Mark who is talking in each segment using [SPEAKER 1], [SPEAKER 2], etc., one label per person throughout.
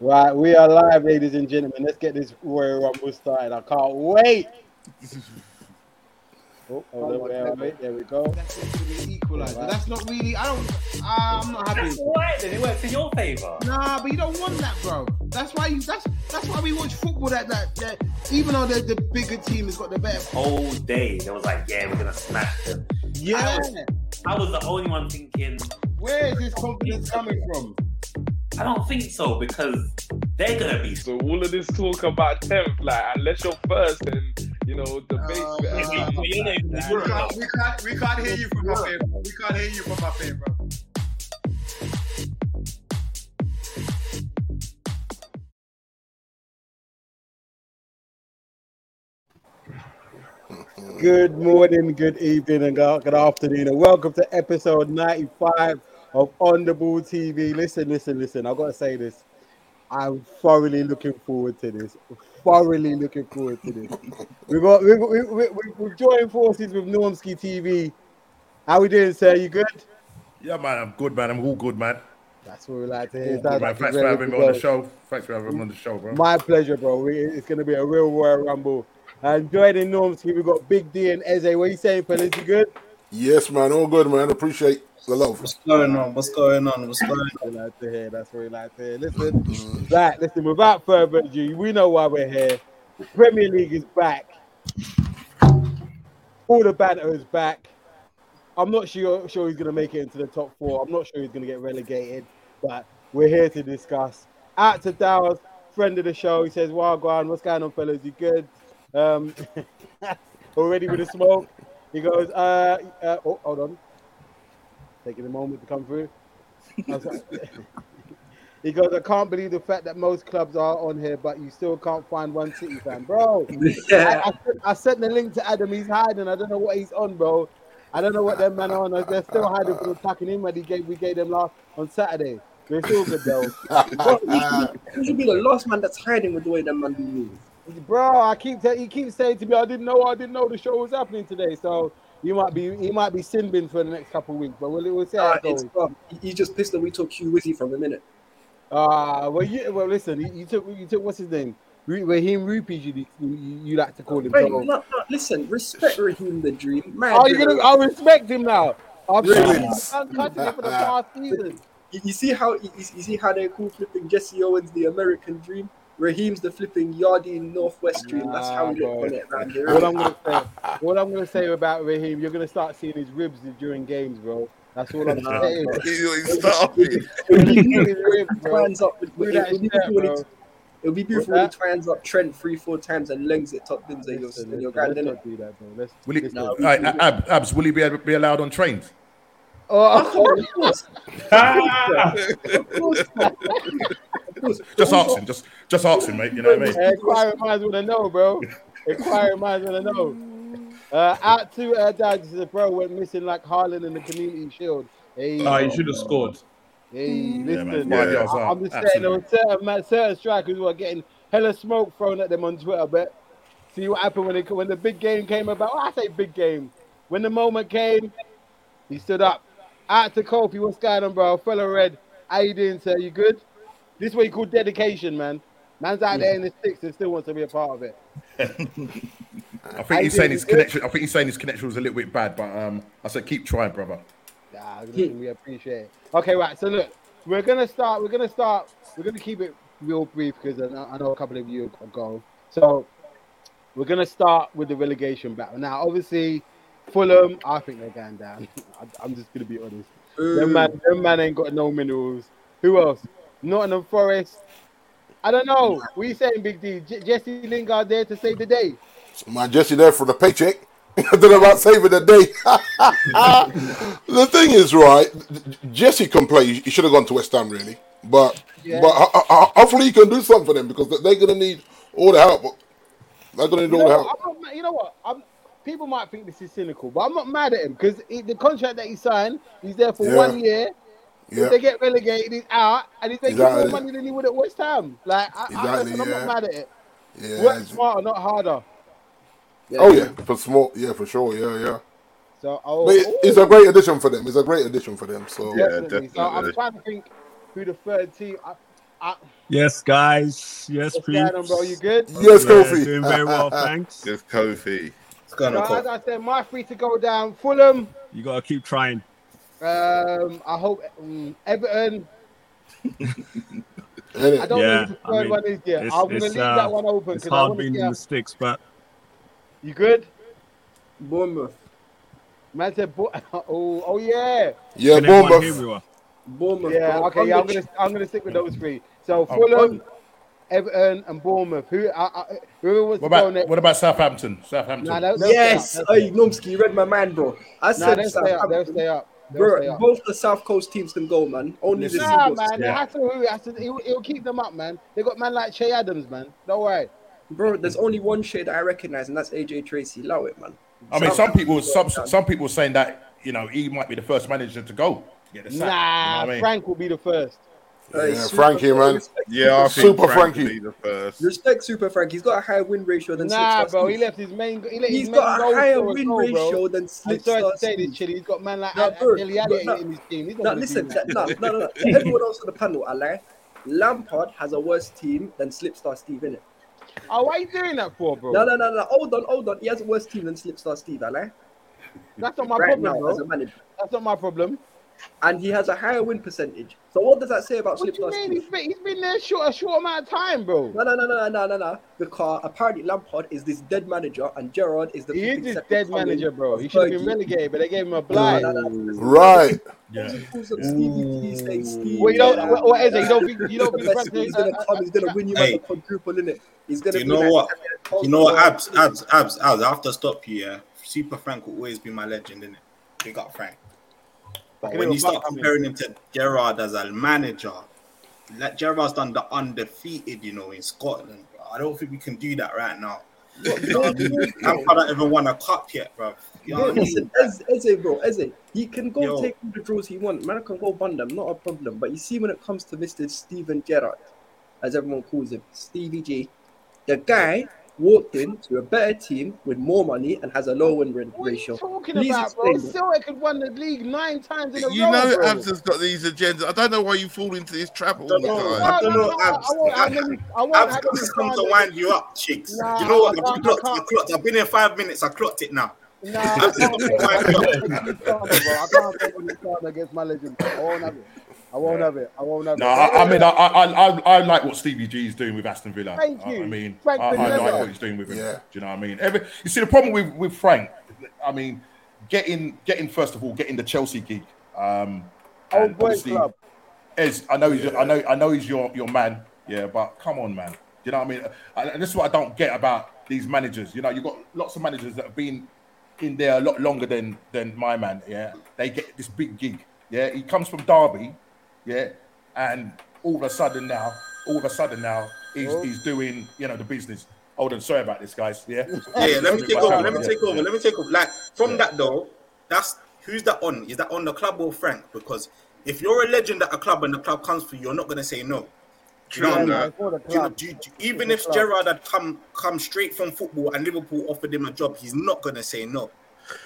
[SPEAKER 1] Right, we are live, ladies and gentlemen. Let's get this Royal Rumble started. I can't wait. Oh, hold on, wait, wait, there we go.
[SPEAKER 2] That's actually equalizer.
[SPEAKER 1] Right.
[SPEAKER 2] That's not really. I don't. I'm not happy.
[SPEAKER 3] That's all right then. It works in your favour.
[SPEAKER 2] Nah, but you don't want that, bro. That's why you. That's that's why we watch football. That that, that even though the, the bigger team has got the better.
[SPEAKER 3] Whole day, they was like, yeah, we're gonna smash them.
[SPEAKER 2] Yeah.
[SPEAKER 3] I was the only one thinking,
[SPEAKER 2] Where is this confidence coming from?
[SPEAKER 3] I don't think so because they're gonna be.
[SPEAKER 4] So all of this talk about tenth, like unless you're first, and you know the
[SPEAKER 5] Oh,
[SPEAKER 4] base.
[SPEAKER 3] If
[SPEAKER 5] God.
[SPEAKER 3] you- you know, if
[SPEAKER 5] We
[SPEAKER 3] you're
[SPEAKER 5] can't, we can't, we can't hear you from up here. bro. We can't hear you from up here, bro.
[SPEAKER 1] Good morning, good evening, and go- good afternoon, and welcome to episode 95 of On the Ball TV. Listen, listen, listen. I've got to say this. I'm thoroughly looking forward to this. Thoroughly looking forward to this. We've, got, we've, we we- we- we've joined forces with Normski TV. How we doing, sir? You good?
[SPEAKER 6] Yeah, man, I'm good, man. I'm all good, man.
[SPEAKER 1] That's what we like to hear.
[SPEAKER 6] Good,
[SPEAKER 1] Sounds
[SPEAKER 6] man.
[SPEAKER 1] like
[SPEAKER 6] Thanks
[SPEAKER 1] you're
[SPEAKER 6] for
[SPEAKER 1] ready
[SPEAKER 6] having
[SPEAKER 1] to
[SPEAKER 6] me on
[SPEAKER 1] go.
[SPEAKER 6] the show. Thanks for having me on the show, bro.
[SPEAKER 1] My pleasure, bro. We, it's going to be a real Royal Rumble. And joining Normski, we've got Big D and Eze. What you saying, fellas? You good?
[SPEAKER 7] Yes, man. All good, man. Appreciate the love.
[SPEAKER 5] What's going on? What's going on? What's going on?
[SPEAKER 1] we like to hear. That's what we like to hear. Listen, right, listen, without further ado, we know why we're here. Premier League is back. All the banter is back. I'm not sure sure he's gonna make it into the top four. I'm not sure he's gonna get relegated, but we're here to discuss. Out to Dowers, friend of the show. He says, Wow Guan, what's going on, fellas? You good? Um already with a smoke. He goes, uh, uh oh, hold on. Taking a moment to come through. I was like- he goes, I can't believe the fact that most clubs are on here, but you still can't find one City fan, bro. I, I, sent- I sent the link to Adam. He's hiding. I don't know what he's on, bro. I don't know what them man are on. They're still hiding from attacking him when he gave we gave them last on Saturday. But It's all good though, Ah,
[SPEAKER 8] You should be the last man that's hiding with the way that man be moving.
[SPEAKER 1] bro. I keep tell he keeps saying to me, I didn't know, I didn't know the show was happening today. So you might be he might be sin bin for the next couple of weeks, but we'll, we'll see how
[SPEAKER 8] Uh,
[SPEAKER 1] it goes.
[SPEAKER 8] it's um, you- you just pissed that we took you with you from a minute.
[SPEAKER 1] Ah, well, you well listen. You, you took you took what's his name? Ru- Raheem Rupees, you, you you like to call him.
[SPEAKER 8] Wait,
[SPEAKER 1] so-
[SPEAKER 8] no, no, listen, respect Raheem the dream. Man,
[SPEAKER 1] Oh, you're gonna, I respect him now. I've really?
[SPEAKER 8] Really?
[SPEAKER 1] uncutting him for the past season.
[SPEAKER 8] you, you see how you, you see how they call flipping Jesse Owens the American dream? Raheem's the flipping Yardie Northwest dream. That's how we
[SPEAKER 1] Nah,
[SPEAKER 8] look
[SPEAKER 1] bro.
[SPEAKER 8] on it around here.
[SPEAKER 1] What I'm gonna say, what I'm gonna say about Raheem, you're gonna start seeing his ribs during games, bro. That's all I'm
[SPEAKER 3] Nah,
[SPEAKER 1] saying.
[SPEAKER 8] It'll be
[SPEAKER 1] His
[SPEAKER 8] beautiful
[SPEAKER 1] ribs,
[SPEAKER 8] when he
[SPEAKER 1] bro.
[SPEAKER 8] twines up with-
[SPEAKER 1] Do
[SPEAKER 8] with-
[SPEAKER 1] that
[SPEAKER 8] it'll
[SPEAKER 1] shit,
[SPEAKER 8] be beautiful when
[SPEAKER 1] bro.
[SPEAKER 8] he- it'll be beautiful
[SPEAKER 1] What's
[SPEAKER 8] when he twines up Trent three, four times and lengths it top bins at your,
[SPEAKER 1] Listen,
[SPEAKER 8] in your
[SPEAKER 1] listen,
[SPEAKER 8] grand,
[SPEAKER 1] let's
[SPEAKER 8] innit?
[SPEAKER 1] not do that, bro. Let's-
[SPEAKER 6] Will he,
[SPEAKER 1] let's
[SPEAKER 8] No.
[SPEAKER 1] not-
[SPEAKER 6] All right, Ab- Abs, will he be, be allowed on trains?
[SPEAKER 1] Oh,
[SPEAKER 8] Of course. Of course. Of course.
[SPEAKER 6] Just ask him. Just, just ask him, mate. You know what I mean?
[SPEAKER 1] inquiring minds want to know, bro. Inquiring minds want to know. Uh, out to uh, Dad, he says, bro, went missing like Harlan in the community shield. Hey,
[SPEAKER 4] Ah,
[SPEAKER 9] Oh, you should have scored.
[SPEAKER 1] Hey,
[SPEAKER 6] Yeah, man,
[SPEAKER 1] listen,
[SPEAKER 6] five
[SPEAKER 1] I-
[SPEAKER 6] yards out,
[SPEAKER 1] I'm just saying there were
[SPEAKER 6] absolutely.
[SPEAKER 1] certain man, certain strikers who are getting hella smoke thrown at them on Twitter, but see what happened when it, when the big game came about. Well, I say big game. When the moment came, he stood up. Out to Kofi, what's going on, bro? Fellow Red, how you doing, sir? You good? This way called dedication, man. Man's out there in the sticks and still wants to be a part of it.
[SPEAKER 6] I
[SPEAKER 1] I
[SPEAKER 6] think
[SPEAKER 1] did
[SPEAKER 6] he's saying his
[SPEAKER 1] good.
[SPEAKER 6] connection. I think he's saying his connection was a little bit bad, but um, I said keep trying, brother.
[SPEAKER 1] Nah, listen, we appreciate it. Okay, right. So look, we're gonna start. We're gonna start. We're gonna keep it real brief because I, I know a couple of you have gone. So we're gonna start with the relegation battle. Now, obviously, Fulham. I think they're going down. I, I'm just gonna be honest. Them man, them man ain't got no minerals. Who else? Nottingham Forest. I don't know. What you saying, Big D? J- Jesse Lingard there to save the day.
[SPEAKER 7] man, Jesse there for the paycheck. I don't know about saving the day. the thing is, right? Jesse can play. He should have gone to West Ham, really. But
[SPEAKER 1] Yeah.
[SPEAKER 7] but ho- ho- ho- hopefully he can do something for them because they're going to need all the help. They're going to need
[SPEAKER 1] You know,
[SPEAKER 7] all the
[SPEAKER 1] what?
[SPEAKER 7] help.
[SPEAKER 1] I'm not ma- you know what? I'm, people might think this is cynical, but I'm not mad at him because the contract that he signed, he's there for
[SPEAKER 7] Yeah.
[SPEAKER 1] one year. If
[SPEAKER 7] Yeah.
[SPEAKER 1] they get relegated, he's out, and he's making
[SPEAKER 7] Exactly.
[SPEAKER 1] more money than he would at West Ham. Like, I, I,
[SPEAKER 7] Exactly,
[SPEAKER 1] I'm
[SPEAKER 7] yeah.
[SPEAKER 1] not mad at it. Work
[SPEAKER 7] yeah.
[SPEAKER 1] smarter, not harder.
[SPEAKER 7] Oh, yeah. For small. Yeah, for sure. Yeah, yeah.
[SPEAKER 1] So, oh,
[SPEAKER 7] But it- it's a great addition for them. It's a great addition for them. So,
[SPEAKER 1] definitely. So
[SPEAKER 5] definitely.
[SPEAKER 1] I'm trying to think who the third team. uh, I,
[SPEAKER 2] Yes, guys. Yes,
[SPEAKER 1] What's
[SPEAKER 2] please.
[SPEAKER 1] going on, bro? You good?
[SPEAKER 10] Yes,
[SPEAKER 2] Yeah,
[SPEAKER 10] Kofi.
[SPEAKER 2] Doing very well, thanks.
[SPEAKER 7] Just Kofi.
[SPEAKER 5] It's going to
[SPEAKER 1] Guys,
[SPEAKER 5] cost.
[SPEAKER 1] I said my free to go down. Fulham.
[SPEAKER 2] You gotta keep trying.
[SPEAKER 1] Um, I hope mm, Everton. I
[SPEAKER 10] Innit?
[SPEAKER 1] don't
[SPEAKER 2] Yeah,
[SPEAKER 1] know who the
[SPEAKER 2] I
[SPEAKER 1] third
[SPEAKER 2] mean,
[SPEAKER 1] one is yet.
[SPEAKER 2] it's-
[SPEAKER 1] I'm gonna
[SPEAKER 2] it's,
[SPEAKER 1] leave
[SPEAKER 2] uh,
[SPEAKER 1] that one open
[SPEAKER 2] It's
[SPEAKER 1] because I
[SPEAKER 2] hard
[SPEAKER 1] want to
[SPEAKER 2] being
[SPEAKER 1] see.
[SPEAKER 2] in
[SPEAKER 1] how-
[SPEAKER 2] the sticks, but
[SPEAKER 1] You good?
[SPEAKER 8] Bournemouth.
[SPEAKER 1] Man said, bo- oh, oh yeah,
[SPEAKER 10] Yeah,
[SPEAKER 2] can everyone
[SPEAKER 10] Bournemouth.
[SPEAKER 2] hear me well?
[SPEAKER 8] Bournemouth.
[SPEAKER 1] yeah.
[SPEAKER 8] bro.
[SPEAKER 1] Okay, yeah. I'm
[SPEAKER 8] Bromwich.
[SPEAKER 1] gonna I'm gonna stick with those three. So
[SPEAKER 6] Oh,
[SPEAKER 1] Fulham, Everton, and Bournemouth. Who I, I, whoever wants
[SPEAKER 6] What
[SPEAKER 1] to go
[SPEAKER 6] about
[SPEAKER 1] next?
[SPEAKER 6] what about Southampton? Southampton.
[SPEAKER 1] Nah, they'll- they'll
[SPEAKER 8] Yes, oh,
[SPEAKER 1] stay up.
[SPEAKER 8] hey Nomsky, you read my mind, bro. I
[SPEAKER 1] Nah,
[SPEAKER 8] said
[SPEAKER 1] they'll stay up. They'll
[SPEAKER 8] Southampton.
[SPEAKER 1] stay up. They'll
[SPEAKER 8] Bro,
[SPEAKER 1] stay up.
[SPEAKER 8] both the South Coast teams can go, man. Only the
[SPEAKER 1] Nah,
[SPEAKER 8] Seagulls.
[SPEAKER 1] man,
[SPEAKER 6] Yeah.
[SPEAKER 1] that's who that's who- he'll, he'll keep them up, man. They got man like Che Adams, man. Don't worry.
[SPEAKER 8] Bro, there's only one shade I recognize, and that's AJ Tracy. Allow it, man.
[SPEAKER 6] I mean, some people some some people were saying that you know he might be the first manager to go. to Get the
[SPEAKER 1] Nah,
[SPEAKER 6] sack, you know what I mean?
[SPEAKER 1] Frank will be the first.
[SPEAKER 8] Hey,
[SPEAKER 10] Yeah,
[SPEAKER 8] Super-
[SPEAKER 10] Frankie, man.
[SPEAKER 8] Respect,
[SPEAKER 7] Yeah, I think
[SPEAKER 10] Super
[SPEAKER 7] Frank
[SPEAKER 10] Frankie.
[SPEAKER 7] will be the first.
[SPEAKER 8] respect Super Frank. He's got a higher win ratio than
[SPEAKER 1] Nah,
[SPEAKER 8] Slick Star
[SPEAKER 1] bro, he
[SPEAKER 8] Steve.
[SPEAKER 1] left his main. He let his
[SPEAKER 8] He's
[SPEAKER 1] main
[SPEAKER 8] got
[SPEAKER 1] goal
[SPEAKER 8] a higher
[SPEAKER 1] scorer
[SPEAKER 8] win
[SPEAKER 1] go, bro.
[SPEAKER 8] ratio than
[SPEAKER 1] I'm
[SPEAKER 8] Slick
[SPEAKER 1] sorry
[SPEAKER 8] Star
[SPEAKER 1] to say this,
[SPEAKER 8] Steve.
[SPEAKER 1] Chili. He's got man like
[SPEAKER 8] Nah,
[SPEAKER 1] Ad-
[SPEAKER 8] bro,
[SPEAKER 1] Dele Alli
[SPEAKER 8] nah,
[SPEAKER 1] in his team. He's not
[SPEAKER 8] Now
[SPEAKER 1] gonna do
[SPEAKER 8] listen,
[SPEAKER 1] that.
[SPEAKER 8] no, no, no, no. Everyone else on the panel, I lie. Lampard has a worse team than Slipstar Steve, innit?
[SPEAKER 1] Oh, why are you doing that for, bro?
[SPEAKER 8] No, no, no, no. Hold on, hold on. He has a worse team than Slipstar Steve, I lie.
[SPEAKER 1] That's not my
[SPEAKER 8] right
[SPEAKER 1] problem,
[SPEAKER 8] now, as a
[SPEAKER 1] bro.
[SPEAKER 8] manager.
[SPEAKER 1] That's not my problem.
[SPEAKER 8] and he has a higher win percentage. So what does that say about
[SPEAKER 1] What do you
[SPEAKER 8] Slipknot?
[SPEAKER 1] mean? He's been, he's been there short, a short amount of time, bro.
[SPEAKER 8] No, no, no, no, no, no, no. Because apparently Lampard is this dead manager, and Gerard is the.
[SPEAKER 1] He is
[SPEAKER 8] 52nd
[SPEAKER 1] this dead
[SPEAKER 8] coming
[SPEAKER 1] manager, bro.
[SPEAKER 8] of
[SPEAKER 1] He should have been
[SPEAKER 8] Fergie.
[SPEAKER 1] relegated, but they gave him a
[SPEAKER 8] No,
[SPEAKER 1] blind.
[SPEAKER 8] no, no, no.
[SPEAKER 10] Right.
[SPEAKER 6] Yeah.
[SPEAKER 8] Calls up Stevie G, saying, Steve,
[SPEAKER 1] Well, you don't.
[SPEAKER 8] yeah,
[SPEAKER 1] what- what is it? You
[SPEAKER 8] yeah,
[SPEAKER 1] don't think? You
[SPEAKER 8] he's
[SPEAKER 1] don't
[SPEAKER 8] the
[SPEAKER 1] think? uh,
[SPEAKER 8] best. He's gonna come. He's gonna win you
[SPEAKER 5] Hey.
[SPEAKER 8] as a quadruple, innit? He's gonna.
[SPEAKER 5] You
[SPEAKER 8] be
[SPEAKER 5] know
[SPEAKER 8] like-
[SPEAKER 5] what? You know what? Abs, abs, abs, abs. I have to stop you. Yeah, Super Frank will always be my legend, innit? Big up Frank. But when you start comparing him to Gerard as a manager, like Gerard's done the undefeated, you know, in Scotland. Bro. I don't think we can do that right now. Lampard not even won a cup yet, bro. You know
[SPEAKER 8] Bro,
[SPEAKER 5] what I mean?
[SPEAKER 8] listen, Ez, Eze, bro, Eze, he can go
[SPEAKER 5] Yo.
[SPEAKER 8] take all the draws he wants. Man can go bun them, not a problem. But you see, when it comes to Mr. Steven Gerrard, as everyone calls him, Stevie G, the guy walked into a better team with more money and has a low win ra-
[SPEAKER 1] What are you
[SPEAKER 8] ratio.
[SPEAKER 1] talking
[SPEAKER 8] Please
[SPEAKER 1] about, bro?
[SPEAKER 8] explain that.
[SPEAKER 1] Celtic had won the league nine times in a
[SPEAKER 7] You
[SPEAKER 1] row,
[SPEAKER 7] know,
[SPEAKER 1] bro.
[SPEAKER 7] Abs has got these agendas. I don't know why you fall into this trap all the
[SPEAKER 5] Don't know.
[SPEAKER 7] time.
[SPEAKER 1] No,
[SPEAKER 5] I don't
[SPEAKER 1] no,
[SPEAKER 5] know,
[SPEAKER 1] no, I- I
[SPEAKER 5] Abs.
[SPEAKER 1] won't have any- I won't
[SPEAKER 5] I've
[SPEAKER 1] have
[SPEAKER 5] got
[SPEAKER 1] any
[SPEAKER 5] this come to
[SPEAKER 1] standards.
[SPEAKER 5] wind you up, chicks.
[SPEAKER 1] Nah,
[SPEAKER 5] you know what?
[SPEAKER 1] I
[SPEAKER 5] I
[SPEAKER 1] can't- I
[SPEAKER 5] clocked, I
[SPEAKER 1] can't.
[SPEAKER 5] clocked. I've been here five minutes. I clocked it now.
[SPEAKER 1] Nah, I can't take it, bro. I can't take it against my legend. bro. I won't have it. I won't have it. I won't have it.
[SPEAKER 6] No, I, I mean, I, I, I, I like what Stevie G is doing with Aston Villa.
[SPEAKER 1] Thank
[SPEAKER 6] I,
[SPEAKER 1] you.
[SPEAKER 6] I mean, I,
[SPEAKER 1] Frank
[SPEAKER 6] I like
[SPEAKER 1] Vanilla.
[SPEAKER 6] what he's doing with him.
[SPEAKER 10] Yeah.
[SPEAKER 6] Do you know what I mean? Every, you see, the problem with, with Frank, I mean, getting getting first of all, getting the Chelsea gig. Um,
[SPEAKER 1] Old
[SPEAKER 6] and
[SPEAKER 1] boy
[SPEAKER 6] obviously,
[SPEAKER 1] club.
[SPEAKER 6] Ez, I know he's, I know, I know he's your your man. Yeah, but come on, man. Do you know what I mean? And and this is what I don't get about these managers. You know, you've got lots of managers that have been in there a lot longer than than my man. Yeah, they get this big gig. Yeah, he comes from Derby. Yeah, and all of a sudden now, all of a sudden now, he's,
[SPEAKER 5] Oh.
[SPEAKER 6] he's doing you know the business. Hold on, sorry about this, guys. Yeah,
[SPEAKER 5] Yeah, let me take
[SPEAKER 6] Yeah.
[SPEAKER 5] over. Let me take
[SPEAKER 6] Yeah.
[SPEAKER 5] over. Let me take over. Like from that though, that's who's that on? Is that on the club or Frank? Because if you're a legend at a club and the club comes for you, you're not gonna say no. Do you know what I mean?
[SPEAKER 1] Yeah, for the
[SPEAKER 5] Do you-
[SPEAKER 1] club.
[SPEAKER 5] do you- do you- even if Gerard had come come straight from football and Liverpool offered him a job, he's not gonna say no.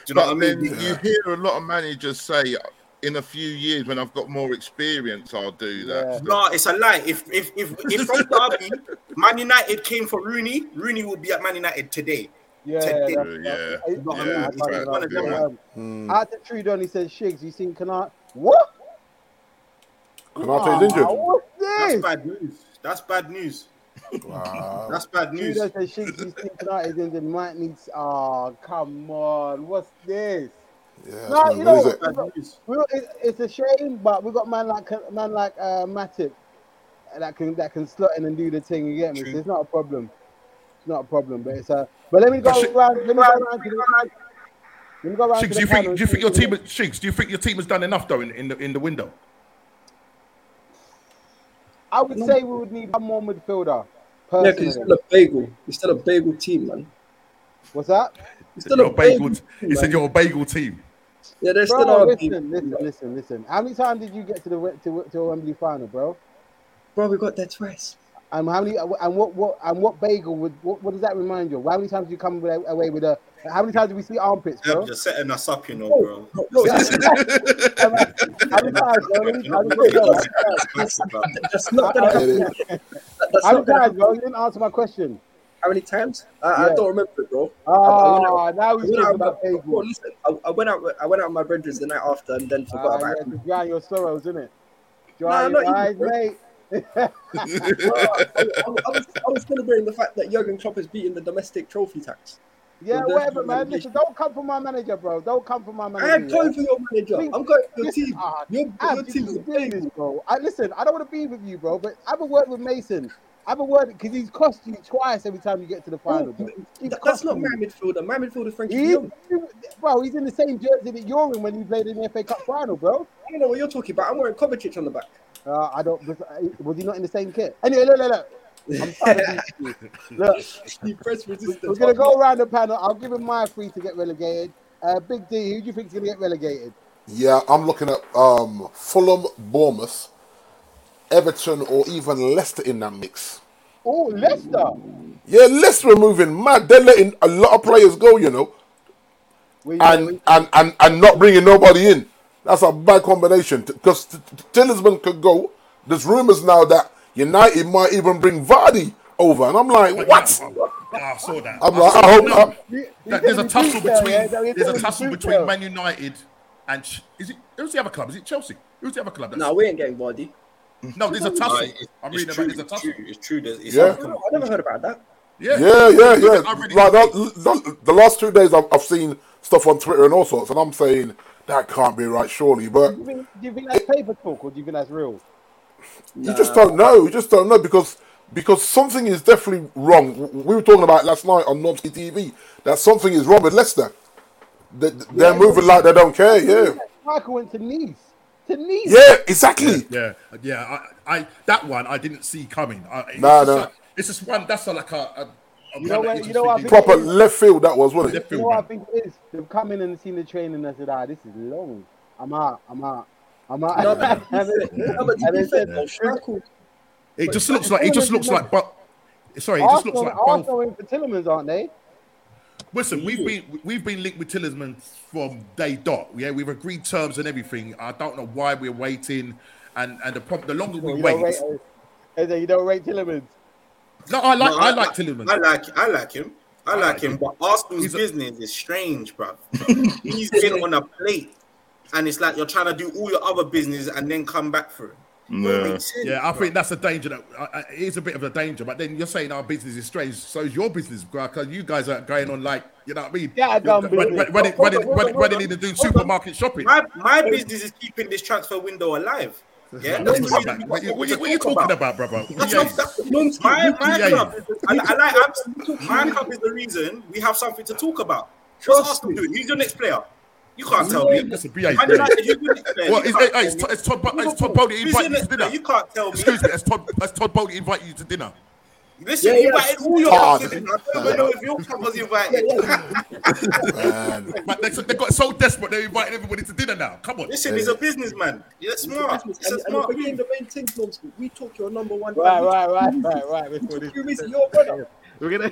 [SPEAKER 5] Do you know
[SPEAKER 7] But
[SPEAKER 5] what I
[SPEAKER 7] then
[SPEAKER 5] mean?
[SPEAKER 7] you hear a lot of managers say, in a few years, when I've got more experience, I'll do that.
[SPEAKER 1] Yeah.
[SPEAKER 7] stuff."
[SPEAKER 5] No, it's a lie. If if if if from Derby, Man United came for Rooney, Rooney would be at Man United today.
[SPEAKER 1] Yeah,
[SPEAKER 5] Today.
[SPEAKER 1] that's-
[SPEAKER 7] Yeah,
[SPEAKER 1] I-
[SPEAKER 5] yeah,
[SPEAKER 1] I- I-
[SPEAKER 5] it's
[SPEAKER 1] I-
[SPEAKER 5] one of them.
[SPEAKER 1] Um, Out to Trudeau, he says, Shigs, you seen Canard? What?
[SPEAKER 10] Canate's injured.
[SPEAKER 1] Ah, What's
[SPEAKER 5] That's
[SPEAKER 1] this?
[SPEAKER 5] bad news. That's bad news.
[SPEAKER 10] Wow.
[SPEAKER 5] That's bad news.
[SPEAKER 1] Trudeau says, Shigs, you seen Canard is injured. Might need. Oh, come on. What's this?
[SPEAKER 10] Yeah,
[SPEAKER 1] No,
[SPEAKER 10] that's not good,
[SPEAKER 1] you know-
[SPEAKER 10] is it?
[SPEAKER 5] Bad news.
[SPEAKER 1] We, it, it's a shame, but we got man like man like uh, Matic that can that can slot in and do the thing. You get me? So it's not a problem. It's not a problem, but it's a. But let me go
[SPEAKER 6] That's it.
[SPEAKER 1] round. Let me go round to the. Let me go round
[SPEAKER 6] Shiggs,
[SPEAKER 1] to the
[SPEAKER 6] do you think
[SPEAKER 1] panel
[SPEAKER 6] do you think your
[SPEAKER 1] and see-
[SPEAKER 6] team, Shiggs, do you think your team has done enough though in, in the in the window?
[SPEAKER 1] I would say we would need one more midfielder.
[SPEAKER 8] Yeah, 'cause he's
[SPEAKER 1] Personally,
[SPEAKER 8] still a bagel. He's still a bagel team, man.
[SPEAKER 1] what's that?
[SPEAKER 8] He's still
[SPEAKER 6] Your
[SPEAKER 8] a
[SPEAKER 6] bagel.
[SPEAKER 8] bagel.
[SPEAKER 6] t-
[SPEAKER 8] team,
[SPEAKER 6] He said
[SPEAKER 8] man.
[SPEAKER 6] you're a bagel team.
[SPEAKER 8] Yeah, they're still
[SPEAKER 1] Bro,
[SPEAKER 8] our
[SPEAKER 1] listen, listen,
[SPEAKER 8] team.
[SPEAKER 1] listen, listen. How many times did you get to the Wem- to to a Wembley final, bro?
[SPEAKER 8] Bro, we got that twice.
[SPEAKER 1] And how many? And what? What? And what bagel would? What, what does that remind you? of? How many times do you come away away with a How many times do we see armpits, bro?
[SPEAKER 5] You're just setting us up, you know,
[SPEAKER 8] Oh.
[SPEAKER 5] bro.
[SPEAKER 1] No, that's- how many- how many times, bro? How many times, bro?
[SPEAKER 8] That's not gonna happen. That's
[SPEAKER 1] How many
[SPEAKER 8] not gonna
[SPEAKER 1] times,
[SPEAKER 8] happen.
[SPEAKER 1] bro? You didn't answer my question.
[SPEAKER 8] How many times? I,
[SPEAKER 1] Yeah.
[SPEAKER 8] I don't remember, bro.
[SPEAKER 1] Ah, now
[SPEAKER 8] I
[SPEAKER 1] he's talking
[SPEAKER 8] went out with my,
[SPEAKER 1] about page
[SPEAKER 8] bro,
[SPEAKER 1] one.
[SPEAKER 8] listen, I, I went out. with- I went out with my brethren the night after, and then forgot
[SPEAKER 1] Ah,
[SPEAKER 8] about
[SPEAKER 1] yeah,
[SPEAKER 8] it.
[SPEAKER 1] to drown your sorrows, isn't it? Dry
[SPEAKER 8] not
[SPEAKER 1] your
[SPEAKER 8] even,
[SPEAKER 1] eyes,
[SPEAKER 8] bro.
[SPEAKER 1] mate.
[SPEAKER 8] Bro, I, I, I was, I was celebrating the fact that Jurgen Klopp is beating the domestic trophy tax.
[SPEAKER 1] Yeah,
[SPEAKER 8] Well, that's
[SPEAKER 1] whatever,
[SPEAKER 8] not
[SPEAKER 1] man.
[SPEAKER 8] an
[SPEAKER 1] Listen,
[SPEAKER 8] issue.
[SPEAKER 1] don't come for my manager, bro. Don't come for my manager.
[SPEAKER 8] I am
[SPEAKER 1] yeah?
[SPEAKER 8] going for your manager.
[SPEAKER 1] Please,
[SPEAKER 8] I'm going for your
[SPEAKER 1] listen,
[SPEAKER 8] team.
[SPEAKER 1] ah,
[SPEAKER 8] Your,
[SPEAKER 1] Ab,
[SPEAKER 8] your
[SPEAKER 1] you
[SPEAKER 8] team's a
[SPEAKER 1] keep doing
[SPEAKER 8] big.
[SPEAKER 1] this, bro. I listen. I don't want to be with you, bro. But have a word with Mason. Have a word because he's cost you twice every time you get to the final. Bro, He's
[SPEAKER 8] Oh, That, that's
[SPEAKER 1] cost
[SPEAKER 8] not
[SPEAKER 1] you.
[SPEAKER 8] my midfielder. My midfielder, Frankie
[SPEAKER 1] He,
[SPEAKER 8] de Jong.
[SPEAKER 1] bro, he's in the same jersey that you're in when you played in the FA Cup final, bro.
[SPEAKER 8] I don't know what you're talking about. I'm wearing Kovacic on the back.
[SPEAKER 1] Uh, I don't. Was, was he not in the same kit? Anyway, look, look, look. I'm tired of these people. Look,
[SPEAKER 8] He press resistance.
[SPEAKER 1] we're gonna go around the panel. I'll give him my three to get relegated. Uh, Big D, who do you think's gonna get relegated?
[SPEAKER 7] Yeah, I'm looking at um, Fulham, Bournemouth, Everton, or even Leicester in that mix.
[SPEAKER 1] Oh, Leicester.
[SPEAKER 7] Yeah, Leicester are moving mad. They're letting a lot of players go, you know,
[SPEAKER 1] Where you-
[SPEAKER 7] and and and, and not bringing nobody in. That's a bad combination because Tillsman could go. There's rumors now that United might even bring Vardy over, and I'm like, what?
[SPEAKER 6] ah, I saw that.
[SPEAKER 7] I'm like, I hope. I,
[SPEAKER 1] you- you're
[SPEAKER 6] That there's a
[SPEAKER 1] telling me
[SPEAKER 6] tussle
[SPEAKER 1] Tuchel,
[SPEAKER 6] between
[SPEAKER 1] yeah? You're
[SPEAKER 6] there's
[SPEAKER 1] telling
[SPEAKER 6] a
[SPEAKER 1] me
[SPEAKER 6] tussle
[SPEAKER 1] Tuchel.
[SPEAKER 6] between Man United and Ch- is it who's the other club? Is it Chelsea? Who's the other club?
[SPEAKER 8] No, we ain't getting Vardy.
[SPEAKER 6] no, there's a
[SPEAKER 5] Nah,
[SPEAKER 6] tussle.
[SPEAKER 5] it- it's
[SPEAKER 6] I'm reading
[SPEAKER 5] true,
[SPEAKER 6] about there's a
[SPEAKER 5] it's
[SPEAKER 6] tussle.
[SPEAKER 5] true, It's true. There's, it's
[SPEAKER 7] Yeah.
[SPEAKER 8] I don't know, I never heard about that.
[SPEAKER 6] Yeah,
[SPEAKER 7] Yeah, yeah, yeah.
[SPEAKER 6] I really-
[SPEAKER 7] Like the, the, the last two days, I've, I've seen stuff on Twitter and all sorts, and I'm saying that can't be right, surely. But
[SPEAKER 1] Do you think- do you think that's paper talk or do you think that's real?
[SPEAKER 7] you just don't know. You just don't know because because something is definitely wrong. W- We were talking about it last night on Nomsky TV that something is wrong with Leicester. They, they're moving like they don't care. Yeah,
[SPEAKER 1] Michael went to Nice. To Nice.
[SPEAKER 7] yeah, exactly.
[SPEAKER 6] yeah, yeah. I, I that one I didn't see coming. I, it's
[SPEAKER 7] Nah,
[SPEAKER 6] just
[SPEAKER 7] nah.
[SPEAKER 6] like- it's just one that's like a, a, a
[SPEAKER 1] You know
[SPEAKER 6] one that
[SPEAKER 1] what-
[SPEAKER 6] is
[SPEAKER 1] you know what I
[SPEAKER 6] just
[SPEAKER 1] think-
[SPEAKER 7] Proper left field that was, wasn't
[SPEAKER 6] left
[SPEAKER 7] it?
[SPEAKER 1] You
[SPEAKER 6] field
[SPEAKER 1] know what I
[SPEAKER 6] one.
[SPEAKER 1] think it is? They've come in and seen the training and said, ah, this is long. I'm out. I'm out. I'm out.
[SPEAKER 8] No, but
[SPEAKER 1] And then-
[SPEAKER 8] No, but to
[SPEAKER 1] and
[SPEAKER 8] be
[SPEAKER 1] then
[SPEAKER 8] fair,
[SPEAKER 1] said,
[SPEAKER 8] though, Frankel-
[SPEAKER 6] It just looks like it just looks like but sorry, it just looks
[SPEAKER 1] Arsenal,
[SPEAKER 6] like bunk.
[SPEAKER 1] Arsenal in for Tillemans, aren't they?
[SPEAKER 6] Listen, we've been we've been linked with Tillersman from day dot. Yeah, we've agreed terms and everything. I don't know why we're waiting, and and the problem, the longer we
[SPEAKER 1] You
[SPEAKER 6] wait,
[SPEAKER 1] don't rate, Eze, you don't rate Tillemans.
[SPEAKER 6] no, I like
[SPEAKER 5] No,
[SPEAKER 6] I like Tilleman.
[SPEAKER 5] I like, I like him. I like him, but Arsenal's
[SPEAKER 6] He's a-
[SPEAKER 5] business is strange, bro. He's been on a plate, and it's like you're trying to do all your other business and then come back for it. Don't
[SPEAKER 11] No.
[SPEAKER 5] make sense,
[SPEAKER 6] Yeah, I
[SPEAKER 5] bruv.
[SPEAKER 6] think that's a danger. That uh, uh, it is a bit of a danger. But then you're saying our business is strange. So is your business, because you guys are going on like you know what I mean.
[SPEAKER 1] Yeah, dumb
[SPEAKER 6] running,
[SPEAKER 1] business.
[SPEAKER 6] running,
[SPEAKER 5] Hold
[SPEAKER 6] running,
[SPEAKER 5] on, hold on,
[SPEAKER 6] running,
[SPEAKER 5] hold
[SPEAKER 6] running
[SPEAKER 5] on.
[SPEAKER 6] in to do
[SPEAKER 5] Hold
[SPEAKER 6] supermarket shopping.
[SPEAKER 5] My my business is keeping this transfer window alive. Yeah,
[SPEAKER 6] What
[SPEAKER 5] that's
[SPEAKER 6] you
[SPEAKER 5] the
[SPEAKER 6] talking
[SPEAKER 5] reason-
[SPEAKER 6] about? What you-
[SPEAKER 5] what
[SPEAKER 6] what
[SPEAKER 5] we
[SPEAKER 6] you- what you
[SPEAKER 5] talk
[SPEAKER 6] talking about, brother?
[SPEAKER 5] That's
[SPEAKER 6] Yeah.
[SPEAKER 5] not, that's, my my
[SPEAKER 6] Yeah.
[SPEAKER 5] club. I, I like I'm, my club is the reason we have something to talk about. What's Arsenal doing? Who's your next player? You can't tell me.
[SPEAKER 6] That's a
[SPEAKER 5] Man
[SPEAKER 6] BA.
[SPEAKER 5] United, who's your next player?
[SPEAKER 6] What
[SPEAKER 5] You
[SPEAKER 6] is
[SPEAKER 5] can't
[SPEAKER 6] it? Hey,
[SPEAKER 5] tell
[SPEAKER 6] it's
[SPEAKER 5] me.
[SPEAKER 6] Todd- it's Todd. Bo- It's Todd Bowley
[SPEAKER 5] Who's your
[SPEAKER 6] inviting you
[SPEAKER 5] next
[SPEAKER 6] to
[SPEAKER 5] player? You
[SPEAKER 6] dinner.
[SPEAKER 5] can't tell me.
[SPEAKER 6] Excuse me. It's Todd. It's Todd Bowley inviting you to dinner.
[SPEAKER 5] Listen,
[SPEAKER 8] Yeah, yeah.
[SPEAKER 5] invited all
[SPEAKER 6] Ah.
[SPEAKER 5] your
[SPEAKER 7] Todd.
[SPEAKER 5] clubs. in. I don't even know if your club was invited.
[SPEAKER 7] Man.
[SPEAKER 6] But they, they got so desperate they invited everybody to dinner now. Come on.
[SPEAKER 5] Listen, he's a businessman. You're smart.
[SPEAKER 8] And,
[SPEAKER 5] It's a
[SPEAKER 8] and
[SPEAKER 5] smart move.
[SPEAKER 8] again, the main thing, Blobs, we talk your number one.
[SPEAKER 1] Right,
[SPEAKER 8] fan.
[SPEAKER 1] right, right, right, right.
[SPEAKER 8] We
[SPEAKER 1] Before this,
[SPEAKER 8] talk you is your brother.
[SPEAKER 1] we're gonna.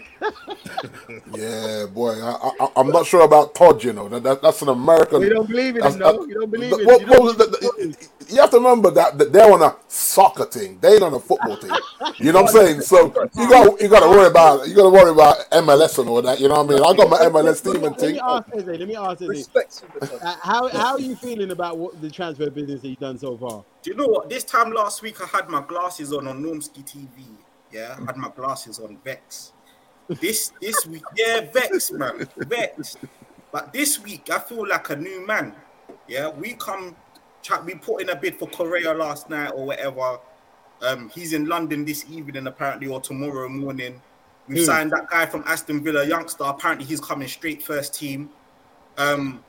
[SPEAKER 7] Yeah, boy, I, I, I'm not sure about Todd. You know, that, that that's an American.
[SPEAKER 1] We don't believe in him,
[SPEAKER 7] That's-
[SPEAKER 1] though.
[SPEAKER 7] uh,
[SPEAKER 1] You don't believe
[SPEAKER 7] the-
[SPEAKER 1] in
[SPEAKER 7] what-
[SPEAKER 1] you
[SPEAKER 7] what
[SPEAKER 1] don't
[SPEAKER 7] was the-
[SPEAKER 1] believe
[SPEAKER 7] the- You have to remember that, that they're on a soccer team. They ain't on a football team. You know what I'm saying? So you got you got to worry about you got to worry about MLS and all that. You know what I mean? I got my MLS team and
[SPEAKER 1] Let
[SPEAKER 7] thing.
[SPEAKER 1] me ask Eze. Let me ask Eze.
[SPEAKER 8] Respect you, brother.
[SPEAKER 1] Uh, how how are you feeling about what the transfer business that you've done so far?
[SPEAKER 5] Do you know what? This time last week, I had my glasses on on Normski TV. Yeah, I had my glasses on Vex. This this week, yeah, Vex, man, Vex. But this week, I feel like a new man. Yeah, we come, chat. We put in a bid for Correa last night or whatever. Um, he's in London this evening apparently, or tomorrow morning. We
[SPEAKER 1] Who?
[SPEAKER 5] have signed that guy from Aston Villa, youngster. Apparently, he's coming straight first team. Um,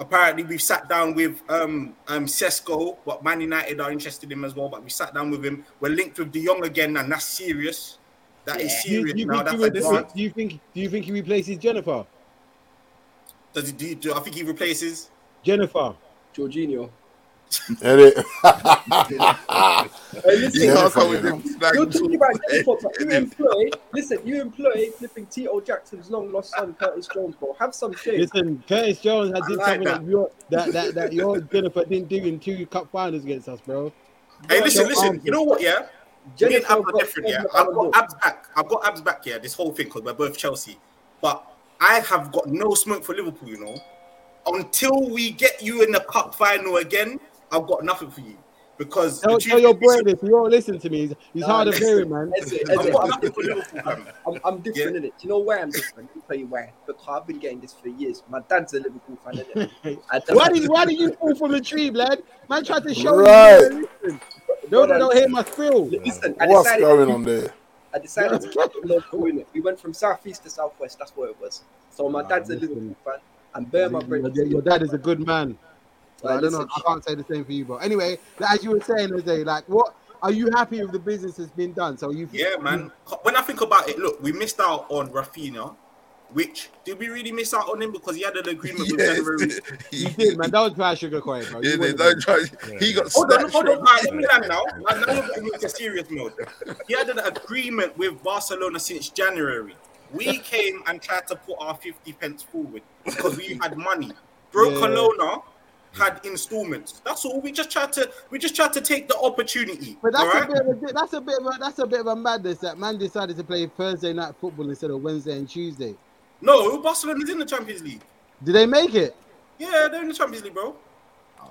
[SPEAKER 5] apparently we've sat down with um um Sesco, but Man United are interested in him as well. But we sat down with him. We're linked with De Jong again, and that's serious. That is
[SPEAKER 1] Do you,
[SPEAKER 5] serious
[SPEAKER 1] do you
[SPEAKER 5] now.
[SPEAKER 1] think
[SPEAKER 5] That's
[SPEAKER 1] he re-
[SPEAKER 5] advanced.
[SPEAKER 1] do you think do you think he replaces Jennifer?
[SPEAKER 5] Does he do, you- do? I think he replaces
[SPEAKER 1] Jennifer.
[SPEAKER 8] Jorginho.
[SPEAKER 7] Get it?
[SPEAKER 8] Hey, listen,
[SPEAKER 12] You
[SPEAKER 7] Yeah,
[SPEAKER 12] can't
[SPEAKER 7] fuck
[SPEAKER 12] come with
[SPEAKER 7] yeah.
[SPEAKER 12] them slang
[SPEAKER 8] You're talking about
[SPEAKER 12] talk,
[SPEAKER 8] Dennis Hopper. You
[SPEAKER 12] innit?
[SPEAKER 8] employ, listen, you employ flipping T.O. Jackson's long lost son, Curtis Jones, bro. Have some shit.
[SPEAKER 1] Listen, Curtis Jones had
[SPEAKER 5] I
[SPEAKER 1] did
[SPEAKER 5] like
[SPEAKER 1] something
[SPEAKER 5] that.
[SPEAKER 1] that. your that that that your Jennifer didn't do in two cup finals against us, bro.
[SPEAKER 5] Hey, listen,
[SPEAKER 1] Your
[SPEAKER 5] listen.
[SPEAKER 1] arms
[SPEAKER 5] You know what? Yeah, me and
[SPEAKER 8] Jennifer
[SPEAKER 5] Ab are
[SPEAKER 8] got
[SPEAKER 5] different. Yeah,
[SPEAKER 8] seven
[SPEAKER 5] I've
[SPEAKER 8] Ballon
[SPEAKER 5] got
[SPEAKER 8] d'Ors.
[SPEAKER 5] abs back. I've got abs back. Yeah, this whole thing because we're both Chelsea, but I have got no smoke for Liverpool. You know, until we get you in the cup final again, I've got nothing for you because the
[SPEAKER 1] Tell,
[SPEAKER 5] truth
[SPEAKER 1] tell your
[SPEAKER 5] is,
[SPEAKER 1] boy this. He won't listen to me. He's, he's
[SPEAKER 8] Nah,
[SPEAKER 1] hard of
[SPEAKER 8] listen.
[SPEAKER 1] hearing, man.
[SPEAKER 8] Ezra,
[SPEAKER 5] I've
[SPEAKER 8] Ezra,
[SPEAKER 5] got
[SPEAKER 8] I'm
[SPEAKER 5] nothing for Liverpool. fam.
[SPEAKER 8] I'm, I'm different in it. Do you know why I'm different? I'll tell you why. Because I've been getting this for years. My dad's a Liverpool fan. Innit? I don't-
[SPEAKER 1] Why did why did you fall from the tree, lad? Man tried to show
[SPEAKER 7] Right.
[SPEAKER 1] you. Listen. Don't they don't hear my spill.
[SPEAKER 8] Listen, I
[SPEAKER 7] What's
[SPEAKER 8] decided,
[SPEAKER 7] going on there?
[SPEAKER 8] I decided to keep it local. Innit? We went from southeast to southwest. That's what it was. So my
[SPEAKER 1] Nah,
[SPEAKER 8] dad's a
[SPEAKER 1] Ah, listen.
[SPEAKER 8] Liverpool fan. And bear my
[SPEAKER 1] Your,
[SPEAKER 8] bread.
[SPEAKER 1] your dad is a good man.
[SPEAKER 8] Like,
[SPEAKER 1] I don't know.
[SPEAKER 8] listen,
[SPEAKER 1] I can't say the same for you, but anyway, like, as you were saying, Jose, like, what are you happy with the business that's been done? So you,
[SPEAKER 5] Yeah, man. When I think about it, look, we missed out on Rafinha, which did we really miss out on him because he had an agreement with
[SPEAKER 12] Yes.
[SPEAKER 5] January?
[SPEAKER 1] you did, man. That was dry sugar coin, bro. You
[SPEAKER 12] Yeah, they
[SPEAKER 1] wouldn't-
[SPEAKER 12] don't try. He got
[SPEAKER 5] Hold on,
[SPEAKER 12] snatched
[SPEAKER 5] hold on,
[SPEAKER 12] from.
[SPEAKER 5] guys. Hold on now. Now now you're getting into serious mode. He had an agreement with Barcelona since January. We came and tried to put our 50 pence forward because we had money. Bro,
[SPEAKER 1] Yeah.
[SPEAKER 5] Colonna had installments. That's all. We just tried to we just tried to take the opportunity.
[SPEAKER 1] But that's
[SPEAKER 5] alright?
[SPEAKER 1] a bit of a, that's a bit of a, that's a bit of a madness that man decided to play Thursday night football instead of Wednesday and Tuesday.
[SPEAKER 5] No, Barcelona's in the Champions League.
[SPEAKER 1] Did they make it?
[SPEAKER 5] Yeah, they're in the Champions League, bro.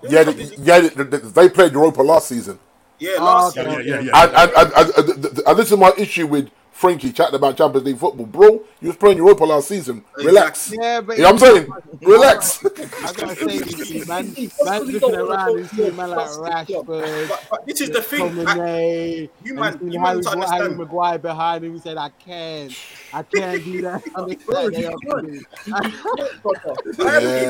[SPEAKER 5] They're in
[SPEAKER 7] Yeah,
[SPEAKER 5] the
[SPEAKER 7] they,
[SPEAKER 5] Champions League.
[SPEAKER 7] yeah, they, they- they played Europa last season,
[SPEAKER 5] yeah, last
[SPEAKER 1] Oh,
[SPEAKER 5] year.
[SPEAKER 1] okay.
[SPEAKER 6] Yeah, yeah, yeah.
[SPEAKER 7] and and, and, and, and, th- th- and this is my issue with Frankie chatting about Champions League football, bro. You was playing Europa last season. Relax.
[SPEAKER 1] Yeah, but
[SPEAKER 7] You know what I'm saying? Relax.
[SPEAKER 1] I gotta say this, you, man. Man looking around and seeing man like Rashford,
[SPEAKER 5] But, but this is the thing. I-
[SPEAKER 1] Promenade,
[SPEAKER 5] you
[SPEAKER 1] and
[SPEAKER 5] man,
[SPEAKER 1] seeing
[SPEAKER 5] you
[SPEAKER 1] Harry,
[SPEAKER 5] man to
[SPEAKER 1] Harry
[SPEAKER 5] understand.
[SPEAKER 1] Maguire behind him. He said, "I can't, I can't do that." I'm
[SPEAKER 8] Bro,
[SPEAKER 1] excited.
[SPEAKER 8] you can't. You can't, brother.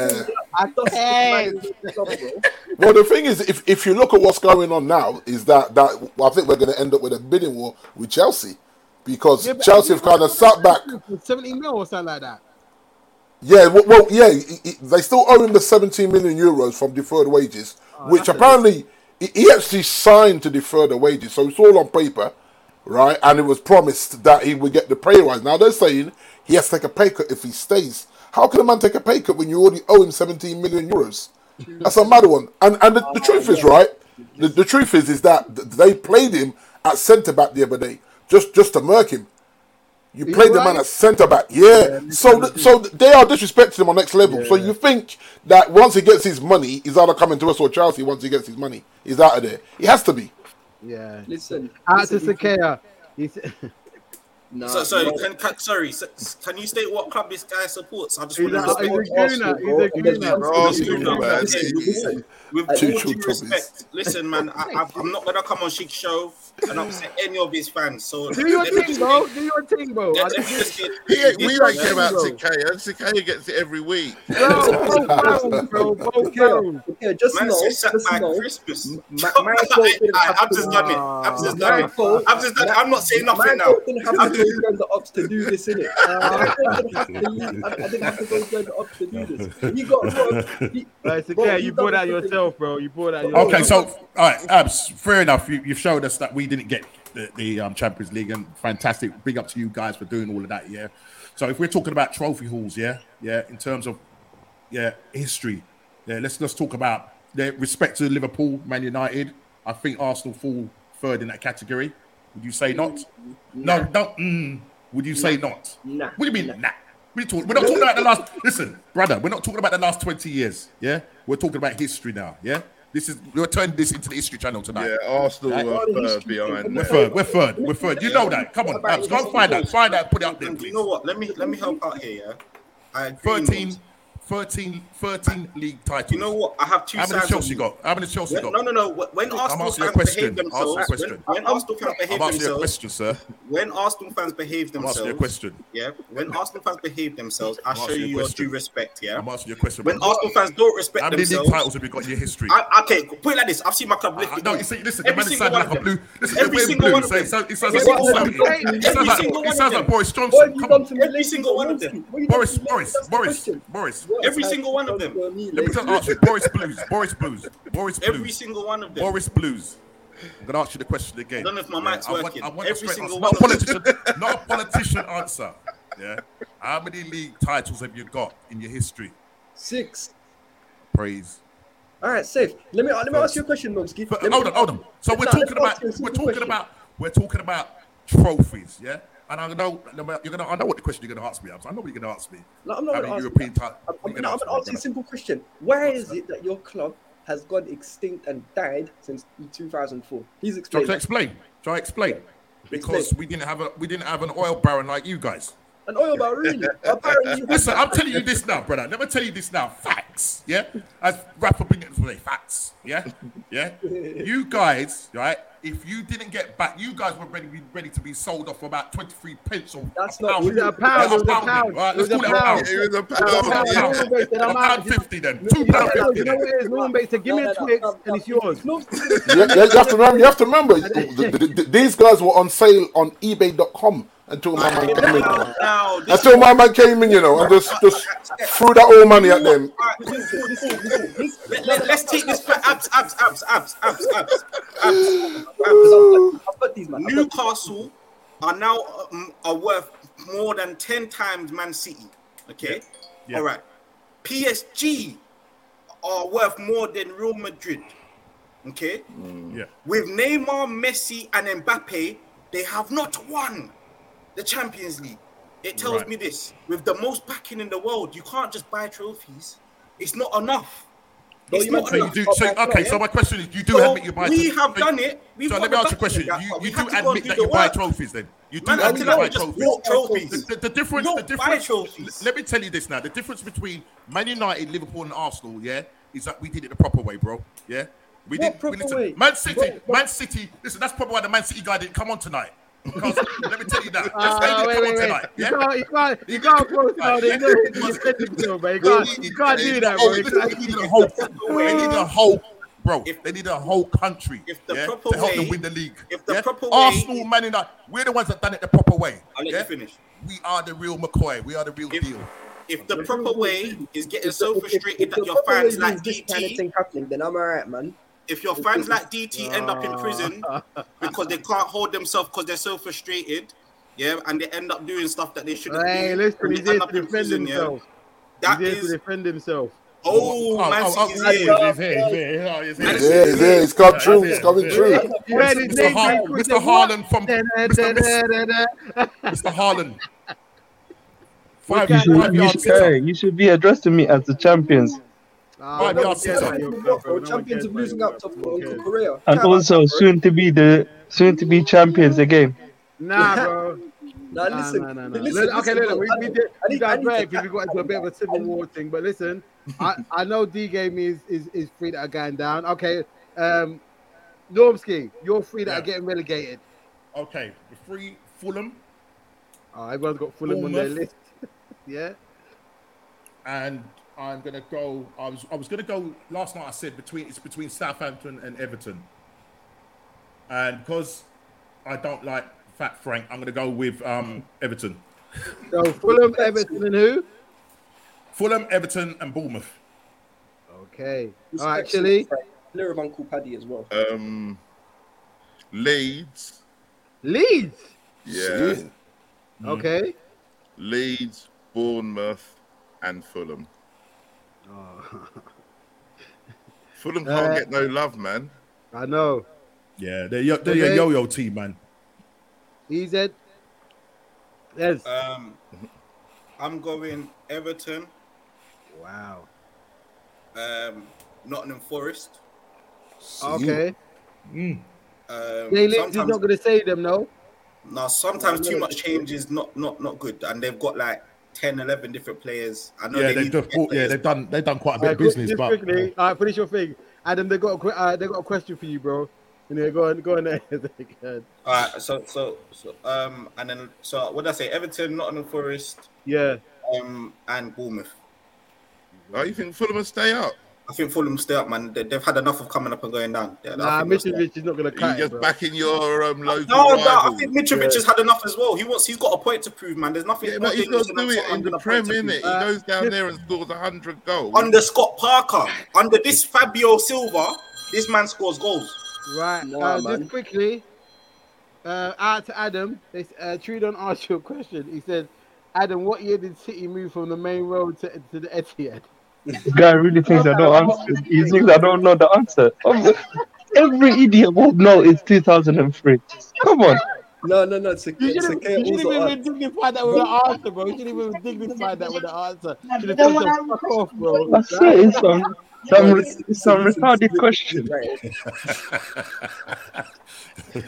[SPEAKER 1] I
[SPEAKER 7] Yeah.
[SPEAKER 1] can't.
[SPEAKER 7] Well, the thing is, if, if you look at what's going on now, is that that I think we're going to end up with a bidding war with Chelsea because
[SPEAKER 1] Yeah, but-
[SPEAKER 7] Chelsea have kind of sat back.
[SPEAKER 1] Seventy mil or something like that.
[SPEAKER 7] Yeah, well, well yeah, he- he- they still owe him the 17 million euros from deferred wages, which apparently he- he actually signed to defer the wages, so it's all on paper, right? And it was promised that he would get the pay rise. Now they're saying he has to take a pay cut if he stays. How can a man take a pay cut when you already owe him 17 million euros? That's a mad one. And and the, the truth is, right? The, the truth is, is that th- they played him at centre back the other day, just just to murk him. You
[SPEAKER 1] He's
[SPEAKER 7] played the man
[SPEAKER 1] right.
[SPEAKER 7] at centre back, yeah. so, th- so th- they are disrespecting him on next level. So you think that once he gets his money, he's either coming to us or Chelsea. Once he gets his money, he's out of there. He has to be.
[SPEAKER 1] Yeah.
[SPEAKER 8] Listen,
[SPEAKER 1] Out to
[SPEAKER 8] listen, you-
[SPEAKER 1] Sakea. He said-
[SPEAKER 8] Nah,
[SPEAKER 5] So, so
[SPEAKER 12] Uh,
[SPEAKER 5] uh,
[SPEAKER 8] no.
[SPEAKER 5] can, can, sorry, s- s- can you state what club this guy supports? I just
[SPEAKER 1] He's
[SPEAKER 5] want
[SPEAKER 1] a,
[SPEAKER 5] to
[SPEAKER 1] he's a
[SPEAKER 5] respect.
[SPEAKER 1] gooner. He's a gooner, bro.
[SPEAKER 12] Arsenal,
[SPEAKER 5] Listen,
[SPEAKER 12] man.
[SPEAKER 5] listen, With all
[SPEAKER 7] Two
[SPEAKER 5] due
[SPEAKER 7] true
[SPEAKER 5] respect, listen, man, I, I, I'm not gonna come on Sheik's show and upset any of his fans. So
[SPEAKER 1] Do your
[SPEAKER 5] let me
[SPEAKER 1] thing,
[SPEAKER 5] just
[SPEAKER 1] bro.
[SPEAKER 5] get-
[SPEAKER 1] Do your thing, bro.
[SPEAKER 5] let- let me just get-
[SPEAKER 12] He ain't, we don't care
[SPEAKER 5] Yeah.
[SPEAKER 12] about
[SPEAKER 1] Bro.
[SPEAKER 12] Takeo. Takeo gets it every week.
[SPEAKER 1] Bro, both rounds, bro. Both rounds.
[SPEAKER 8] Okay, just
[SPEAKER 5] Man,
[SPEAKER 8] know,
[SPEAKER 5] it's
[SPEAKER 8] just
[SPEAKER 5] set by
[SPEAKER 8] know.
[SPEAKER 5] Christmas.
[SPEAKER 8] my- my fault didn't
[SPEAKER 5] I-
[SPEAKER 8] have
[SPEAKER 5] I've just
[SPEAKER 8] to-
[SPEAKER 5] done it. I've just done
[SPEAKER 8] My
[SPEAKER 5] it.
[SPEAKER 8] fault.
[SPEAKER 5] I've just done it. I'm not saying
[SPEAKER 8] My
[SPEAKER 5] nothing now.
[SPEAKER 8] fault didn't have to go join the ops to do this, innit?
[SPEAKER 1] Ah.
[SPEAKER 8] I didn't have to leave. I I didn't have to go join the ops to do this. You got robbed. He-
[SPEAKER 1] Bro, it's
[SPEAKER 8] Bro,
[SPEAKER 1] okay.
[SPEAKER 8] he
[SPEAKER 1] You brought
[SPEAKER 8] done
[SPEAKER 1] out
[SPEAKER 8] something.
[SPEAKER 1] yourself, bro. You brought out yourself.
[SPEAKER 6] Okay, so all right, Abs, fair enough. You, you've showed us that we didn't get the, the um, Champions League, and fantastic. Big up to you guys for doing all of that. Yeah. So if we're talking about trophy halls, yeah, yeah, in terms of yeah history, yeah, let's let's talk about the respect to Liverpool, Man United. I think Arsenal fall third in that category. Would you say not? No, no. Mm, would you say not?
[SPEAKER 8] Nah.
[SPEAKER 6] What do you mean? Nah. We talk, we're not talking about the last. Listen, brother, we're not talking about the last twenty years. Yeah, we're talking about history now. Yeah, this is we're turning this into the history channel tonight.
[SPEAKER 12] Yeah, Arsenal
[SPEAKER 6] Right.
[SPEAKER 12] were third behind
[SPEAKER 6] We're
[SPEAKER 12] that.
[SPEAKER 6] third. We're third. We're third. You know that. Come on, Babs, go find that. Find that. Put it up there,
[SPEAKER 5] And you
[SPEAKER 6] please.
[SPEAKER 5] know what? Let me let me help out here. Yeah, I agree with-
[SPEAKER 6] 13, 13, 13 league titles.
[SPEAKER 5] You know what? I have two
[SPEAKER 6] How many
[SPEAKER 5] sides.
[SPEAKER 6] Chelsea
[SPEAKER 5] of-
[SPEAKER 6] got? How many Chelsea
[SPEAKER 5] When,
[SPEAKER 6] got?
[SPEAKER 5] no, no, no. When Arsenal
[SPEAKER 6] asking you a
[SPEAKER 5] fans
[SPEAKER 6] question. Ask
[SPEAKER 5] behave themselves,
[SPEAKER 6] the question.
[SPEAKER 5] when, when Arsenal fans
[SPEAKER 6] I'm asking you
[SPEAKER 5] behave
[SPEAKER 6] a
[SPEAKER 5] themselves,
[SPEAKER 6] question, sir.
[SPEAKER 5] when Arsenal fans behave
[SPEAKER 6] I'm
[SPEAKER 5] themselves,
[SPEAKER 6] asking you a question.
[SPEAKER 5] yeah. When Arsenal fans behave themselves, I
[SPEAKER 6] I'm
[SPEAKER 5] show
[SPEAKER 6] asking you a
[SPEAKER 5] you your
[SPEAKER 6] question.
[SPEAKER 5] due respect, yeah.
[SPEAKER 6] I'm asking you a question.
[SPEAKER 5] When
[SPEAKER 6] brother.
[SPEAKER 5] Arsenal fans don't
[SPEAKER 6] How
[SPEAKER 5] respect
[SPEAKER 6] many league titles
[SPEAKER 5] themselves,
[SPEAKER 6] have you got in your history?
[SPEAKER 5] I, okay, put it like this. I've seen my club
[SPEAKER 6] I- I-
[SPEAKER 5] lifted.
[SPEAKER 6] no, you see, listen,
[SPEAKER 5] Every
[SPEAKER 6] the man
[SPEAKER 5] single
[SPEAKER 6] sounds like
[SPEAKER 5] one
[SPEAKER 6] a
[SPEAKER 5] of them.
[SPEAKER 6] blue. Listen,
[SPEAKER 5] Every
[SPEAKER 6] we're
[SPEAKER 5] single
[SPEAKER 6] blue,
[SPEAKER 5] one of
[SPEAKER 6] so it
[SPEAKER 5] them.
[SPEAKER 6] sounds, it sounds
[SPEAKER 5] Every
[SPEAKER 6] like
[SPEAKER 5] single one of
[SPEAKER 6] Saudi.
[SPEAKER 5] them.
[SPEAKER 6] It sounds
[SPEAKER 5] Every
[SPEAKER 6] like,
[SPEAKER 5] single
[SPEAKER 6] it
[SPEAKER 5] one
[SPEAKER 6] sounds
[SPEAKER 5] of
[SPEAKER 6] like
[SPEAKER 5] them.
[SPEAKER 6] Boris
[SPEAKER 8] What have
[SPEAKER 6] Johnson.
[SPEAKER 8] you
[SPEAKER 6] Come
[SPEAKER 8] done
[SPEAKER 6] on.
[SPEAKER 8] to me?
[SPEAKER 5] Every single one of them.
[SPEAKER 8] What have you done
[SPEAKER 6] Boris,
[SPEAKER 8] to me?
[SPEAKER 6] Boris,
[SPEAKER 8] That's the
[SPEAKER 6] Boris,
[SPEAKER 8] question.
[SPEAKER 6] Boris,
[SPEAKER 8] What
[SPEAKER 5] Every single one of them.
[SPEAKER 6] Let me just ask you, Boris Blues, Boris Blues, Boris Blues.
[SPEAKER 5] Every single one of them.
[SPEAKER 6] Boris Blues. I'm gonna ask you the question again.
[SPEAKER 5] I don't know if my mic's
[SPEAKER 6] I want-
[SPEAKER 5] working.
[SPEAKER 6] I want a
[SPEAKER 5] Every
[SPEAKER 6] straight
[SPEAKER 5] single
[SPEAKER 6] answer.
[SPEAKER 5] one of
[SPEAKER 6] not a politician, not a politician answer. Yeah. How many league titles have you got in your history?
[SPEAKER 8] Six.
[SPEAKER 6] Praise.
[SPEAKER 8] All right, safe. Let me let me ask you a question, Nogski.
[SPEAKER 6] But hold on, hold on. So we're talking about we're talking about we're talking about trophies, yeah. And I know you're gonna I know what the question you're gonna ask me. I know what you're gonna ask me.
[SPEAKER 8] No, I'm not
[SPEAKER 6] How many
[SPEAKER 8] gonna ask
[SPEAKER 6] European title.
[SPEAKER 8] I'm,
[SPEAKER 6] you're
[SPEAKER 8] I'm,
[SPEAKER 6] gonna
[SPEAKER 8] gonna, I'm
[SPEAKER 6] ask
[SPEAKER 8] gonna
[SPEAKER 6] me,
[SPEAKER 8] ask you a
[SPEAKER 6] brother.
[SPEAKER 8] simple question. Where is it that your club has gone extinct and died since 2004? Please
[SPEAKER 6] Try
[SPEAKER 8] explain.
[SPEAKER 6] to explain. Try to explain. Because we didn't have a we didn't have an oil baron like you guys.
[SPEAKER 8] An oil bar, really? Apparently,
[SPEAKER 6] Listen, I'm telling you this now, brother. Let me tell you this now. Facts, yeah. As Rafa Bingham today, facts, yeah, yeah. You guys, right? If you didn't get back, you guys were ready, ready to be sold off for about 23 pence or
[SPEAKER 8] That's
[SPEAKER 6] a
[SPEAKER 8] not-
[SPEAKER 6] pound.
[SPEAKER 8] it was a
[SPEAKER 6] Yeah,
[SPEAKER 1] pound, it was a pound,
[SPEAKER 6] Right?
[SPEAKER 1] it
[SPEAKER 6] Let's
[SPEAKER 1] was a
[SPEAKER 6] call it a pound.
[SPEAKER 1] pound.
[SPEAKER 2] It was a
[SPEAKER 1] That's
[SPEAKER 2] power.
[SPEAKER 1] how
[SPEAKER 6] Yeah.
[SPEAKER 1] Norman Bates said,
[SPEAKER 6] A
[SPEAKER 1] I'm out.
[SPEAKER 6] pound
[SPEAKER 1] You
[SPEAKER 6] fifty then.
[SPEAKER 1] know
[SPEAKER 6] Two pound
[SPEAKER 1] what it
[SPEAKER 6] fifty
[SPEAKER 1] is? You know
[SPEAKER 6] then.
[SPEAKER 1] what it is, Norman Bates said, give me a Twix and it's yours.
[SPEAKER 8] No,
[SPEAKER 7] you, you- you have to remember. You have to remember. th- th- th- these guys were on sale on eBay.com until my man came in.
[SPEAKER 5] Now, now, this
[SPEAKER 7] Until my man came in, you know, and just just threw that all money at them.
[SPEAKER 5] Alright, cool, cool, cool, cool. Let, let, let's take this for abs, abs, abs, abs, abs, abs, abs, abs.
[SPEAKER 8] I've got these, man. I've got-
[SPEAKER 5] Newcastle are now um, are worth more than ten times Man City. Okay,
[SPEAKER 6] Yeah.
[SPEAKER 5] all right. PSG are worth more than Real Madrid. Okay,
[SPEAKER 6] Yeah.
[SPEAKER 5] with Neymar, Messi, and Mbappe, they have not won the Champions League. It tells
[SPEAKER 6] Right.
[SPEAKER 5] me this: with the most backing in the world, you can't just buy trophies. It's not enough. It's
[SPEAKER 8] you
[SPEAKER 5] not
[SPEAKER 8] might
[SPEAKER 6] So you
[SPEAKER 5] enough.
[SPEAKER 6] do. So okay. So my question is, you do
[SPEAKER 5] So
[SPEAKER 6] admit you buy.
[SPEAKER 5] we
[SPEAKER 6] trophies.
[SPEAKER 5] have
[SPEAKER 6] So-
[SPEAKER 5] done it. We've
[SPEAKER 6] so
[SPEAKER 5] got
[SPEAKER 6] let
[SPEAKER 5] the
[SPEAKER 6] me ask you a
[SPEAKER 5] backing
[SPEAKER 6] question.
[SPEAKER 5] of that,
[SPEAKER 6] You,
[SPEAKER 5] but we
[SPEAKER 6] you
[SPEAKER 5] had
[SPEAKER 6] do
[SPEAKER 5] to go and
[SPEAKER 6] admit
[SPEAKER 5] do
[SPEAKER 6] that
[SPEAKER 5] the
[SPEAKER 6] you buy
[SPEAKER 5] work.
[SPEAKER 6] trophies then. You do
[SPEAKER 5] Man, I
[SPEAKER 6] admit
[SPEAKER 5] think
[SPEAKER 6] you
[SPEAKER 5] I
[SPEAKER 6] buy
[SPEAKER 5] would just
[SPEAKER 6] trophies.
[SPEAKER 5] walk trophies.
[SPEAKER 6] The, the- the difference.
[SPEAKER 5] No,
[SPEAKER 6] the
[SPEAKER 5] buy
[SPEAKER 6] difference.
[SPEAKER 5] trophies.
[SPEAKER 6] Let me tell you this now. The difference between Man United, Liverpool, and Arsenal, yeah, is that we did it the proper way, bro. Yeah, we
[SPEAKER 8] What
[SPEAKER 6] did.
[SPEAKER 8] proper
[SPEAKER 6] we, listen,
[SPEAKER 8] way?
[SPEAKER 6] Man City.
[SPEAKER 8] What- what-
[SPEAKER 6] Man City. Listen, that's probably why the Man City guy didn't come on tonight. Because let me tell you that.
[SPEAKER 1] Ah,
[SPEAKER 6] That's why he
[SPEAKER 1] wait, wait,
[SPEAKER 6] didn't come
[SPEAKER 1] wait.
[SPEAKER 6] on tonight.
[SPEAKER 1] You
[SPEAKER 6] Yeah.
[SPEAKER 1] can't, you can't, you can't close down the United defending team, bro. You can't, you can't do that, bro. You
[SPEAKER 6] They
[SPEAKER 1] can't-
[SPEAKER 6] needed a whole, they needed a whole, bro. If they needed a whole country
[SPEAKER 5] If the
[SPEAKER 6] yeah,
[SPEAKER 5] proper
[SPEAKER 6] to help them
[SPEAKER 5] way-
[SPEAKER 6] win the league.
[SPEAKER 5] if the
[SPEAKER 6] yeah?
[SPEAKER 5] proper way-
[SPEAKER 6] Arsenal, Man United, we're the ones that done it the proper way.
[SPEAKER 5] I'll let
[SPEAKER 6] yeah?
[SPEAKER 5] you finish.
[SPEAKER 6] We are the real McCoy. We are the real
[SPEAKER 5] If-
[SPEAKER 6] deal.
[SPEAKER 5] If the proper way is getting
[SPEAKER 8] If the-
[SPEAKER 5] so
[SPEAKER 8] if- if- if
[SPEAKER 5] frustrated
[SPEAKER 8] the
[SPEAKER 5] that your
[SPEAKER 8] proper
[SPEAKER 5] fans
[SPEAKER 8] way
[SPEAKER 5] like
[SPEAKER 8] means this kind of
[SPEAKER 5] DT,
[SPEAKER 8] thing happening, then I'm alright, man.
[SPEAKER 5] if your fans like DT end up
[SPEAKER 1] Ah.
[SPEAKER 5] in prison because they can't hold themselves because they're so frustrated, yeah, and they end up doing stuff that they shouldn't
[SPEAKER 1] Hey,
[SPEAKER 5] do,
[SPEAKER 1] listen,
[SPEAKER 5] and
[SPEAKER 1] he's
[SPEAKER 5] they
[SPEAKER 1] here
[SPEAKER 5] end
[SPEAKER 1] to
[SPEAKER 5] up in
[SPEAKER 1] defend
[SPEAKER 5] prison, yeah.
[SPEAKER 1] himself. He's
[SPEAKER 5] That
[SPEAKER 1] here to
[SPEAKER 5] is
[SPEAKER 1] defend himself.
[SPEAKER 5] oh, Man City's
[SPEAKER 6] he's
[SPEAKER 5] here.
[SPEAKER 6] oh, he's here, he's here, he's here, he's
[SPEAKER 7] Yeah,
[SPEAKER 6] here.
[SPEAKER 7] yeah, it's come true. It's coming true.
[SPEAKER 1] He had his
[SPEAKER 6] Mr.
[SPEAKER 1] name
[SPEAKER 6] Har-
[SPEAKER 1] right quick,
[SPEAKER 6] Mr.
[SPEAKER 1] said, "What?"
[SPEAKER 6] Harlan from
[SPEAKER 1] Da, da, da,
[SPEAKER 6] Mr. Miss-
[SPEAKER 1] da, da, da.
[SPEAKER 6] Mr. Harlan. Five,
[SPEAKER 4] You
[SPEAKER 6] five
[SPEAKER 4] should, you,
[SPEAKER 6] yard
[SPEAKER 4] should,
[SPEAKER 6] sitter.
[SPEAKER 4] hey, you should be addressing me as the champions.
[SPEAKER 1] Ah,
[SPEAKER 6] Five
[SPEAKER 1] no
[SPEAKER 6] yards
[SPEAKER 1] one cares
[SPEAKER 6] sitter.
[SPEAKER 1] about your club, bro. No
[SPEAKER 8] Bro,
[SPEAKER 1] one
[SPEAKER 8] champions
[SPEAKER 1] cares
[SPEAKER 8] of
[SPEAKER 1] about
[SPEAKER 8] losing
[SPEAKER 1] your
[SPEAKER 8] out to
[SPEAKER 1] club. No one
[SPEAKER 8] Uncle
[SPEAKER 1] cares.
[SPEAKER 8] Korea.
[SPEAKER 4] And also soon to be the soon to be champions again.
[SPEAKER 1] Nah, bro.
[SPEAKER 8] Now
[SPEAKER 1] Nah,
[SPEAKER 8] listen,
[SPEAKER 1] nah, nah, nah.
[SPEAKER 8] listen,
[SPEAKER 1] Look, okay,
[SPEAKER 8] listen,
[SPEAKER 1] look, we,
[SPEAKER 8] bro.
[SPEAKER 1] we
[SPEAKER 8] I
[SPEAKER 1] did we
[SPEAKER 8] need- I need to
[SPEAKER 1] digress because we got into a bit of a civil
[SPEAKER 8] I need-
[SPEAKER 1] war thing. But listen, I, I know D gave me is, is, is three that are going down. Okay, um, Normski, you're three that
[SPEAKER 6] Yeah.
[SPEAKER 1] are getting relegated.
[SPEAKER 6] Okay, the three Fulham
[SPEAKER 1] Oh, everyone's got Fulham on their
[SPEAKER 6] Bournemouth.
[SPEAKER 1] list. yeah,
[SPEAKER 6] and I'm gonna go. I was I was gonna go last night. I said between it's between Southampton and Everton, and because I don't like Fat Frank, I'm gonna go with um, Everton,
[SPEAKER 1] so Fulham, Everton, and who?
[SPEAKER 6] Fulham, Everton, and Bournemouth.
[SPEAKER 1] Okay, all right,
[SPEAKER 8] Respect
[SPEAKER 1] Chile,
[SPEAKER 8] to Clear of Uncle Paddy as well.
[SPEAKER 5] Uh,
[SPEAKER 2] Um, Leeds.
[SPEAKER 1] Leeds.
[SPEAKER 2] Yeah.
[SPEAKER 8] Mm.
[SPEAKER 1] Okay,
[SPEAKER 2] Leeds, Bournemouth, and Fulham. Fulham can't
[SPEAKER 1] Uh,
[SPEAKER 2] get no love, man.
[SPEAKER 1] I know.
[SPEAKER 6] Yeah, they're, yo- they're your
[SPEAKER 1] Okay.
[SPEAKER 6] yo-yo team, man.
[SPEAKER 1] EZ. E Yes.
[SPEAKER 5] Um, I'm going Everton,
[SPEAKER 1] wow.
[SPEAKER 5] um, Nottingham Forest.
[SPEAKER 1] Okay.
[SPEAKER 5] Um,
[SPEAKER 1] Jay Leeds is
[SPEAKER 5] sometimes-
[SPEAKER 1] not going to save them, no.
[SPEAKER 5] No, sometimes too much change is not not not good, and they've got like 10, 11 different players. I know
[SPEAKER 6] Yeah,
[SPEAKER 5] they
[SPEAKER 6] they've
[SPEAKER 5] need to
[SPEAKER 6] just
[SPEAKER 5] get
[SPEAKER 6] bought, yeah
[SPEAKER 5] players.
[SPEAKER 6] they've done they've done quite a bit
[SPEAKER 1] Alright,
[SPEAKER 6] of
[SPEAKER 1] quick-
[SPEAKER 6] business,
[SPEAKER 1] just
[SPEAKER 6] but
[SPEAKER 1] quickly, all right, finish your thing. Adam, they got a, que- uh, they got a question for you, bro. You know, go on, go on there.
[SPEAKER 5] All right, so so so um, and then so what did I say? Everton, Nottingham Forest,
[SPEAKER 1] yeah.
[SPEAKER 5] um, and Bournemouth.
[SPEAKER 2] Oh, you think Fulham will stay up?
[SPEAKER 5] I think Fulham stay up, man. They, have had enough of coming up and going down. Yeah, I
[SPEAKER 1] Nah,
[SPEAKER 5] think they'll stay up.
[SPEAKER 1] Mitrovic is not going to cut
[SPEAKER 5] just
[SPEAKER 1] it, bro.
[SPEAKER 2] backing your um, local
[SPEAKER 5] No, no, I
[SPEAKER 2] rival.
[SPEAKER 5] think Mitrovic has had enough as well. He wants, he's got a point to prove, man. There's nothing.
[SPEAKER 2] Yeah, but he's
[SPEAKER 5] nothing
[SPEAKER 2] not
[SPEAKER 5] losing
[SPEAKER 2] doing it
[SPEAKER 5] under
[SPEAKER 2] in the
[SPEAKER 5] the
[SPEAKER 2] Prem,
[SPEAKER 5] point to
[SPEAKER 2] innit? He
[SPEAKER 5] prove. Uh,
[SPEAKER 2] goes down there and scores 100 goals.
[SPEAKER 5] Under Scott Parker, under this Fabio Silva, this man scores goals.
[SPEAKER 1] Right. uh, just quickly, uh, out to Adam. They, uh, Trudon asked you a question. He said, Adam, what year did City move from the main road to, to the Etihad?
[SPEAKER 4] This guy really thinks I don't answer. He thinks I don't know the answer. Um, Every idiot will know it's 2003. Come on.
[SPEAKER 8] No, no, no. It's a,
[SPEAKER 1] You
[SPEAKER 8] it's a
[SPEAKER 1] shouldn't,
[SPEAKER 8] okay.
[SPEAKER 1] you shouldn't
[SPEAKER 8] Also, uh,
[SPEAKER 1] even
[SPEAKER 8] on.
[SPEAKER 1] dignify that with an answer, bro. You shouldn't even dignify that with an answer. You should have
[SPEAKER 13] Don't
[SPEAKER 1] just
[SPEAKER 13] wanna-
[SPEAKER 1] said, fuck off, bro.
[SPEAKER 4] I swear it's some, um, some, it's some retarded question.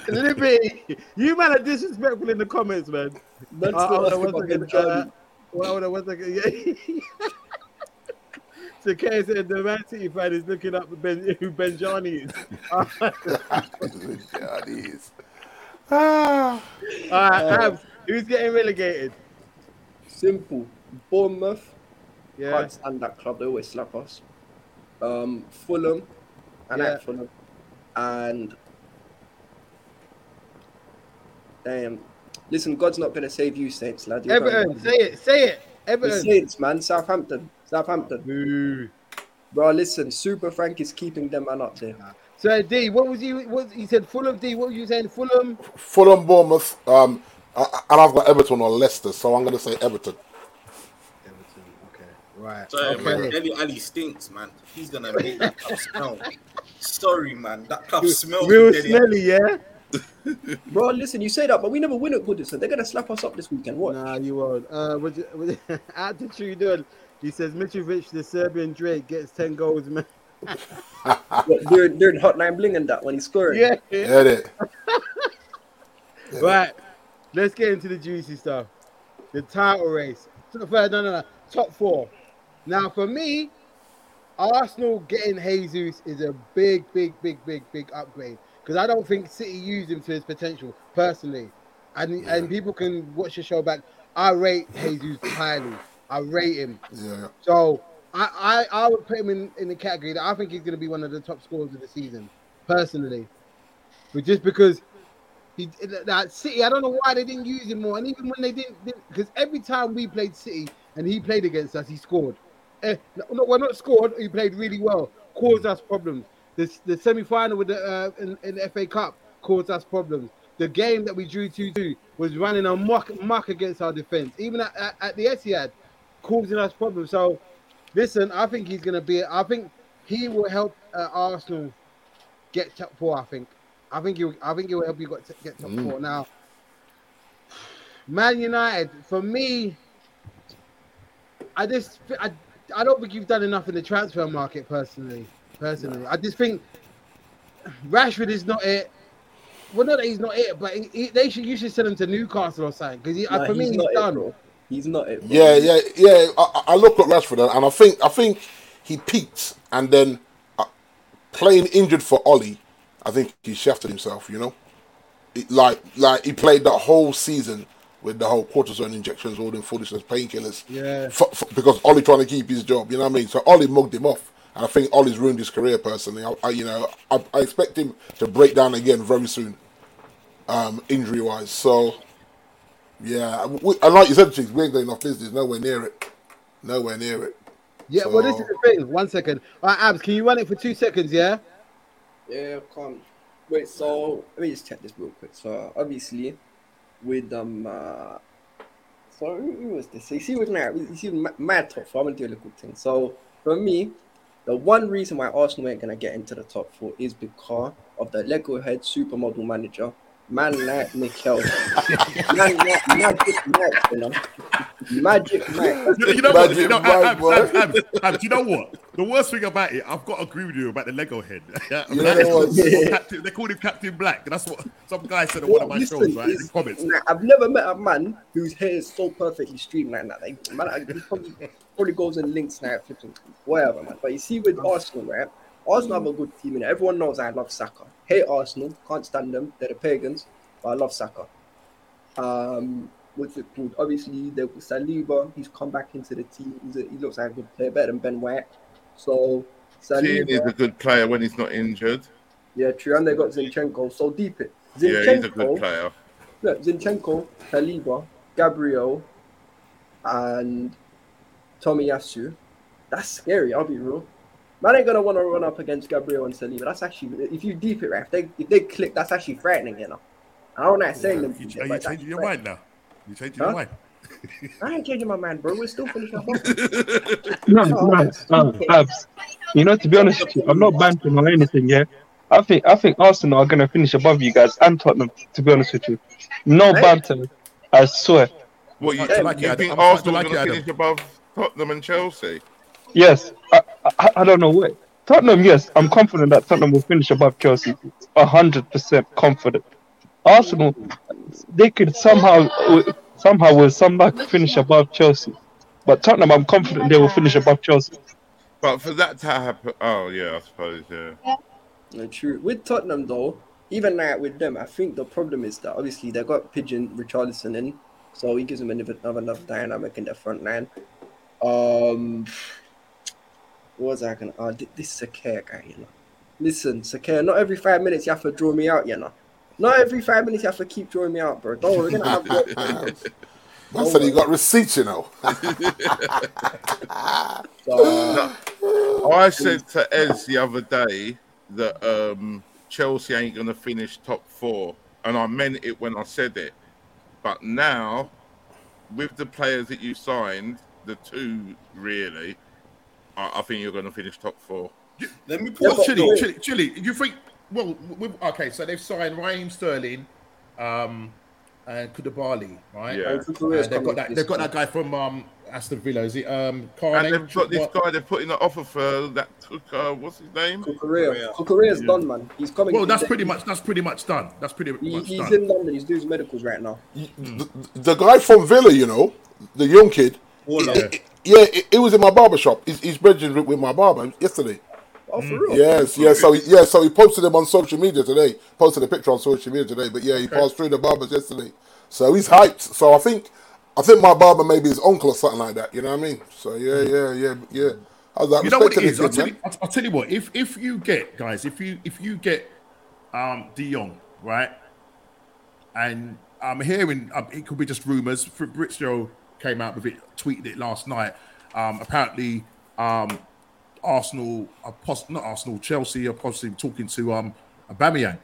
[SPEAKER 1] Libby, you man are disrespectful in the comments, man.
[SPEAKER 8] That's
[SPEAKER 1] Uh,
[SPEAKER 8] the
[SPEAKER 1] hold on one
[SPEAKER 8] last thing I've
[SPEAKER 1] second,
[SPEAKER 8] been trying.
[SPEAKER 1] uh, well, hold on one second, yeah. So Kay said the Man City fan is looking up ben, who Benjani is.
[SPEAKER 7] Benjani is.
[SPEAKER 1] Ah. All right,
[SPEAKER 8] Uh,
[SPEAKER 1] Abs, who's getting relegated? uh,
[SPEAKER 8] Simple. Bournemouth.
[SPEAKER 1] Yeah.
[SPEAKER 8] Can't stand that club. They always slap us. Um, Fulham. And
[SPEAKER 1] Yeah.
[SPEAKER 8] at Fulham. And. Damn. um, Listen, God's not going to save you, Saints, lad. You're going
[SPEAKER 1] Everton,
[SPEAKER 8] down.
[SPEAKER 1] say it, say it.
[SPEAKER 8] The
[SPEAKER 1] Everton.
[SPEAKER 8] Saints, man. Southampton. Southampton. Bro, listen. Super Frank is keeping them man up there.
[SPEAKER 1] So D, what was you? What he said? Fulham. D, what were you saying? Fulham.
[SPEAKER 7] Fulham, Bournemouth, um, I- I- and I've got Everton or Leicester, so I'm going to say Everton.
[SPEAKER 1] Right.
[SPEAKER 5] Sorry,
[SPEAKER 7] okay.
[SPEAKER 5] man. Deli Ali stinks, man. He's gonna make that club smell. Sorry, man. That club smells. with Dele Alli.
[SPEAKER 1] yeah?
[SPEAKER 8] Bro, listen, you say that, but we never win at Goodison. They're going to slap us up this weekend. What?
[SPEAKER 1] Nah, you won't. Uh, what you, what, at the Trudon, he says Mitrovic, the Serbian Drake, gets ten goals, man.
[SPEAKER 8] what during, during Hotline Bling and that when he's scoring.
[SPEAKER 1] Yeah.
[SPEAKER 7] Get it.
[SPEAKER 1] Right. Let's get into the juicy stuff. The title race. So, No, no, no. Top four. Now, for me, Arsenal getting Jesus is a big, big, big, big, big upgrade because I don't think City used him to his potential personally. And and people can watch the show back. I rate Jesus highly. I rate him.
[SPEAKER 7] Yeah.
[SPEAKER 1] So I, I, I would put him in, in the category that I think he's going to be one of the top scorers of the season, personally. But just because he that City, I don't know why they didn't use him more. And even when they didn't, because every time we played City and he played against us, he scored. Eh, no, no, well, not scored. He played really well, caused us problems. This the semi final with the uh, in, in the FA Cup caused us problems. The game that we drew 2 2 was running a muck, muck against our defense, even at, at, at the Etihad, causing us problems. So, listen, I think he's going to be, I think he will help uh, Arsenal get top four. I think, I think you, I think it will help you got get top
[SPEAKER 7] Mm.
[SPEAKER 1] four. Now, Man United, for me, I just I, I don't think you've done enough in the transfer market personally. Personally, I just think Rashford is not it. Well, not that he's not it, but he, he- they should you should send him to Newcastle or something because
[SPEAKER 8] Nah,
[SPEAKER 1] for me
[SPEAKER 8] he's
[SPEAKER 1] he's
[SPEAKER 8] not it,
[SPEAKER 1] done.
[SPEAKER 8] bro. He's not it. bro.
[SPEAKER 7] Yeah, yeah, yeah. I, I I look at Rashford and- and I think I think he peaked, and then uh, playing injured for Ollie, I think he shafted himself. You know, It- like like he played that whole season with the whole cortisone injections, all them foolishness, painkillers.
[SPEAKER 1] Yeah.
[SPEAKER 7] F f- because Ollie trying to keep his job. You know what I mean? So Ollie mugged him off, and I think Ollie's ruined his career personally. I, I you know I, I expect him to break down again very soon, um, injury wise. So yeah, we, and like you said, Chiefs, we ain't got enough business. Nowhere near it. Nowhere near it.
[SPEAKER 1] Yeah, well,
[SPEAKER 8] Oh.
[SPEAKER 1] this is the thing. One second, All right, Abs, can you run it for two seconds? Yeah.
[SPEAKER 8] Yeah, can't. Wait, so let me just check this real quick. So obviously, with um, uh, so who who was this? You see, with my you see, my, my top four. I'm gonna do a little thing. So for me, the one reason why Arsenal ain't gonna get into the top four is because of the Lego head supermodel manager, man like Mikel, man like Magic Mike, you know, Magic Mike.
[SPEAKER 6] you, you know what? You know, Ab, Ab, Ab, Ab, Ab, do you know what? The worst thing about it, I've got to agree with you about the Lego head. Yeah,
[SPEAKER 8] You know what?
[SPEAKER 6] Captain, they called him Captain Black. That's what some guy said on one of my
[SPEAKER 8] Listen,
[SPEAKER 6] shows, right? In
[SPEAKER 8] it's-
[SPEAKER 6] the comments.
[SPEAKER 8] nah, I've never met a man whose hair is so perfectly streamlined like that. Like, man, I- he probably, probably goes and links now, flipping, whatever, man. But you see, with Arsenal, right? Arsenal have a good team, and everyone knows I love Saka. Hate Arsenal, can't stand them. They're the pagans, but I love Saka. Um, what's it called? Obviously, there was Saliba. He's come back into the team. He's a, he looks like a good player, better than Ben White. So
[SPEAKER 2] Keane is
[SPEAKER 8] Saliba.
[SPEAKER 2] a good player when he's not injured.
[SPEAKER 8] Yeah, true. And they got Zinchenko. So deep it. Zinchenko.
[SPEAKER 2] Yeah, he's a good player.
[SPEAKER 8] Look, Zinchenko, Saliba, Gabriel, and Tomiyasu. That's scary. I'll be real. Man ain't gonna want to run up against Gabriel and Saliba. That's actually, if you deep it, right? If they if they click, that's actually frightening, you know. I don't like saying them.
[SPEAKER 13] You,
[SPEAKER 8] things,
[SPEAKER 13] are you
[SPEAKER 8] but that's
[SPEAKER 13] changing your
[SPEAKER 8] frightening.
[SPEAKER 13] mind now? You changing
[SPEAKER 8] Huh?
[SPEAKER 13] your mind?
[SPEAKER 8] I ain't changing my mind, bro. We're still finishing our
[SPEAKER 4] No, no, no, Babs. You know, to be honest with you, I'm not banting or anything, yeah. I think I think Arsenal are gonna finish above you guys and Tottenham, to be honest with you. No banter. I swear.
[SPEAKER 2] What you,
[SPEAKER 4] I
[SPEAKER 2] you,
[SPEAKER 4] like it, Adam.
[SPEAKER 2] think
[SPEAKER 4] I'm starting to
[SPEAKER 2] Arsenal
[SPEAKER 4] like
[SPEAKER 2] are going
[SPEAKER 4] it,
[SPEAKER 2] to
[SPEAKER 4] Adam.
[SPEAKER 2] finish above Tottenham and Chelsea?
[SPEAKER 4] Yes. I, I, I don't know what. Tottenham, yes, I'm confident that Tottenham will finish above Chelsea. hundred percent confident. Arsenal, they could somehow, somehow with some luck, finish above Chelsea. But Tottenham, I'm confident they will finish above Chelsea.
[SPEAKER 2] But for that to happen, oh yeah, I suppose yeah.
[SPEAKER 8] No, true. With Tottenham though, even now with them, I think the problem is that obviously they got Pigeon Richarlison in, so he gives them another another enough dynamic in their front line. Um, what was I gonna? Oh, thi- this Sakir guy, you know. Listen, Sakir, not every five minutes you have to draw me out, you know. Not every five minutes you have to keep drawing me out, bro. Don't worry, we're gonna have work.
[SPEAKER 7] Man said he got receipts, you know.
[SPEAKER 2] I said to Ez the other day that um, Chelsea ain't going to finish top four, and I meant it when I said it. But now, with the players that you signed, the two really, I, I think you're going to finish top four.
[SPEAKER 5] Let me
[SPEAKER 2] pause
[SPEAKER 6] Well, Chile,
[SPEAKER 2] though.
[SPEAKER 6] Chile, Chile. You think? Well, with, okay. So they've signed Raheem Sterling, um, and Kudabali, right?
[SPEAKER 2] Yeah.
[SPEAKER 6] And Uh, they've got that. They've got that guy from um Aston Villa. Is it um Carne?
[SPEAKER 2] And they've got this guy they're putting an offer for that took uh, what's his name?
[SPEAKER 8] Korea. Korea's done, man. He's coming.
[SPEAKER 6] Well, that's pretty much. That's pretty much done. That's pretty
[SPEAKER 8] He,
[SPEAKER 6] much
[SPEAKER 8] he's
[SPEAKER 6] done.
[SPEAKER 8] in London. He's doing his medicals right now.
[SPEAKER 7] the guy from Villa, you know, the young kid.
[SPEAKER 8] Warlock.
[SPEAKER 7] it- it- yeah, it, it was in my barber shop. He's, he's bridging with, with my barber yesterday.
[SPEAKER 8] Oh,
[SPEAKER 6] Mm.
[SPEAKER 8] for real?
[SPEAKER 7] Yes, yeah. So he, yeah, so he posted him on social media today. Posted a picture on social media today. But yeah, he passed through the barbers yesterday. So he's hyped. So I think, I think my barber maybe his uncle or something like that. You know what I mean? So yeah, yeah, yeah, yeah. I was like,
[SPEAKER 6] Hmm. you know what it
[SPEAKER 7] respecting
[SPEAKER 6] is?
[SPEAKER 7] the
[SPEAKER 6] I'll
[SPEAKER 7] kid,
[SPEAKER 6] tell,
[SPEAKER 7] man.
[SPEAKER 6] you, I'll, I'll tell you what. If if you get guys, if you if you get um De Jong, right, and I'm hearing um, it could be just rumors. Fr- Britstro came out with it, tweeted it last night. Um, apparently, um, Arsenal, are poss- not Arsenal, Chelsea are possibly talking to um Aubameyang.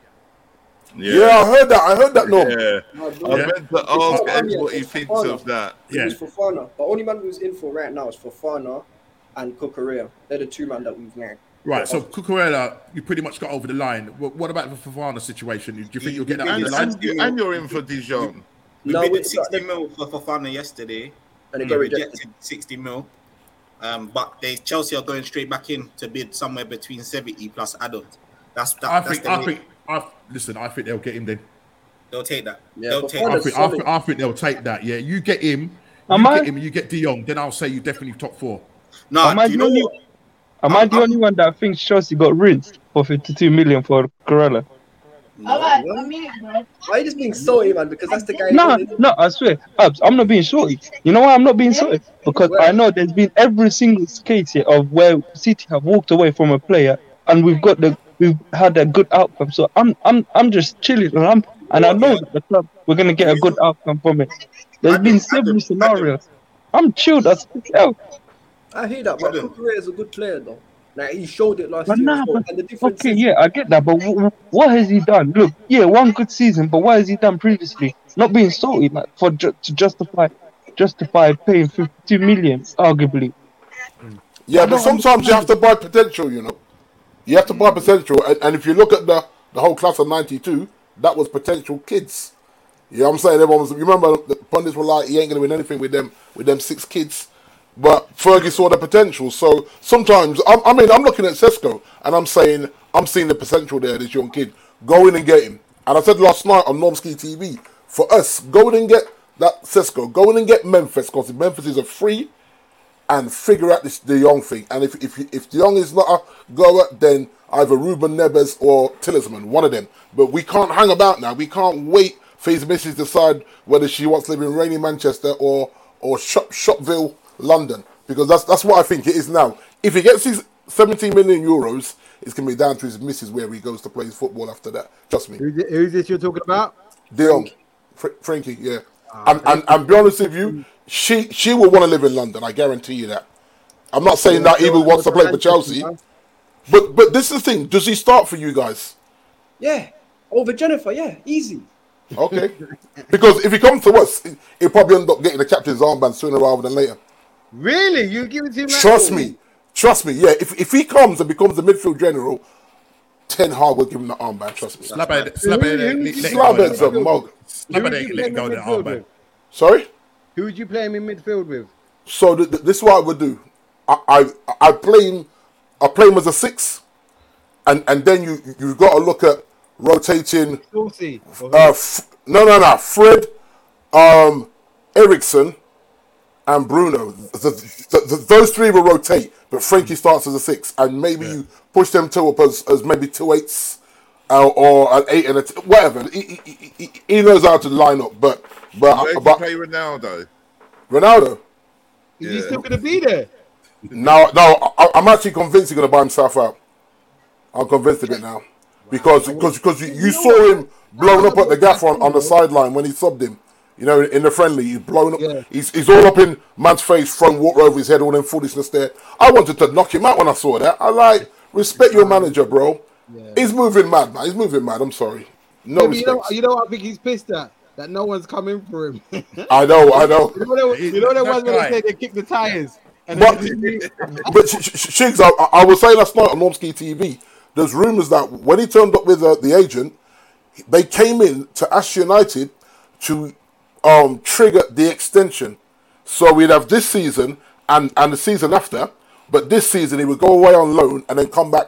[SPEAKER 2] Yeah. Yeah, I heard
[SPEAKER 7] that. I heard that.
[SPEAKER 2] No. Yeah. Oh, I
[SPEAKER 6] Yeah.
[SPEAKER 2] meant to ask Ez what he thinks of that.
[SPEAKER 8] It was Fofana. The only man who's in for right now is Fofana and Kukurea. They're the two man that we've nagged.
[SPEAKER 6] Right, so Cucurella, you pretty much got over the line. What, what about the Favana situation? Do you think you'll get that over
[SPEAKER 2] And,
[SPEAKER 6] the line?
[SPEAKER 2] and, you- and you're in for Dijon.
[SPEAKER 5] We bid at 60 mil for Fofana yesterday.
[SPEAKER 8] And
[SPEAKER 2] it
[SPEAKER 5] we
[SPEAKER 6] hmm.
[SPEAKER 2] got
[SPEAKER 5] rejected 60 mil. Um, but they Chelsea are going straight back in to bid somewhere between 70 plus add-ons. That's that,
[SPEAKER 6] I
[SPEAKER 5] that's
[SPEAKER 6] think,
[SPEAKER 5] the
[SPEAKER 6] I
[SPEAKER 5] rate.
[SPEAKER 6] think, I, listen, I think they'll get him then.
[SPEAKER 5] They'll take that.
[SPEAKER 6] Yeah,
[SPEAKER 5] They'll take
[SPEAKER 6] I
[SPEAKER 5] that.
[SPEAKER 6] think, I, think, I think they'll take that. Yeah, you get him, you
[SPEAKER 4] Am
[SPEAKER 6] get
[SPEAKER 4] I-
[SPEAKER 6] him, you get De Jong, then I'll say you definitely top four.
[SPEAKER 5] No,
[SPEAKER 4] am I the only? Am I the only one that thinks Chelsea got rinsed for 52 million for Corella?
[SPEAKER 8] Alright, Why are you just being salty, man? Because that's the guy.
[SPEAKER 4] No, no, I swear, Abs, I'm not being shorty. You know why I'm not being shorty? Because I know there's been every single case here of where City have walked away from a player and we've got the we've had a good outcome. So I'm I'm I'm just chilling and I'm and I know that the club we're gonna get a good outcome from it. There's been several scenarios. I'm chilled as hell.
[SPEAKER 8] I hear that, but Kukurea is a good player, though. Like, he showed it last
[SPEAKER 4] But
[SPEAKER 8] year.
[SPEAKER 4] nah,
[SPEAKER 8] as well.
[SPEAKER 4] but,
[SPEAKER 8] and the difference
[SPEAKER 4] okay,
[SPEAKER 8] is,
[SPEAKER 4] yeah, I get that. But w- w- what has he done? Look, yeah, one good season, but what has he done previously? Not being salty, like for ju- to justify justify paying fifty million, arguably.
[SPEAKER 7] Yeah,
[SPEAKER 4] I
[SPEAKER 7] but
[SPEAKER 4] don't
[SPEAKER 7] sometimes you have to buy potential, you know. You have to buy potential, and, and if you look at the, the whole class of '92, that was potential kids. You know what I'm saying? Everyone was. You remember the pundits were like, "He ain't gonna win anything with them with them six kids," but Fergie saw the potential. So sometimes, I'm, I mean, I'm looking at Cesco and I'm saying, I'm seeing the potential there. This young kid, go in and get him. And I said last night on Normski TV, for us, go in and get that Cesco. Go in and get Memphis because Memphis is a free and figure out this De Jong thing. And if if if De Jong is not a goer, then either Ruben Neves or Tillsman, one of them. But we can't hang about now. We can't wait for his missus to decide whether she wants to live in rainy Manchester or or Shop, Shopville, London, because that's that's what I think it is now. If he gets his 17 million euros is going to be down to his misses where he goes to play his football after that. Trust me.
[SPEAKER 14] Who's, who's this you're talking about?
[SPEAKER 7] Dion. Fr- Frankie, yeah. and, and, and be honest with you, she she will want to live in London. I guarantee you that. I'm not saying that he wants to play for Chelsea. But but this is the thing. Does he start for you guys?
[SPEAKER 8] Yeah, over Jennifer. Yeah, easy.
[SPEAKER 7] Okay. because if he comes to us, he- he'll probably end up getting the captain's armband sooner rather than later.
[SPEAKER 1] Really? You give it to him?
[SPEAKER 7] Trust me. Trust me. Yeah. If, if he comes and becomes the midfield general, Ten Hag will give him the armband. Trust me.
[SPEAKER 6] Slabhead- Slabhead, let- let it go
[SPEAKER 7] Slabhead's
[SPEAKER 6] then.
[SPEAKER 7] a mug.
[SPEAKER 6] Slabhead, Who would let it you go play in then, midfield armband. with?
[SPEAKER 7] Sorry.
[SPEAKER 1] Who would you play him in midfield with?
[SPEAKER 7] So th- th- this is what I would do. I I, I play him. I play him as a six, and and then you you've got to look at rotating.
[SPEAKER 14] Saucy.
[SPEAKER 7] Uh, f- no, no, no. Fred, um, Ericsson, and Bruno. The, the, the, those three will rotate, but Frankie starts as a six, and maybe you push them two up as, as maybe two eights uh, or an eight and a t- whatever. He, he- he, he, he knows how to line up, but
[SPEAKER 2] Where
[SPEAKER 7] but
[SPEAKER 2] do you
[SPEAKER 7] but
[SPEAKER 2] play Ronaldo?
[SPEAKER 7] Ronaldo.
[SPEAKER 2] Is he Yeah. still
[SPEAKER 14] gonna be there?
[SPEAKER 7] No, no. I, I'm actually convinced he's gonna buy himself out. I'm convinced of it now because because because you, you saw him blown up at the gaff on, on the sideline when he subbed him. You know, in the friendly, he's blown up. He's, he's all up in man's face, throwing water over his head, all in foolishness there. I wanted to knock him out when I saw that. I like respect your manager, bro. He's moving mad, man. He's moving mad. I'm sorry. No
[SPEAKER 1] you,
[SPEAKER 7] respect.
[SPEAKER 1] know, you know what I think he's pissed at? That no one's coming for him.
[SPEAKER 7] I know, I know.
[SPEAKER 1] You know, they, you know the
[SPEAKER 7] That's
[SPEAKER 1] ones when they
[SPEAKER 7] right.
[SPEAKER 1] say they kick the tires? And
[SPEAKER 7] But,
[SPEAKER 1] then-
[SPEAKER 7] but Sh- Sh- Sh- Shigs, I, I was saying last night on Normski TV, there's rumours that when he turned up with uh, the agent, they came in to Ash United to um, trigger the extension. So we'd have this season and, and the season after, but this season he would go away on loan and then come back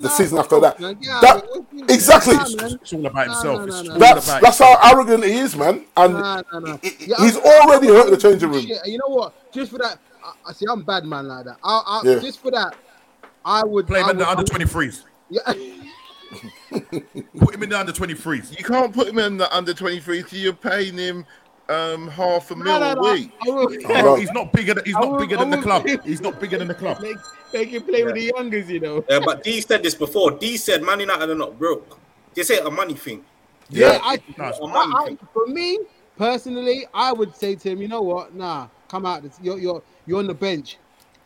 [SPEAKER 7] the season after that.
[SPEAKER 1] yeah,
[SPEAKER 7] that
[SPEAKER 1] but what-
[SPEAKER 7] exactly.
[SPEAKER 1] Nah, man.
[SPEAKER 6] It's all about himself. It's all
[SPEAKER 7] That's
[SPEAKER 6] about
[SPEAKER 7] that's how arrogant he is, man. And
[SPEAKER 1] Nah, nah, nah. Yeah,
[SPEAKER 7] he's
[SPEAKER 1] I-
[SPEAKER 7] already hurt the changing room.
[SPEAKER 1] Shit, you know what? Just for that, I, I see. I'm a bad man like that. I, I
[SPEAKER 7] Yeah.
[SPEAKER 1] just for that, I would
[SPEAKER 6] Play him
[SPEAKER 1] I
[SPEAKER 6] in the
[SPEAKER 1] would-
[SPEAKER 6] under 23s.
[SPEAKER 1] Yeah.
[SPEAKER 6] Put him in the under 23s.
[SPEAKER 2] You can't put him in the under 23s. You're paying him um, half a mil
[SPEAKER 1] no,
[SPEAKER 2] a
[SPEAKER 1] no,
[SPEAKER 2] week.
[SPEAKER 1] I will-
[SPEAKER 6] Yeah, but he's not bigger. Than, he's
[SPEAKER 1] I
[SPEAKER 6] not
[SPEAKER 1] will-
[SPEAKER 6] bigger
[SPEAKER 1] I
[SPEAKER 6] than the
[SPEAKER 1] will-
[SPEAKER 6] club. He's not bigger than the club.
[SPEAKER 1] They, they can play with the youngers, you know.
[SPEAKER 5] Yeah, Uh, but D said this before. D said Man United are not broke. They say a money thing.
[SPEAKER 1] Yeah,
[SPEAKER 5] Yeah.
[SPEAKER 1] I,
[SPEAKER 5] Nice.
[SPEAKER 1] I- I- for me personally, I would say to him, you know what? Nah, come out. It's- You're you're you're on the bench,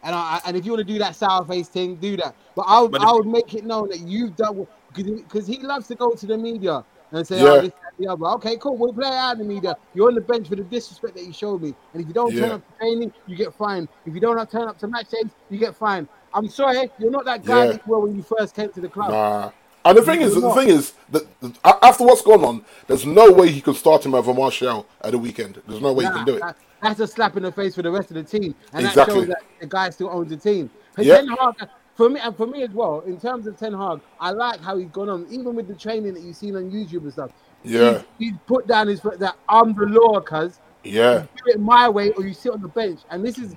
[SPEAKER 1] and I I- and if you want to do that sour face thing, do that. But I would
[SPEAKER 5] But
[SPEAKER 1] I
[SPEAKER 5] if-
[SPEAKER 1] would make it known that you've done because he loves to go to the media and say,
[SPEAKER 7] Yeah.
[SPEAKER 1] oh, this that, the other. Okay, cool. We'll play it out in the media. You're on the bench for the disrespect that you showed me, and if you don't turn
[SPEAKER 7] Yeah.
[SPEAKER 1] up to training, you get fined. If you don't have turn up to match days, you get fined. I'm sorry, you're not that guy
[SPEAKER 7] Yeah.
[SPEAKER 1] that you were when you first came to the club.
[SPEAKER 7] Nah. And the thing is,
[SPEAKER 1] You're
[SPEAKER 7] the
[SPEAKER 1] not.
[SPEAKER 7] thing is that that a- after what's gone on, there's no way he could start him over Martial at the weekend. There's no way he
[SPEAKER 1] Nah,
[SPEAKER 7] can do it.
[SPEAKER 1] that- that's a slap in the face for the rest of the team, and
[SPEAKER 7] Exactly.
[SPEAKER 1] that shows that the guy still owns the team. And
[SPEAKER 7] Yeah.
[SPEAKER 1] Ten Hag, for me, and for me as well, in terms of Ten Hag, I like how he's gone on, even with the training that you've seen on YouTube and stuff.
[SPEAKER 7] Yeah.
[SPEAKER 1] He's, he's put down his foot that I'm the law, cuz
[SPEAKER 7] Yeah.
[SPEAKER 1] do it my way or you sit on the bench. And this is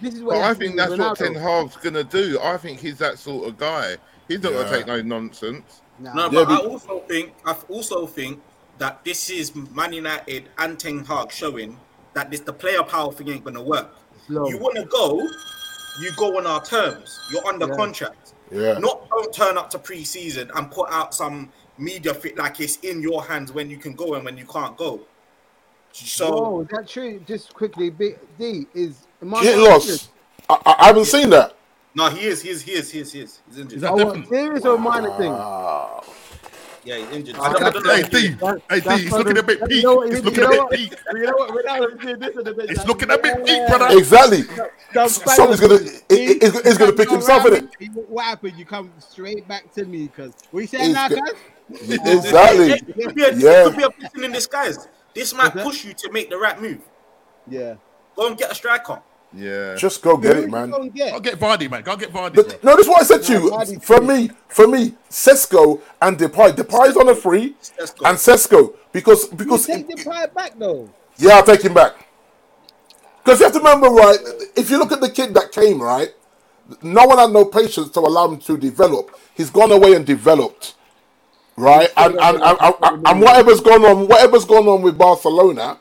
[SPEAKER 1] this is what
[SPEAKER 2] But
[SPEAKER 1] he
[SPEAKER 2] I
[SPEAKER 1] has to
[SPEAKER 2] think
[SPEAKER 1] do with
[SPEAKER 2] that's what
[SPEAKER 1] Ronaldo.
[SPEAKER 2] Ten Hag's gonna do. I think he's that sort of guy. He's not gonna
[SPEAKER 5] Yeah.
[SPEAKER 2] take no nonsense.
[SPEAKER 5] No, but I also think I also think that this is Man United and Ten Hag showing that this the player power thing ain't gonna work.
[SPEAKER 1] Slow.
[SPEAKER 5] You wanna go, you go on our terms. You're under
[SPEAKER 1] Yeah.
[SPEAKER 5] contract.
[SPEAKER 7] Yeah.
[SPEAKER 5] Not don't turn up to pre-season and put out some media fit like it's in your hands when you can go and when you can't go. So
[SPEAKER 1] Whoa, is that true? Just quickly, B, D is
[SPEAKER 7] Get lost. I, I I haven't seen that.
[SPEAKER 5] no, he is, he is, he is, he is, he is. He's injured.
[SPEAKER 1] Oh, what, serious or minor thing?
[SPEAKER 5] Yeah, he's injured.
[SPEAKER 1] Oh, that's-
[SPEAKER 5] if he-
[SPEAKER 1] that's-
[SPEAKER 6] Hey, D,
[SPEAKER 1] that's
[SPEAKER 6] he's
[SPEAKER 1] part
[SPEAKER 6] looking
[SPEAKER 1] of-
[SPEAKER 6] a bit
[SPEAKER 1] you
[SPEAKER 6] peak.
[SPEAKER 1] know what-
[SPEAKER 6] He's
[SPEAKER 1] you
[SPEAKER 6] looking
[SPEAKER 1] know
[SPEAKER 6] a bit
[SPEAKER 1] what-
[SPEAKER 6] peak.
[SPEAKER 1] You know what? Ronaldo's doing this in the bench.
[SPEAKER 6] He's looking a bit peak, brother.
[SPEAKER 7] Exactly. Somebody's gonna it, it's, it's gonna pick himself in it.
[SPEAKER 1] What happened? You come straight back to me because we saying
[SPEAKER 7] It's
[SPEAKER 1] now,
[SPEAKER 7] go-
[SPEAKER 1] cuz?
[SPEAKER 7] Exactly.
[SPEAKER 5] It could be a,
[SPEAKER 7] Yeah.
[SPEAKER 5] it could be a blessing in disguise. This might push you to make the right move.
[SPEAKER 1] Yeah.
[SPEAKER 5] Go and get a striker.
[SPEAKER 2] Yeah.
[SPEAKER 7] Just go get it, man.
[SPEAKER 6] Go get Vardy, man. Go get Vardy. bro.
[SPEAKER 7] But no, that's what I said to you. For me, for me, Sesco and Depay. Depay's on a free, and Sesco because because
[SPEAKER 1] Take the pie back though.
[SPEAKER 7] Yeah, I'll take him back. Because you have to remember, right? If you look at the kid that came, right? No one had no patience to allow him to develop. He's gone away and developed, right? And and, and, and, and- and whatever's gone on, whatever's gone on with Barcelona,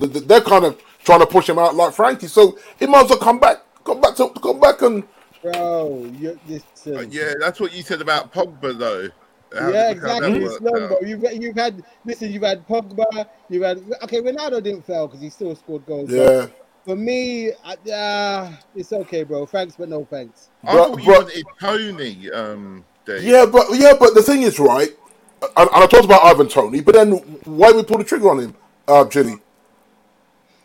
[SPEAKER 7] th- th- they're kind of trying to push him out like Frankie. So he might as well come back, come back to come back and
[SPEAKER 1] Bro, you listen.
[SPEAKER 2] But yeah, that's what you said about Pogba, though. How
[SPEAKER 1] yeah,
[SPEAKER 2] did- how that
[SPEAKER 1] exactly. It's
[SPEAKER 2] worked
[SPEAKER 1] long,
[SPEAKER 2] out.
[SPEAKER 1] bro. You've you've had listen. You've had Pogba. You've had okay. Ronaldo didn't fail because he still scored goals. but
[SPEAKER 7] Yeah.
[SPEAKER 1] For me, I- uh, it's okay, bro. Thanks, but no thanks.
[SPEAKER 2] I thought you wanted Tony. Um, Dave.
[SPEAKER 7] Yeah, but yeah, but the thing is, right? And, and I talked about Ivan Tony, but then why we pull the trigger on him, uh, Jilly?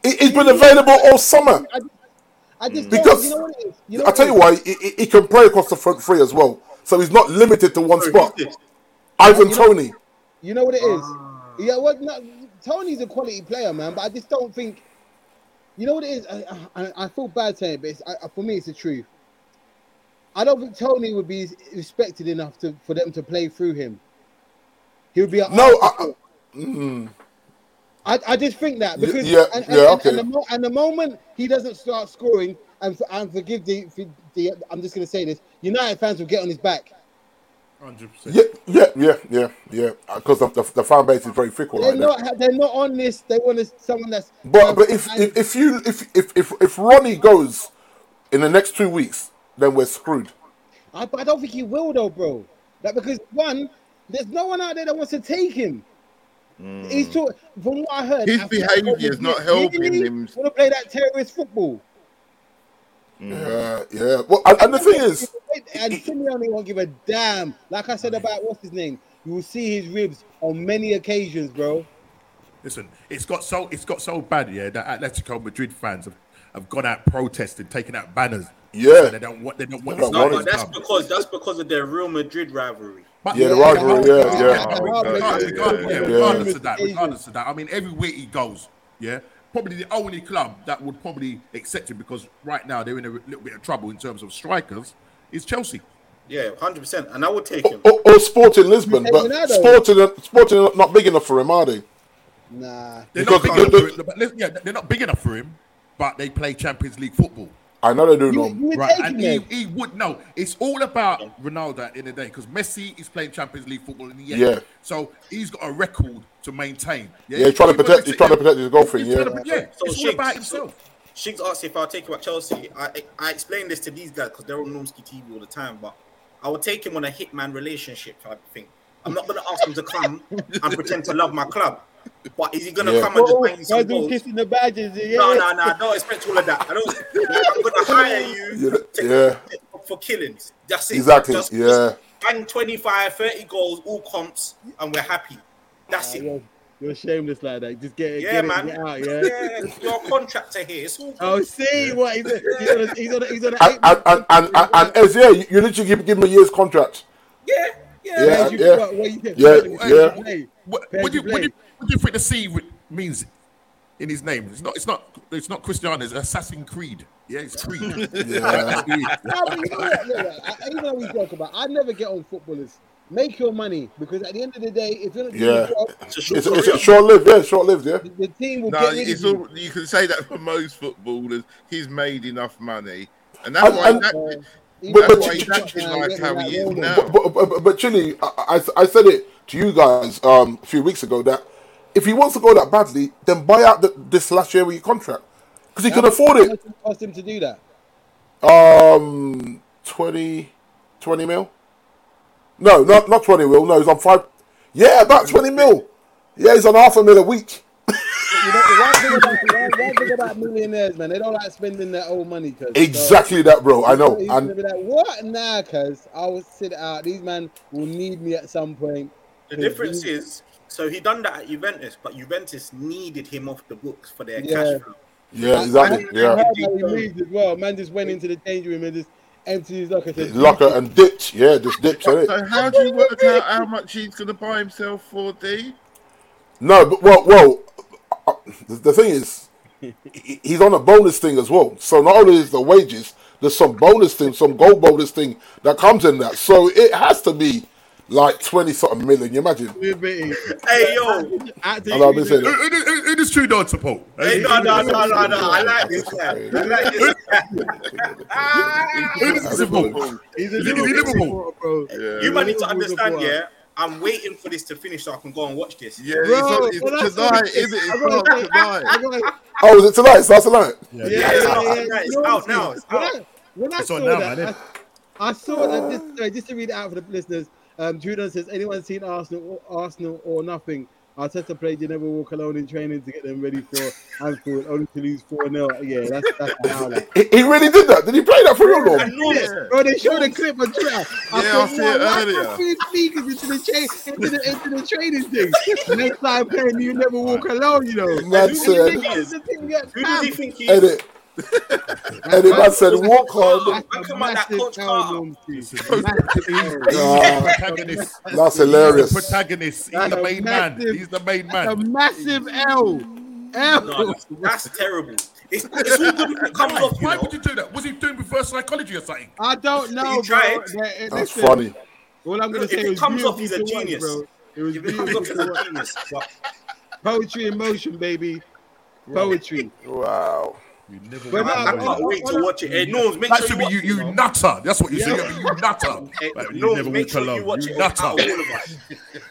[SPEAKER 7] He, he's been available all summer.
[SPEAKER 1] I just
[SPEAKER 7] Mm.
[SPEAKER 1] don't-
[SPEAKER 7] Because-
[SPEAKER 1] you know what it is. You know
[SPEAKER 7] I tell you
[SPEAKER 1] what
[SPEAKER 7] why, he, he- he can play across the front three as well, so he's not limited to one spot.
[SPEAKER 1] You
[SPEAKER 7] Ivan
[SPEAKER 1] know-
[SPEAKER 7] Tony.
[SPEAKER 1] You know what it is? Yeah, well, no, Tony's a quality player, man, but I just don't think. You know what it is? I, I, I feel bad saying it, but it's, I, I- for me, it's the truth. I don't think Tony would be respected enough to, for them to play through him. He would be a
[SPEAKER 7] no. I,
[SPEAKER 1] I, I just think that
[SPEAKER 7] Y-
[SPEAKER 1] because
[SPEAKER 7] yeah,
[SPEAKER 1] and, and,
[SPEAKER 7] yeah,
[SPEAKER 1] and-
[SPEAKER 7] okay.
[SPEAKER 1] and the mo- and the moment he doesn't start scoring, and, for, and forgive the, for the, I'm just gonna say this: United fans will get on his back.
[SPEAKER 6] Hundred percent.
[SPEAKER 7] Yeah, yeah, yeah, yeah, yeah. Because the, the, the fan base is very fickle
[SPEAKER 1] They're
[SPEAKER 7] right now.
[SPEAKER 1] not, they're not on this. They want us- someone that's.
[SPEAKER 7] But but if, if if you if if if if Ronnie goes in the next two weeks, then we're screwed.
[SPEAKER 1] I, but I don't think he will though, bro. Like because one, there's no one out there that wants to take him. He's too, from what I heard.
[SPEAKER 2] His
[SPEAKER 1] I think-
[SPEAKER 2] behaviour's not helping
[SPEAKER 1] Really?
[SPEAKER 2] him.
[SPEAKER 1] Want to play that terrorist football?
[SPEAKER 7] Yeah, yeah. Well, and, and the thing is,
[SPEAKER 1] And Simeone won't give a damn. Like I said about what's his name, you will see his ribs on many occasions, bro.
[SPEAKER 6] Listen, it's got so it's got so bad, yeah, that Atletico Madrid fans have, have gone out protesting, taking out banners.
[SPEAKER 7] Yeah.
[SPEAKER 6] They don't want they don't want
[SPEAKER 5] No, but
[SPEAKER 6] this
[SPEAKER 5] that's
[SPEAKER 6] club.
[SPEAKER 5] because that's because of their Real Madrid rivalry.
[SPEAKER 6] But-
[SPEAKER 7] Oh,
[SPEAKER 6] Regardless, regardless, regardless of that, regardless of that. I mean, everywhere he goes, yeah, probably the only club that would probably accept him because right now they're in a little bit of trouble in terms of strikers is Chelsea.
[SPEAKER 5] Yeah, hundred percent, and I would take him.
[SPEAKER 7] or, or Oh, Sporting Lisbon,
[SPEAKER 5] Hey,
[SPEAKER 7] but
[SPEAKER 5] Ronaldo.
[SPEAKER 7] Sporting Sporting are not big enough for him, are they?
[SPEAKER 1] Nah.
[SPEAKER 6] They're
[SPEAKER 7] Because
[SPEAKER 6] not big enough for him. But listen, yeah, they're not big enough for him, but they play Champions League football.
[SPEAKER 7] I know they do not.
[SPEAKER 6] right, and he, he would know. It's all about Ronaldo at the end of the day because Messi is playing Champions League football in the end.
[SPEAKER 7] Yeah. So he's got a record to maintain. Yeah, he's trying to protect. He's trying to protect his girlfriend.
[SPEAKER 6] he's
[SPEAKER 7] Yeah.
[SPEAKER 6] trying to- yeah, it's all about himself.
[SPEAKER 5] Shiggs asked if I'll take him at Chelsea. I I explained this to these guys because they're on Normski TV all the time, but I would take him on a hitman relationship type thing. I'm not gonna ask him to come and pretend to love my club. But is he gonna
[SPEAKER 1] Yeah.
[SPEAKER 5] come and just
[SPEAKER 1] Oh,
[SPEAKER 5] bang you some
[SPEAKER 1] guys who
[SPEAKER 5] goals?
[SPEAKER 1] kissing the badges. Yeah.
[SPEAKER 5] No, no, no, I don't expect all of that. I don't I'm gonna hire you
[SPEAKER 7] yeah.
[SPEAKER 5] for killings. That's it.
[SPEAKER 7] Exactly.
[SPEAKER 5] Just
[SPEAKER 7] yeah.
[SPEAKER 5] bang 25, 30 goals, all comps, and we're happy. That's it.
[SPEAKER 1] You're, you're shameless like that. Just get it,
[SPEAKER 5] Yeah,
[SPEAKER 1] get, it
[SPEAKER 5] man.
[SPEAKER 1] get out, yeah.
[SPEAKER 5] You're a contractor here. It's all
[SPEAKER 1] Oh, see what he's, he's on. A, he's on. A, he's on. A,
[SPEAKER 7] And and and and, and, and Ez, yeah, you, you literally give, give him a year's contract. Yeah,
[SPEAKER 1] Where'd you-
[SPEAKER 7] yeah.
[SPEAKER 1] what- what you did?
[SPEAKER 7] Yeah,
[SPEAKER 1] Where'd you
[SPEAKER 7] yeah.
[SPEAKER 1] play?
[SPEAKER 6] What,
[SPEAKER 1] Where'd
[SPEAKER 6] what, do
[SPEAKER 1] you
[SPEAKER 6] you,
[SPEAKER 1] play?
[SPEAKER 6] what, do you, what do you think the C w- means in his name? It's not. It's not. It's not Cristiano. It's Assassin Creed. Yeah, it's Creed.
[SPEAKER 7] Yeah.
[SPEAKER 1] No, but you know what? Look, look, I, even though we joke about, I never get on footballers. Make your money because at the end of the day, if you're not doing
[SPEAKER 7] Yeah.
[SPEAKER 1] your job,
[SPEAKER 7] It's, it's, short lived. Yeah, short lived. Yeah.
[SPEAKER 1] the team will
[SPEAKER 2] No,
[SPEAKER 1] get rid
[SPEAKER 2] it's
[SPEAKER 1] of you.
[SPEAKER 2] all, you can say that for most footballers. He's made enough money, and that's
[SPEAKER 7] And-
[SPEAKER 2] why
[SPEAKER 7] and-
[SPEAKER 2] that,
[SPEAKER 7] But-
[SPEAKER 2] that's
[SPEAKER 7] but-
[SPEAKER 2] why he's acting like how he is now.
[SPEAKER 7] But, but, but, but Chile, I, I, I said it to you guys um, a few weeks ago that if he wants to go that badly, then buy out the, this last year of your contract because he
[SPEAKER 1] How
[SPEAKER 7] can
[SPEAKER 1] much-
[SPEAKER 7] afford
[SPEAKER 1] how
[SPEAKER 7] it.
[SPEAKER 1] much it cost him to do that.
[SPEAKER 7] Um, 20, 20 mil? No, not not twenty mil. No, he's on five. Yeah, about twenty mil. Yeah, he's on half a mil a week.
[SPEAKER 1] You know, the one thing about, one, one thing about millionaires, man, they don't like spending their own money. Cause,
[SPEAKER 7] Exactly that, bro. I know.
[SPEAKER 1] He's gonna
[SPEAKER 7] And
[SPEAKER 1] be like, what? Nah, cause I will sit out. These man will need me at some point.
[SPEAKER 5] The
[SPEAKER 1] 'Cause
[SPEAKER 5] difference
[SPEAKER 1] these-
[SPEAKER 5] is, so he done that at Juventus, but Juventus needed him off the books for their
[SPEAKER 1] Yeah.
[SPEAKER 5] cash flow.
[SPEAKER 7] Yeah, exactly,
[SPEAKER 5] And-
[SPEAKER 7] yeah.
[SPEAKER 1] I heard how he moved as well. Man just went into the change room and just emptied his locker. Said,
[SPEAKER 7] locker and ditch. Yeah, just ditch on it.
[SPEAKER 2] So how do you work out how much he's going to buy himself for, D?
[SPEAKER 7] No, but well, well, uh, the, the thing is, he- he's on a bonus thing as well. So not only is the wages, there's some bonus thing, some gold bonus thing that comes in that. So it has to be like twenty something million. You imagine?
[SPEAKER 5] Hey yo,
[SPEAKER 7] And I've been saying that.
[SPEAKER 6] It- it- it- it is true, don't support.
[SPEAKER 5] Hey, no, no, no, no, no. I like this guy. I like this.
[SPEAKER 1] He's a
[SPEAKER 6] Liverpool
[SPEAKER 1] Liverpool, bro.
[SPEAKER 5] You man need to understand, yeah. I'm waiting for this to finish so I can go and watch this.
[SPEAKER 2] Yeah,
[SPEAKER 1] Bro, well, that's what it is. I gotta say- I gotta-
[SPEAKER 7] Oh, is it tonight? Starts tonight.
[SPEAKER 5] Yeah, it's out, it's out now. It's
[SPEAKER 1] When
[SPEAKER 5] out.
[SPEAKER 1] I- When I
[SPEAKER 6] It's
[SPEAKER 1] saw
[SPEAKER 6] on now,
[SPEAKER 1] that,
[SPEAKER 6] man,
[SPEAKER 1] I, I saw that. This, sorry, just to read it out for the listeners, um, Judah says, "Anyone seen Arsenal, or, Arsenal or nothing? Arteta played you never walk alone in training to get them ready for Anfield, only to lose four 0 Yeah, that's that's how.
[SPEAKER 7] He, he really did that. Did he play that for real, Norm?
[SPEAKER 1] Bro, they showed a clip on Twitter. Yeah,
[SPEAKER 7] I see it earlier."
[SPEAKER 1] sneakers into the chain, into the, into the training thing. Next time playing, you never walk alone. You know.
[SPEAKER 7] Man
[SPEAKER 1] And
[SPEAKER 7] said-
[SPEAKER 1] the thing is, the thing gets
[SPEAKER 5] Who does he
[SPEAKER 1] spammed.
[SPEAKER 5] think he is?
[SPEAKER 7] Edit. Edit. Man said, walk hard.
[SPEAKER 5] Come on, that coach Carter.
[SPEAKER 7] Nah. That's hilarious.
[SPEAKER 6] protagonist. He's
[SPEAKER 1] That's
[SPEAKER 6] the
[SPEAKER 1] a
[SPEAKER 6] main man.
[SPEAKER 1] massive-
[SPEAKER 6] He's the main
[SPEAKER 1] That's a
[SPEAKER 6] man.
[SPEAKER 1] massive L. L.
[SPEAKER 5] No, that's, that's terrible. It's,
[SPEAKER 6] it's all good
[SPEAKER 5] when it
[SPEAKER 6] comes off. Why would you do that? Was he doing reverse psychology or something?
[SPEAKER 1] I don't know.
[SPEAKER 6] He tried.
[SPEAKER 1] Bro. Yeah,
[SPEAKER 6] That's funny.
[SPEAKER 1] All I'm gonna
[SPEAKER 6] If
[SPEAKER 1] say
[SPEAKER 6] it
[SPEAKER 1] is
[SPEAKER 6] comes
[SPEAKER 1] beautiful
[SPEAKER 6] off, he's a
[SPEAKER 1] to watch,
[SPEAKER 6] genius.
[SPEAKER 1] bro. It was
[SPEAKER 6] If it comes
[SPEAKER 1] beautiful
[SPEAKER 6] off, he's
[SPEAKER 1] to
[SPEAKER 6] a
[SPEAKER 1] watch. Poetry in motion, baby. Poetry.
[SPEAKER 7] Wow.
[SPEAKER 1] But no,
[SPEAKER 5] I
[SPEAKER 1] but
[SPEAKER 5] can't
[SPEAKER 1] on-
[SPEAKER 5] wait
[SPEAKER 1] on-
[SPEAKER 5] to watch it. Hey, Norms, make
[SPEAKER 6] that
[SPEAKER 5] sure
[SPEAKER 6] should be
[SPEAKER 5] you
[SPEAKER 6] you,
[SPEAKER 5] watch it,
[SPEAKER 6] you
[SPEAKER 5] know.
[SPEAKER 6] nutter. That's what you
[SPEAKER 5] Yeah.
[SPEAKER 6] should be. You nutter.
[SPEAKER 5] Hey,
[SPEAKER 6] Like, you
[SPEAKER 5] Norms,
[SPEAKER 6] never
[SPEAKER 5] make
[SPEAKER 6] walk
[SPEAKER 5] sure you
[SPEAKER 6] alone.
[SPEAKER 5] watch
[SPEAKER 6] You
[SPEAKER 5] it out of
[SPEAKER 6] nutter.
[SPEAKER 5] all of us.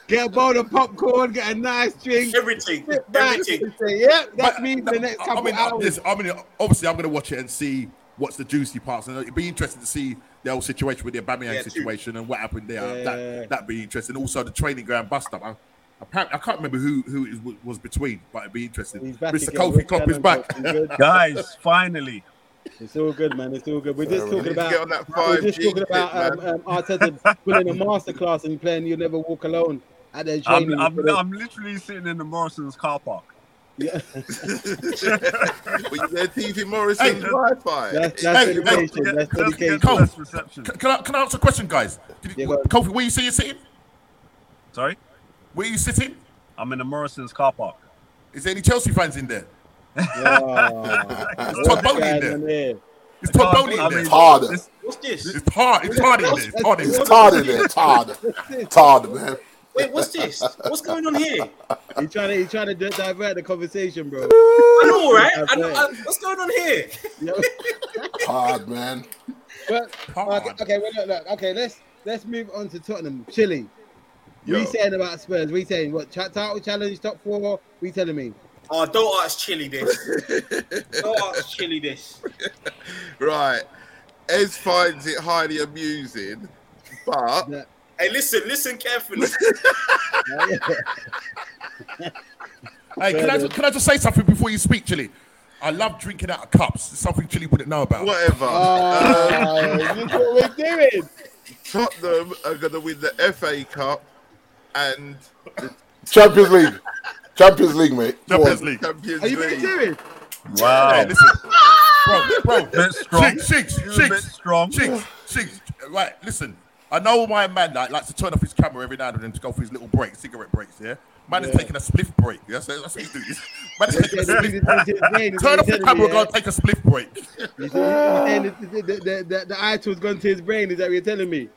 [SPEAKER 1] Get a bowl of popcorn, get a nice drink,
[SPEAKER 5] everything,
[SPEAKER 1] sit back, and say, "Yep, that's me for the next
[SPEAKER 6] I
[SPEAKER 1] couple
[SPEAKER 6] mean, I-
[SPEAKER 1] hours."
[SPEAKER 6] listen, I mean, obviously, I'm going to watch it and see what's the juicy parts, and it'd be interesting to see the whole situation with the Aubameyang
[SPEAKER 5] Yeah, true.
[SPEAKER 6] situation and what happened there.
[SPEAKER 5] Yeah.
[SPEAKER 6] That that'd be interesting. Also, the training ground bust up. I, apparently, I can't remember who who it was- was between, but it'd be interesting.
[SPEAKER 15] back
[SPEAKER 6] Mr.
[SPEAKER 15] again.
[SPEAKER 6] Kofi
[SPEAKER 15] We're
[SPEAKER 6] Klopp is
[SPEAKER 15] challenged,
[SPEAKER 6] back,
[SPEAKER 15] Kofi. Good.
[SPEAKER 8] Guys, finally.
[SPEAKER 15] It's all good, man. It's all good. We're just
[SPEAKER 8] Yeah, we
[SPEAKER 15] talking
[SPEAKER 8] need to
[SPEAKER 15] about
[SPEAKER 8] get on that
[SPEAKER 15] we're just
[SPEAKER 8] 5G
[SPEAKER 15] talking about um,
[SPEAKER 8] shit,
[SPEAKER 15] um, Arteta putting a masterclass and playing "You'll Never Walk Alone" at their
[SPEAKER 8] I'm,
[SPEAKER 15] training.
[SPEAKER 8] I'm, I'm literally sitting in the Morrison's car park.
[SPEAKER 15] Yeah.
[SPEAKER 2] Well, they're thieving Morrison's Wi-Fi.
[SPEAKER 15] That's-
[SPEAKER 6] That's Cole, c- can, I, can I ask a question, guys? Did, Kofi, where you say you're sitting?
[SPEAKER 8] Sorry?
[SPEAKER 6] Where you sitting?
[SPEAKER 8] I'm in the Morrison's car park.
[SPEAKER 6] Is there any Chelsea fans in there?
[SPEAKER 8] It's
[SPEAKER 6] It's Todd Bowley in there. It's Todd Bowley in there.
[SPEAKER 5] What's this?
[SPEAKER 6] It's hard. It's hard in there. It's hard in there.
[SPEAKER 7] It's Todd in there. Todd. Todd, man.
[SPEAKER 5] Wait, what's this? What's going on here?
[SPEAKER 1] He trying to he trying to di- divert the conversation, bro.
[SPEAKER 5] I know, right? I know, I, what's going on here?
[SPEAKER 7] Todd, man.
[SPEAKER 1] But okay, okay, well, look, look, okay, let's let's move on to Tottenham. Chile.
[SPEAKER 5] Yo.
[SPEAKER 1] We saying about Spurs. We saying what? Cha- Title challenge, top four. We telling me.
[SPEAKER 5] Oh, don't ask Chili this. don't ask Chili this.
[SPEAKER 2] Right. Ez finds it highly amusing, but
[SPEAKER 5] Hey, listen, listen carefully.
[SPEAKER 6] Hey, can I, just, can I just say something before you speak, Chili? I love drinking out of cups. It's something Chili wouldn't know about.
[SPEAKER 2] Whatever.
[SPEAKER 1] Uh,
[SPEAKER 6] Oh,
[SPEAKER 1] look what we're doing.
[SPEAKER 2] Tottenham are going to win the FA Cup and the
[SPEAKER 7] Champions League. Champions League, mate. Come on.
[SPEAKER 2] Champions
[SPEAKER 1] Are you being
[SPEAKER 2] League.
[SPEAKER 1] serious?
[SPEAKER 8] Wow.
[SPEAKER 6] Hey, listen. Bro, bro.
[SPEAKER 8] Bit strong.
[SPEAKER 6] Shiggs, Shiggs,
[SPEAKER 8] You're a
[SPEAKER 6] Shiggs,
[SPEAKER 8] bit strong.
[SPEAKER 6] Shiggs, Shiggs. Right, listen. I know my man like, likes to turn off his camera every now and then to go for his little break, cigarette breaks, yeah? Man is
[SPEAKER 8] Yeah.
[SPEAKER 6] taking a spliff break. That's, that's what he's doing. Man is taking a
[SPEAKER 1] Yeah, he's- he's-
[SPEAKER 6] spliff
[SPEAKER 1] he's- he's-
[SPEAKER 6] break.
[SPEAKER 1] he's
[SPEAKER 6] Turn off the
[SPEAKER 1] telling me,
[SPEAKER 6] camera and go
[SPEAKER 1] yeah.
[SPEAKER 6] and take a spliff break.
[SPEAKER 1] You see, you're saying the, the, the, the, the iTunes gone to his brain. Is that what you're telling me?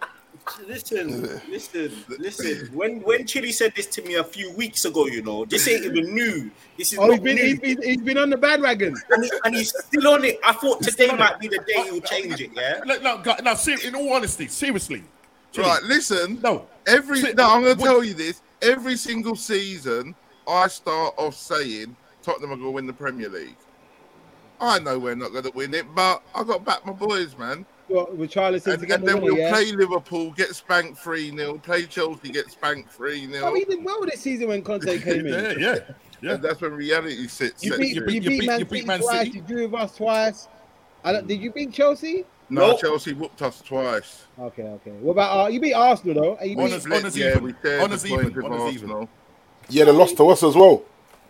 [SPEAKER 5] Listen, listen, listen. When when Chili said this to me a few weeks ago, you know, this ain't even new. This is
[SPEAKER 1] Oh, he's
[SPEAKER 5] not
[SPEAKER 1] been,
[SPEAKER 5] new.
[SPEAKER 1] he's been, he's been on the bandwagon.
[SPEAKER 5] and, he- and he's still on it. I thought today might be the day he'll change it. Yeah.
[SPEAKER 6] No, no, gu- no ser- in all honesty, seriously.
[SPEAKER 2] Right, listen.
[SPEAKER 6] No,
[SPEAKER 2] every no, I'm going to tell you this. Every single season, I start off saying Tottenham are going to win the Premier League. I know we're not going to win it, but I got back my boys, man.
[SPEAKER 1] Well, with Charleston
[SPEAKER 2] And,
[SPEAKER 1] to get
[SPEAKER 2] and then
[SPEAKER 1] the winner,
[SPEAKER 2] we'll
[SPEAKER 1] yeah?
[SPEAKER 2] play Liverpool, get spanked three 0 Play Chelsea, get spanked three 0
[SPEAKER 1] Oh, he did well this season when Conte came in.
[SPEAKER 6] yeah, yeah.
[SPEAKER 2] And that's when reality sits.
[SPEAKER 1] You
[SPEAKER 2] sets
[SPEAKER 1] beat, you
[SPEAKER 2] in.
[SPEAKER 1] beat, Man City twice. You drew with us twice. I don't, did you beat Chelsea?
[SPEAKER 2] No, Chelsea whooped us twice.
[SPEAKER 1] Okay, okay. What about Ar- you beat Arsenal though? And you beat,
[SPEAKER 2] Honest- honest Yeah, even. we shared the Honest point even. with Honest even. Arsenal.
[SPEAKER 7] Yeah, they lost to us as well.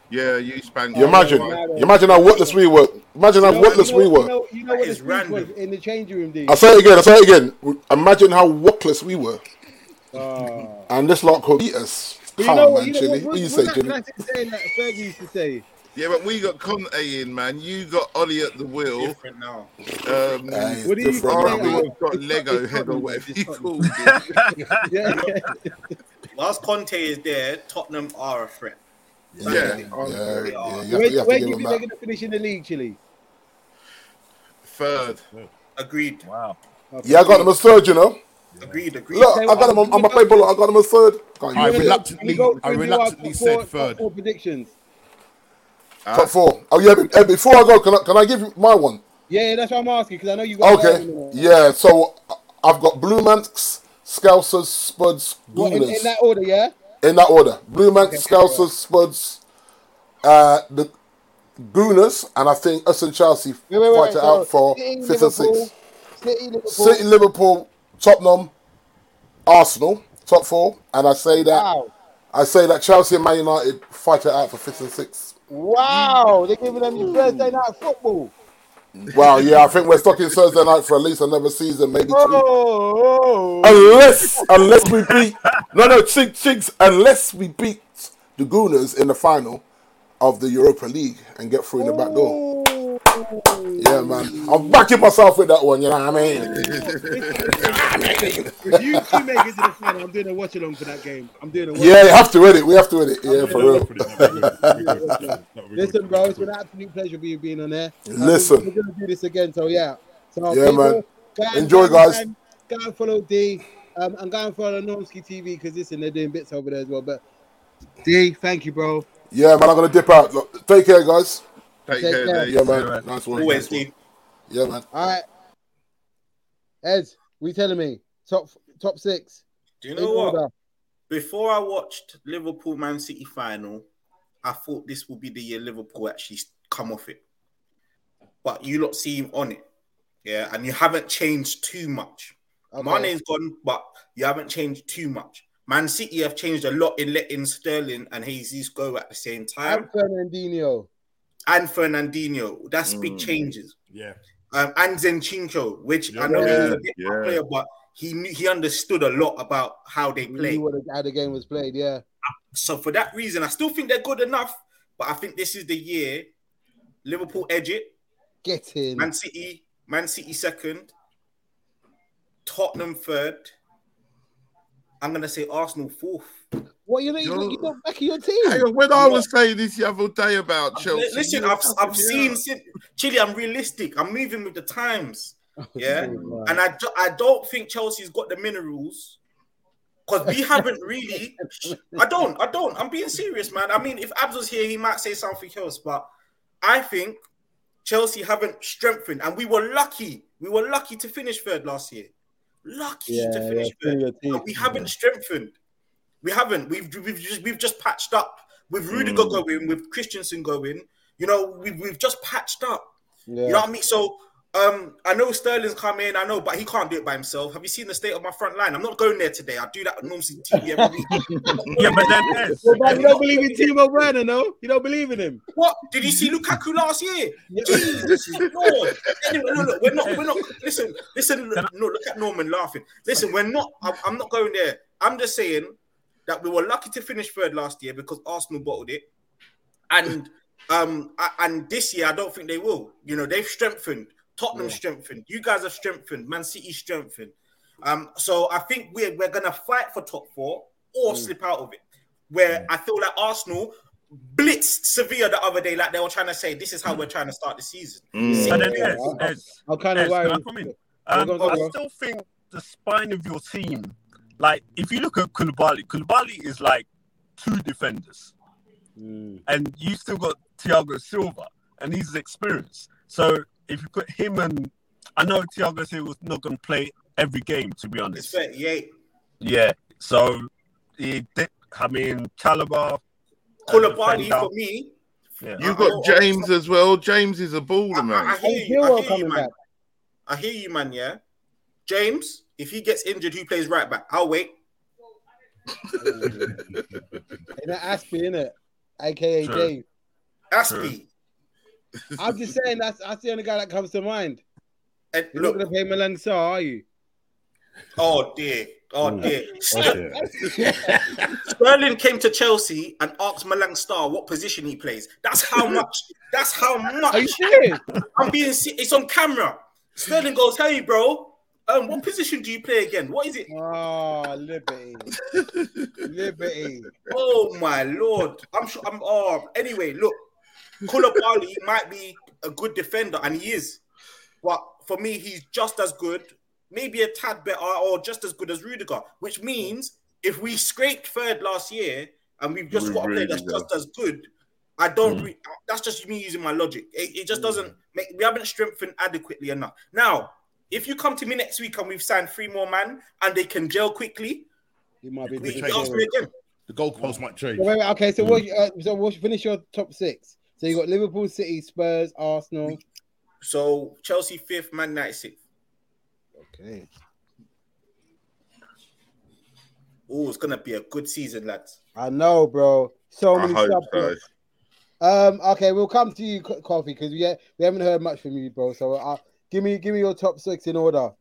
[SPEAKER 2] Yeah, you spanked.
[SPEAKER 7] You
[SPEAKER 2] us
[SPEAKER 7] imagine.
[SPEAKER 2] twice.
[SPEAKER 7] You imagine how worthless we were. Imagine how worthless
[SPEAKER 1] you know,
[SPEAKER 7] we
[SPEAKER 1] You
[SPEAKER 7] were.
[SPEAKER 1] know, you know what the speech was in the changing room, Uh, D.
[SPEAKER 7] I say it again. I say it again. Imagine how worthless we were.
[SPEAKER 1] Oh.
[SPEAKER 7] And this lot could beat us.
[SPEAKER 1] But
[SPEAKER 7] Come
[SPEAKER 1] you know
[SPEAKER 7] on,
[SPEAKER 1] what?
[SPEAKER 7] man,
[SPEAKER 1] You know
[SPEAKER 7] Chili.
[SPEAKER 1] what?
[SPEAKER 7] What
[SPEAKER 1] was-
[SPEAKER 7] you
[SPEAKER 1] was
[SPEAKER 7] say,
[SPEAKER 1] that
[SPEAKER 7] Chili?
[SPEAKER 1] classic saying that Fergie used to say?
[SPEAKER 2] Yeah, but we got Conte in, man. You got Ollie at the wheel.
[SPEAKER 5] Different now.
[SPEAKER 2] Um,
[SPEAKER 5] Aye,
[SPEAKER 2] what
[SPEAKER 5] it's What
[SPEAKER 2] do
[SPEAKER 5] do
[SPEAKER 2] you
[SPEAKER 5] you different
[SPEAKER 2] think?
[SPEAKER 5] think? now.
[SPEAKER 2] We've got
[SPEAKER 5] It's-
[SPEAKER 2] Lego
[SPEAKER 5] it's
[SPEAKER 2] head or
[SPEAKER 5] Tottenham,
[SPEAKER 2] whatever
[SPEAKER 5] it's
[SPEAKER 2] you
[SPEAKER 5] Tottenham.
[SPEAKER 2] call it.
[SPEAKER 5] Whilst Conte is there, Tottenham are a threat.
[SPEAKER 2] Yeah,
[SPEAKER 5] They
[SPEAKER 2] yeah,
[SPEAKER 5] are.
[SPEAKER 2] yeah,
[SPEAKER 5] They are.
[SPEAKER 2] yeah.
[SPEAKER 1] Where,
[SPEAKER 2] you have to
[SPEAKER 1] where do you
[SPEAKER 2] give him
[SPEAKER 1] think
[SPEAKER 2] that.
[SPEAKER 1] they're going to finish in the league, Chile?
[SPEAKER 2] Third.
[SPEAKER 5] Agreed.
[SPEAKER 8] Wow.
[SPEAKER 7] Yeah, I got them as third, you know.
[SPEAKER 5] Agreed. Agreed.
[SPEAKER 7] Look, I got them. on- I'm a play baller. I got them as third. Can't
[SPEAKER 6] I
[SPEAKER 7] you hear?
[SPEAKER 6] reluctantly, I reluctantly said
[SPEAKER 1] Top
[SPEAKER 6] third.
[SPEAKER 1] four predictions.
[SPEAKER 7] Top four. Oh yeah. b- eh, Before I go, can I can I give you my one?
[SPEAKER 14] Yeah, that's what I'm asking because I know you got.
[SPEAKER 7] Okay. Yeah. So uh, I've got Blue Manx, Scousers, Spuds,
[SPEAKER 1] What, in, in
[SPEAKER 7] Gooners.
[SPEAKER 1] that order, yeah.
[SPEAKER 7] In that order. Blue Manx, Scousers, Spuds, uh, the Gooners, and I think us and Chelsea
[SPEAKER 1] Wait, wait, wait.
[SPEAKER 7] fight it
[SPEAKER 1] so
[SPEAKER 7] out for
[SPEAKER 1] City,
[SPEAKER 7] fifth and
[SPEAKER 1] Liverpool,
[SPEAKER 7] sixth.
[SPEAKER 1] City, Liverpool.
[SPEAKER 7] City, Liverpool, Tottenham, Arsenal, top four. And I say that I say that Chelsea and Man United fight it out for fifth and sixth.
[SPEAKER 2] Mm.
[SPEAKER 1] Wow, they're giving them Thursday night football.
[SPEAKER 7] Wow, yeah, I think we're stuck in Thursday night for at least another season, maybe two.
[SPEAKER 1] Oh,
[SPEAKER 7] Unless, unless we beat no, no, Chig, Chigs, unless we beat the Gooners in the final of the Europa League and get through in the back door. Yeah, man, I'm backing myself with that one. You know what I mean?
[SPEAKER 14] If you two make it to the final, I'm doing a watch along for that game. I'm doing a watch
[SPEAKER 7] yeah, you have to win it. We have to win it. Yeah, for real.
[SPEAKER 1] Listen, bro, it's been an absolute pleasure for you being on there. I think
[SPEAKER 7] Listen.
[SPEAKER 1] we're gonna do this again. So yeah, so
[SPEAKER 7] Yeah, man.
[SPEAKER 1] go and-
[SPEAKER 7] Enjoy,
[SPEAKER 1] go and-
[SPEAKER 7] guys.
[SPEAKER 1] Go and follow D, um, and go and follow Normski TV because listen, they're doing bits over there as well. But D, thank you, bro.
[SPEAKER 7] Yeah, man, I'm gonna dip out. Look, take care, guys.
[SPEAKER 1] Take care, care. mate.
[SPEAKER 7] Yeah, man. Nice one.
[SPEAKER 5] Always,
[SPEAKER 7] Nice one. Yeah, man.
[SPEAKER 1] All right, Ed, we telling me top top six.
[SPEAKER 5] Do you
[SPEAKER 1] In
[SPEAKER 5] know what?
[SPEAKER 1] order.
[SPEAKER 5] Before I watched Liverpool Man City final, I thought this would be the year Liverpool actually come off it. But you lot seem on it. Yeah, and you haven't changed too much. Mane's gone, but you haven't changed too much. Man City have changed a lot in letting Sterling and Jesus go at the same time.
[SPEAKER 1] And Fernandinho.
[SPEAKER 5] And Fernandinho. That's big changes.
[SPEAKER 13] Yeah.
[SPEAKER 5] Um, and Zinchenko, which I know he was a bit of a player, but he knew, he understood a lot about how they play.
[SPEAKER 1] You would have how the game was played, yeah.
[SPEAKER 5] So for that reason, I still think they're good enough, but I think this is the year Liverpool edge it.
[SPEAKER 1] Get in.
[SPEAKER 5] Man City, Man City second, Tottenham third. I'm gonna say Arsenal fourth.
[SPEAKER 1] What you you you got back in your team?
[SPEAKER 5] Hang on,
[SPEAKER 2] when I was saying this the other day about
[SPEAKER 5] L-
[SPEAKER 2] Chelsea,
[SPEAKER 5] Listen,
[SPEAKER 2] you
[SPEAKER 5] I've,
[SPEAKER 2] fucking
[SPEAKER 5] I've
[SPEAKER 2] yeah.
[SPEAKER 5] seen sin- Chile. I'm realistic. I'm moving with the times. Yeah, and I ju- I don't think Chelsea's got the minerals because we haven't really. I don't. I don't. I'm being serious, man. I mean, if Abs was here, he might say something else, but I think Chelsea haven't strengthened, and we were lucky. We were lucky to finish third last year. Lucky
[SPEAKER 14] Yeah,
[SPEAKER 5] to
[SPEAKER 14] yeah,
[SPEAKER 5] finish
[SPEAKER 14] finish
[SPEAKER 5] third.
[SPEAKER 14] your
[SPEAKER 5] But we
[SPEAKER 14] teeth.
[SPEAKER 5] haven't strengthened. We haven't. We've we've just we've just patched up with
[SPEAKER 14] Hmm.
[SPEAKER 5] Rudiger going, with Christensen going. You know, we've we've just patched up. You know what I mean? So um, I know Sterling's come in, I know, but he can't do it by himself. Have you seen the state of my front line? I'm not going there today. I do that on Norm's TV every week.
[SPEAKER 14] Yeah, but then you don't believe in Timo Werner, no? You don't believe in him?
[SPEAKER 5] What did you see Lukaku last year? Jesus Lord! Anyway, no, look, we're not, we're not. Listen, listen. Look, no, look at Norman laughing. Listen, we're not. I'm, I'm not going there. I'm just saying that we were lucky to finish third last year because Arsenal bottled it, and um, a- and this year I don't think they will. You know, they've strengthened. Tottenham strengthened. You guys have strengthened. Man City strengthened. Um, so I think we're we're gonna fight for top four or slip out of it. Where I feel like Arsenal blitzed Sevilla the other day, like they were trying to say, this is how we're trying to start the season.
[SPEAKER 9] Mm. But then, yes,
[SPEAKER 5] Yeah.
[SPEAKER 9] yes,
[SPEAKER 1] I'm kind of
[SPEAKER 9] yes,
[SPEAKER 1] worried.
[SPEAKER 9] can I come in?
[SPEAKER 1] Yeah,
[SPEAKER 9] Um,
[SPEAKER 1] go on, go
[SPEAKER 9] I
[SPEAKER 1] on.
[SPEAKER 9] still think the spine of your team, like if you look at Koulibaly, Koulibaly is like two defenders, and you still got Thiago Silva, and he's experienced. So if you put him and I know Thiago Silva's not going to play every game, to be honest.
[SPEAKER 5] It's 38.
[SPEAKER 9] Yeah. So, he did, I mean, Calabar.
[SPEAKER 5] Koulibaly for me.
[SPEAKER 2] You've got James as well. James is a baller, man.
[SPEAKER 5] I hear you. I hear you, man. I hear you, man. Yeah. James, if he gets injured, who plays right back? I'll wait.
[SPEAKER 1] In that Aspie, innit? AKA
[SPEAKER 5] True.
[SPEAKER 1] Dave.
[SPEAKER 5] Aspie.
[SPEAKER 1] I'm just saying that's that's the only guy that comes to mind.
[SPEAKER 5] You're
[SPEAKER 1] not gonna play Malang Sarr, are you?
[SPEAKER 5] Oh dear. Oh
[SPEAKER 1] Mm.
[SPEAKER 5] dear.
[SPEAKER 1] Oh, dear.
[SPEAKER 5] Sterling came to Chelsea and asked Malang Star what position he plays. That's how much. That's how much.
[SPEAKER 1] Are you serious?
[SPEAKER 5] I'm being. se- It's on camera. Sterling goes, "Hey, bro, um, what position do you play again? What is it?"
[SPEAKER 1] Oh, liberty, liberty.
[SPEAKER 5] Oh my lord! I'm sure. I'm. Oh, anyway, look, Koulibaly might be a good defender, and he is, but for me, he's just as good, maybe a tad better, or just as good as Rudiger. Which means if we scraped third last year and we've just
[SPEAKER 2] With
[SPEAKER 5] got a player that's
[SPEAKER 2] Rudiger.
[SPEAKER 5] just as good, I don't. Re- that's just me using my logic. It, it just doesn't make. We haven't strengthened adequately enough. Now, if you come to me next week and we've signed three more man and they can jail quickly,
[SPEAKER 1] you might be.
[SPEAKER 5] you ask me again.
[SPEAKER 6] The goalpost might change.
[SPEAKER 1] Wait, wait, okay, so what? Uh, so what? Finish your top six. So you got Liverpool, City, Spurs, Arsenal.
[SPEAKER 5] So Chelsea fifth, Man United sixth.
[SPEAKER 1] Okay.
[SPEAKER 5] Oh, it's gonna be a good season, lads.
[SPEAKER 1] I know, bro. So
[SPEAKER 5] I
[SPEAKER 1] many
[SPEAKER 5] hope
[SPEAKER 1] subjects. Um. Okay, we'll come to you, Co- Coffee, because we we haven't heard much from you, bro. So uh, give me give me your top six in order.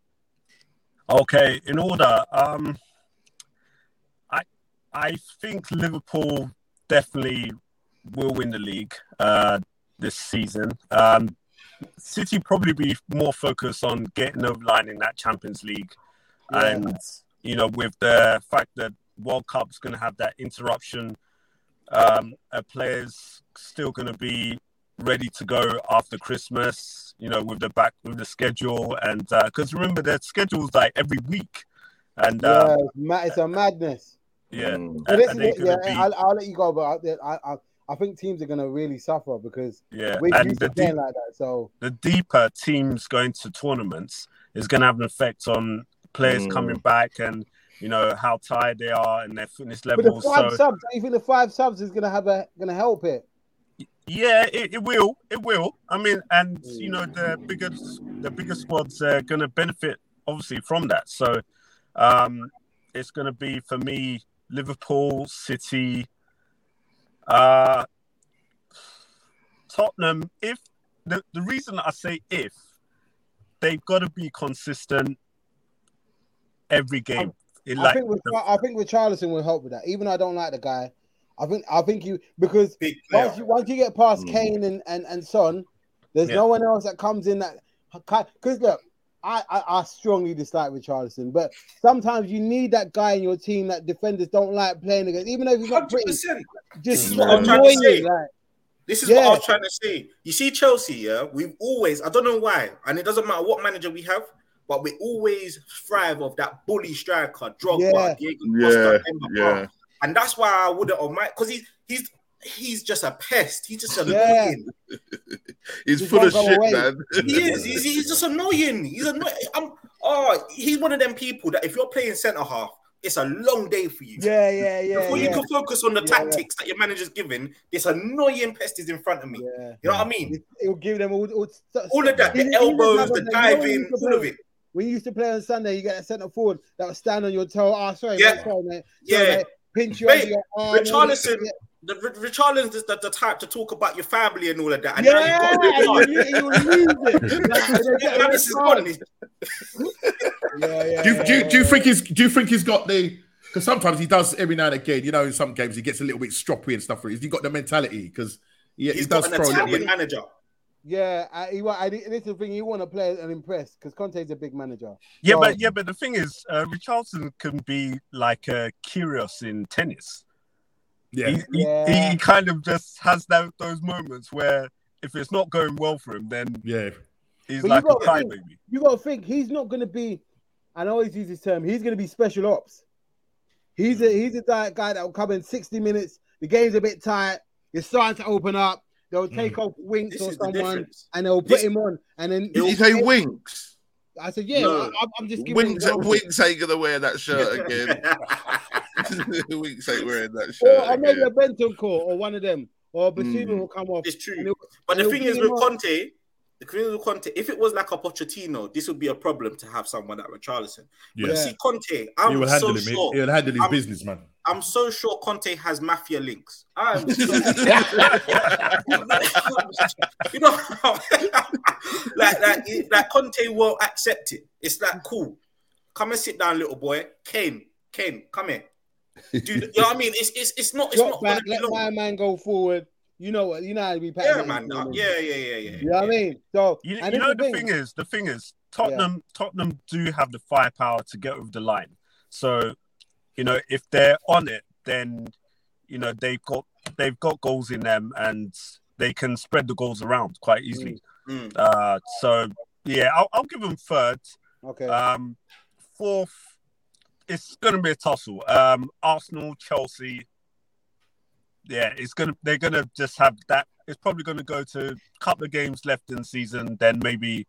[SPEAKER 2] Okay, in order, um, I I think Liverpool definitely will win the league uh, this season. Um, City probably be more focused on getting over the line in that Champions League,
[SPEAKER 8] Yeah.
[SPEAKER 2] and you know with the fact that World Cup's going to have that interruption, um, are players still going to be ready to go after Christmas? You know, with the back with the schedule, and because remember their schedule's like every week, and
[SPEAKER 1] yeah,
[SPEAKER 2] um,
[SPEAKER 1] it's, ma- it's a madness.
[SPEAKER 2] yeah,
[SPEAKER 1] But
[SPEAKER 2] and,
[SPEAKER 1] this
[SPEAKER 2] and
[SPEAKER 1] is what- yeah,
[SPEAKER 2] they're going to be
[SPEAKER 1] I'll, I'll let you go, but I, I, I, I think teams are going to really suffer because
[SPEAKER 2] Yeah,
[SPEAKER 1] we're
[SPEAKER 2] and
[SPEAKER 1] used
[SPEAKER 2] the
[SPEAKER 1] to playing
[SPEAKER 2] deep-
[SPEAKER 1] like that. So
[SPEAKER 2] the deeper teams going to tournaments is going to have an effect on players
[SPEAKER 1] Mm.
[SPEAKER 2] coming back and you know how tired they are and their fitness
[SPEAKER 1] But the
[SPEAKER 2] levels.
[SPEAKER 1] five
[SPEAKER 2] So
[SPEAKER 1] subs, do you think the five subs is gonna have a gonna help it?
[SPEAKER 2] yeah, it, it will, it will. I mean, and you know the bigger the bigger squads are going to benefit obviously from that. So um, it's going to be for me Liverpool, City, uh, Tottenham. If the the reason I say if they've got to be consistent every game. It
[SPEAKER 1] I
[SPEAKER 2] like-
[SPEAKER 1] think with I think with Charleston will help with that. Even though I don't like the guy, I think I think you because once you, once you get past
[SPEAKER 5] Mm.
[SPEAKER 1] Kane and, and, and Son, there's
[SPEAKER 2] Yeah.
[SPEAKER 1] no one else that comes in that because look, I, I I strongly dislike Richarlison, but sometimes you need that guy in your team that defenders don't like playing against, even though he's not pretty.
[SPEAKER 5] This
[SPEAKER 1] Just
[SPEAKER 5] is what I'm trying
[SPEAKER 1] annoy
[SPEAKER 5] to say.
[SPEAKER 1] you, like,
[SPEAKER 5] This is
[SPEAKER 1] Yeah.
[SPEAKER 5] what I was trying to say. You see, Chelsea, yeah, we've always, I don't know why, and it doesn't matter what manager we have, but we always thrive of that bully striker, Drogba,
[SPEAKER 16] Yeah.
[SPEAKER 5] Diego
[SPEAKER 16] Yeah,
[SPEAKER 5] Costa, Demba
[SPEAKER 16] yeah.
[SPEAKER 5] Ba. And that's why I wouldn't on my, because he's, he's, he's just a pest. He's just annoying.
[SPEAKER 16] He's
[SPEAKER 5] Just
[SPEAKER 16] full
[SPEAKER 5] don't
[SPEAKER 16] of
[SPEAKER 5] go
[SPEAKER 16] shit,
[SPEAKER 5] away.
[SPEAKER 16] man.
[SPEAKER 5] He is. He's, he's just annoying. He's annoying. I'm, oh, he's one of them people that if you're playing centre half, it's a long day for you.
[SPEAKER 1] Yeah, yeah, yeah,
[SPEAKER 5] Before you
[SPEAKER 1] yeah.
[SPEAKER 5] can focus on the
[SPEAKER 1] Yeah, yeah.
[SPEAKER 5] tactics that your manager's giving, this annoying pest is in front of me. You know what I mean?
[SPEAKER 1] It'll give them all, all,
[SPEAKER 5] All of that, the
[SPEAKER 1] Even- even
[SPEAKER 5] elbows,
[SPEAKER 1] Navas,
[SPEAKER 5] the
[SPEAKER 1] like, you know when we used
[SPEAKER 5] diving,
[SPEAKER 1] to
[SPEAKER 5] all
[SPEAKER 1] play-
[SPEAKER 5] of it.
[SPEAKER 1] When you used to play on Sunday, you get a centre forward that would stand on your toe. Ah, sorry,
[SPEAKER 5] Yeah.
[SPEAKER 1] mate, sorry, mate. Sorry,
[SPEAKER 5] Yeah.
[SPEAKER 1] mate. Pinch you
[SPEAKER 5] Mate,
[SPEAKER 1] under your arm.
[SPEAKER 5] Richarlison, the Ri- Richarlison is the, the type to talk about your family and all of that. And
[SPEAKER 1] Yeah,
[SPEAKER 5] now
[SPEAKER 1] and you-
[SPEAKER 5] you've
[SPEAKER 1] got and you lose it.
[SPEAKER 5] now this is gone. It's-
[SPEAKER 6] do, you, do, you, do you think he's do you think he's got the because sometimes he does every now and again, you know, in some games he gets a little bit stroppy and stuff. He's he got the mentality because yeah, he
[SPEAKER 5] He's
[SPEAKER 6] does
[SPEAKER 5] got an
[SPEAKER 6] throw a little
[SPEAKER 5] Italian
[SPEAKER 6] bit.
[SPEAKER 5] manager.
[SPEAKER 1] Yeah, I, he, wa- I, this is the thing. You want to play and impress because Conte's a big manager.
[SPEAKER 2] Yeah,
[SPEAKER 1] So-
[SPEAKER 2] but yeah, but the thing is, uh, Richardson can be like uh, Kyrgios in tennis.
[SPEAKER 6] Yeah.
[SPEAKER 2] He, he,
[SPEAKER 1] Yeah.
[SPEAKER 2] he kind of just has that, those moments where if it's not going well for him, then
[SPEAKER 6] yeah,
[SPEAKER 2] he's
[SPEAKER 1] But
[SPEAKER 2] like a
[SPEAKER 1] you got
[SPEAKER 2] crybaby.
[SPEAKER 1] You got to think he's not going to be. and I always use this term. He's going to be special ops. He's a he's a di- guy that will come in sixty minutes. The game's a bit tight. It's starting to open up. They'll take off Winks
[SPEAKER 5] This
[SPEAKER 1] or
[SPEAKER 5] is the
[SPEAKER 1] someone,
[SPEAKER 5] difference.
[SPEAKER 1] and they'll put
[SPEAKER 5] This-
[SPEAKER 1] him on. And then
[SPEAKER 16] Did you say Winks?
[SPEAKER 1] I said, yeah.
[SPEAKER 16] No.
[SPEAKER 1] I, I'm- I'm just giving.
[SPEAKER 16] Winks,
[SPEAKER 1] examples.
[SPEAKER 16] Winks ain't gonna wear that shirt again. Winks ain't wearing that
[SPEAKER 1] Or,
[SPEAKER 16] shirt
[SPEAKER 1] or maybe
[SPEAKER 16] again.
[SPEAKER 1] a Benton Core or one of them, or Basuma will come off.
[SPEAKER 5] It's true.
[SPEAKER 1] and
[SPEAKER 5] But the
[SPEAKER 1] he'll
[SPEAKER 5] thing
[SPEAKER 1] bring
[SPEAKER 5] is
[SPEAKER 1] him
[SPEAKER 5] with
[SPEAKER 1] on.
[SPEAKER 5] Conte, the thing is with Conte, if it was like a Pochettino, this would be a problem to have someone like Richarlison. But you
[SPEAKER 6] Yeah.
[SPEAKER 5] see, Conte,
[SPEAKER 6] he
[SPEAKER 5] I'm
[SPEAKER 6] will
[SPEAKER 5] so
[SPEAKER 6] handle him.
[SPEAKER 5] sure.
[SPEAKER 6] He, will handle his
[SPEAKER 5] I'm-
[SPEAKER 6] business, man.
[SPEAKER 5] I'm so sure Conte has mafia links. I'm so you know, like like he- like Conte won't accept it. It's like cool. Come and sit down, little boy. Kane, Kane, come here. Dude, you know what I mean? It's it's it's not it's
[SPEAKER 1] Drop back,
[SPEAKER 5] not.
[SPEAKER 1] let my man go forward. You know what? You know how to be.
[SPEAKER 5] Yeah,
[SPEAKER 1] patting
[SPEAKER 5] man.
[SPEAKER 1] it.
[SPEAKER 5] nah, Yeah, yeah, yeah, yeah.
[SPEAKER 1] You know what I mean? So
[SPEAKER 2] You,
[SPEAKER 1] and
[SPEAKER 2] you
[SPEAKER 1] this
[SPEAKER 2] know
[SPEAKER 1] is
[SPEAKER 2] the thing is, the thing is, Tottenham, Tottenham do have the firepower to get over the line. So, you know, if they're on it, then you know they've got they've got goals in them, and they can spread the goals around quite easily.
[SPEAKER 5] Mm.
[SPEAKER 2] Uh, so yeah, I'll, I'll give them third.
[SPEAKER 1] Okay.
[SPEAKER 2] Um, fourth, it's going to be a tussle. Um, Arsenal, Chelsea,
[SPEAKER 4] yeah, it's gonna they're gonna just have that. It's probably gonna go to a couple of games left in the season. Then maybe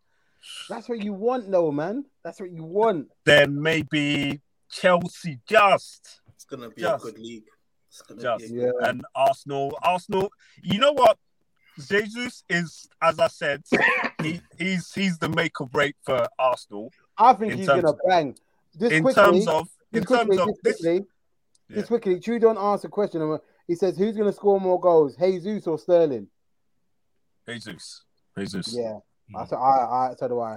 [SPEAKER 1] That's what you want, though, man. That's what you want.
[SPEAKER 4] then maybe Chelsea just
[SPEAKER 5] It's gonna be
[SPEAKER 4] Just-
[SPEAKER 5] a good league. It's gonna
[SPEAKER 4] just
[SPEAKER 5] be a good
[SPEAKER 4] and Arsenal. Arsenal, you know what? Jesus is, as I said, he, he's he's the make or break for Arsenal.
[SPEAKER 1] I think
[SPEAKER 4] In
[SPEAKER 1] he's
[SPEAKER 4] terms-
[SPEAKER 1] gonna bang. Just
[SPEAKER 4] in
[SPEAKER 1] quickly,
[SPEAKER 4] terms of-
[SPEAKER 1] just
[SPEAKER 4] in terms
[SPEAKER 1] quickly,
[SPEAKER 4] of
[SPEAKER 1] just
[SPEAKER 4] this-
[SPEAKER 1] quickly,
[SPEAKER 4] Yeah.
[SPEAKER 1] just quickly. Trudon asked a question. He says, "Who's gonna score more goals, Jesus or Sterling?"
[SPEAKER 4] Jesus, Jesus.
[SPEAKER 1] Yeah,
[SPEAKER 4] Hmm.
[SPEAKER 1] I so I, I so do I.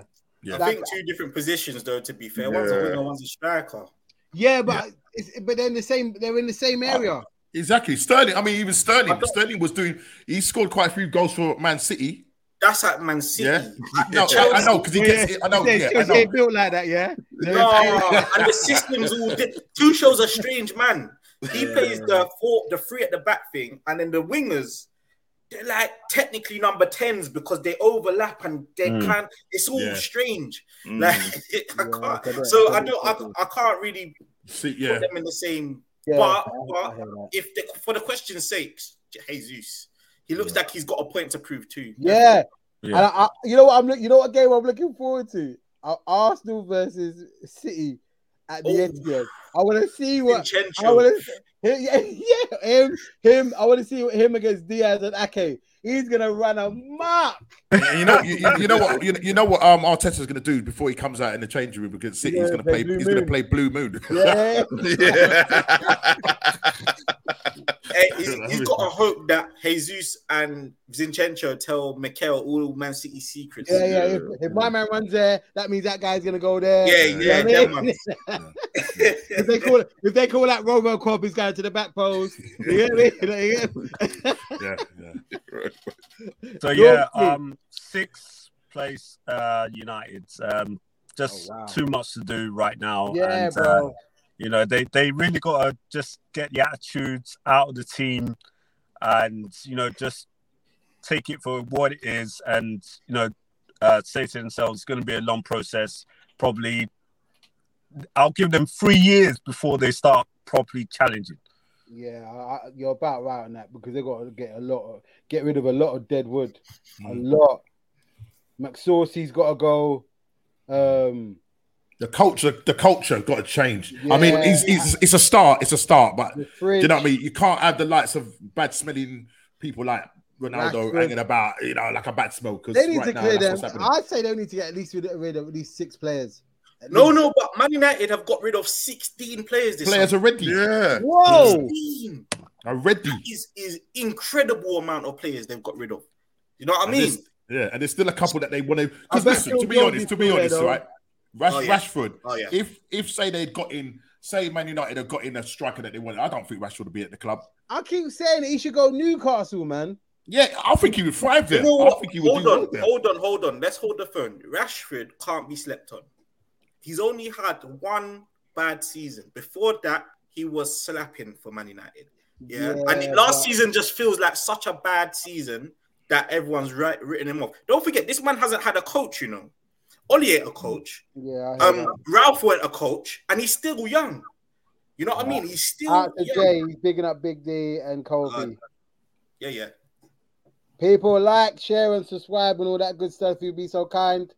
[SPEAKER 5] I
[SPEAKER 1] That-
[SPEAKER 5] think two different positions though. To be fair, one's a
[SPEAKER 1] Yeah.
[SPEAKER 5] winger, one's a striker.
[SPEAKER 17] Yeah, but It's, but they're in the same. They're in the same area.
[SPEAKER 6] Exactly, Sterling. I mean, even Sterling. Sterling was doing. He scored quite a few goals for Man City.
[SPEAKER 5] That's at Man City.
[SPEAKER 6] Yeah, no, I, I know because he gets. I
[SPEAKER 1] Oh,
[SPEAKER 6] know.
[SPEAKER 17] They're
[SPEAKER 6] Yeah, I
[SPEAKER 17] still-
[SPEAKER 6] know.
[SPEAKER 17] they're built like that, yeah.
[SPEAKER 5] No, and the system's all di- two shows a strange man. He plays the four, the three at the back thing, and then the wingers. They're like technically number tens because they overlap and they
[SPEAKER 2] Mm.
[SPEAKER 5] can't. It's all
[SPEAKER 2] Yeah.
[SPEAKER 5] strange.
[SPEAKER 2] Mm.
[SPEAKER 5] Like I
[SPEAKER 2] they're-
[SPEAKER 5] can't. So
[SPEAKER 2] they're
[SPEAKER 5] I don't. I, I can't really
[SPEAKER 6] See,
[SPEAKER 5] put them in the same.
[SPEAKER 2] Yeah,
[SPEAKER 5] but
[SPEAKER 2] I-
[SPEAKER 5] but
[SPEAKER 2] I hear that.
[SPEAKER 5] if the, for the question's sake, Jesus, he looks like he's got a point to prove too.
[SPEAKER 1] Yeah.
[SPEAKER 5] Yeah.
[SPEAKER 1] And I, I, you know what I'm look, you know what game I'm looking forward to? Uh, Arsenal versus City at
[SPEAKER 5] Oh.
[SPEAKER 1] the end Etihad. I want to see what I
[SPEAKER 5] Vincenzo.
[SPEAKER 1] want to yeah, yeah, him him I want to see him against Diaz and Ake. He's gonna run a mark.
[SPEAKER 6] And you know, you, you- you know what, you, you know what, um, Arteta's going to do before he comes out in the changing room because City's
[SPEAKER 1] Yeah,
[SPEAKER 6] going to
[SPEAKER 1] play
[SPEAKER 6] play.
[SPEAKER 1] Blue
[SPEAKER 6] he's going to
[SPEAKER 1] Moon.
[SPEAKER 6] play Blue Moon.
[SPEAKER 1] Yeah.
[SPEAKER 5] Hey, he's, he's got to hope that Jesus and Zinchenko tell Mikel all Man City secrets.
[SPEAKER 1] Yeah, yeah. If, if my man runs there, that means that guy's gonna go there.
[SPEAKER 5] Yeah, yeah,
[SPEAKER 1] what I
[SPEAKER 5] them
[SPEAKER 1] mean?
[SPEAKER 5] ones.
[SPEAKER 1] if they call if they call that Robo Cop, he's going to the back post. You get me? You get me?
[SPEAKER 6] yeah,
[SPEAKER 4] So
[SPEAKER 1] Your
[SPEAKER 4] yeah,
[SPEAKER 1] team.
[SPEAKER 4] um, sixth place, uh, United. Um,
[SPEAKER 2] Oh,
[SPEAKER 4] just too much to do right now.
[SPEAKER 1] Yeah,
[SPEAKER 4] and,
[SPEAKER 1] bro.
[SPEAKER 4] Uh, you know they they really got to just get the attitudes out of the team, and you know just take it for what it is, and you know uh, say to themselves, it's going to be a long process. Probably, I'll give them three years before they start properly challenging.
[SPEAKER 1] Yeah, I, I, you're about right on that because they got to get a lot, of, get rid of a lot of dead wood, a
[SPEAKER 6] Mm.
[SPEAKER 1] lot. McSaucy's got to go. Um,
[SPEAKER 6] The culture, the culture got to change. I mean,
[SPEAKER 1] Yeah.
[SPEAKER 6] he's, he's, it's a start, it's a start, but do you
[SPEAKER 1] fridge.
[SPEAKER 6] know what I mean? You can't have the likes of bad smelling people like Ronaldo
[SPEAKER 1] Rashford.
[SPEAKER 6] hanging about, you know, like a bad smoke. 'cause
[SPEAKER 1] they need
[SPEAKER 6] right
[SPEAKER 1] to
[SPEAKER 6] now,
[SPEAKER 1] clear
[SPEAKER 6] that's
[SPEAKER 1] them.
[SPEAKER 6] what's happening.
[SPEAKER 1] I'd say they need to get at least rid rid of at least six players. At
[SPEAKER 5] No,
[SPEAKER 1] least.
[SPEAKER 5] no, but Man United have got rid of 16 players this
[SPEAKER 6] Players
[SPEAKER 5] summer.
[SPEAKER 6] already, yeah, Mm.
[SPEAKER 1] Whoa.
[SPEAKER 5] 16
[SPEAKER 6] already.
[SPEAKER 5] is is incredible amount of players they've got rid of. You know what I
[SPEAKER 6] And
[SPEAKER 5] mean?
[SPEAKER 6] there's- yeah, and there's still a couple that they want to.
[SPEAKER 5] I
[SPEAKER 6] Because
[SPEAKER 5] bet
[SPEAKER 6] listen, to
[SPEAKER 5] Phil
[SPEAKER 6] be
[SPEAKER 5] Jones
[SPEAKER 6] honest,
[SPEAKER 5] is
[SPEAKER 6] to be
[SPEAKER 5] still there,
[SPEAKER 6] honest,
[SPEAKER 5] though.
[SPEAKER 6] right? Rash,
[SPEAKER 5] Oh, yeah.
[SPEAKER 6] Rashford.
[SPEAKER 5] Oh, yeah.
[SPEAKER 6] If if say they'd got in, say Man United had got in a striker that they wanted, I don't think Rashford would be at the club.
[SPEAKER 1] I keep saying it, he should go Newcastle, man.
[SPEAKER 6] Yeah, I think he would thrive
[SPEAKER 5] You
[SPEAKER 6] there.
[SPEAKER 5] know
[SPEAKER 6] I
[SPEAKER 5] what?
[SPEAKER 6] think he would
[SPEAKER 5] Hold
[SPEAKER 6] do well
[SPEAKER 5] on,
[SPEAKER 6] there.
[SPEAKER 5] hold on, hold on. Let's hold the phone. Rashford can't be slept on. He's only had one bad season. Before that, he was slapping for Man United. Yeah,
[SPEAKER 2] Yeah,
[SPEAKER 5] and last
[SPEAKER 2] but-
[SPEAKER 5] season just feels like such a bad season that everyone's right, written him off. Don't forget, this man hasn't had a coach. You know, Oli ain't a coach.
[SPEAKER 1] Yeah, I hear
[SPEAKER 5] Um,
[SPEAKER 1] that.
[SPEAKER 5] Ralph weren't a coach, and he's still young. You know what I mean? He's still
[SPEAKER 1] Out to Jay,
[SPEAKER 5] young.
[SPEAKER 1] he's bigging up Big D and
[SPEAKER 6] Uh,
[SPEAKER 1] Colby.
[SPEAKER 5] Yeah, yeah.
[SPEAKER 1] People like, share, and subscribe, and all that good stuff. You'd be so kind.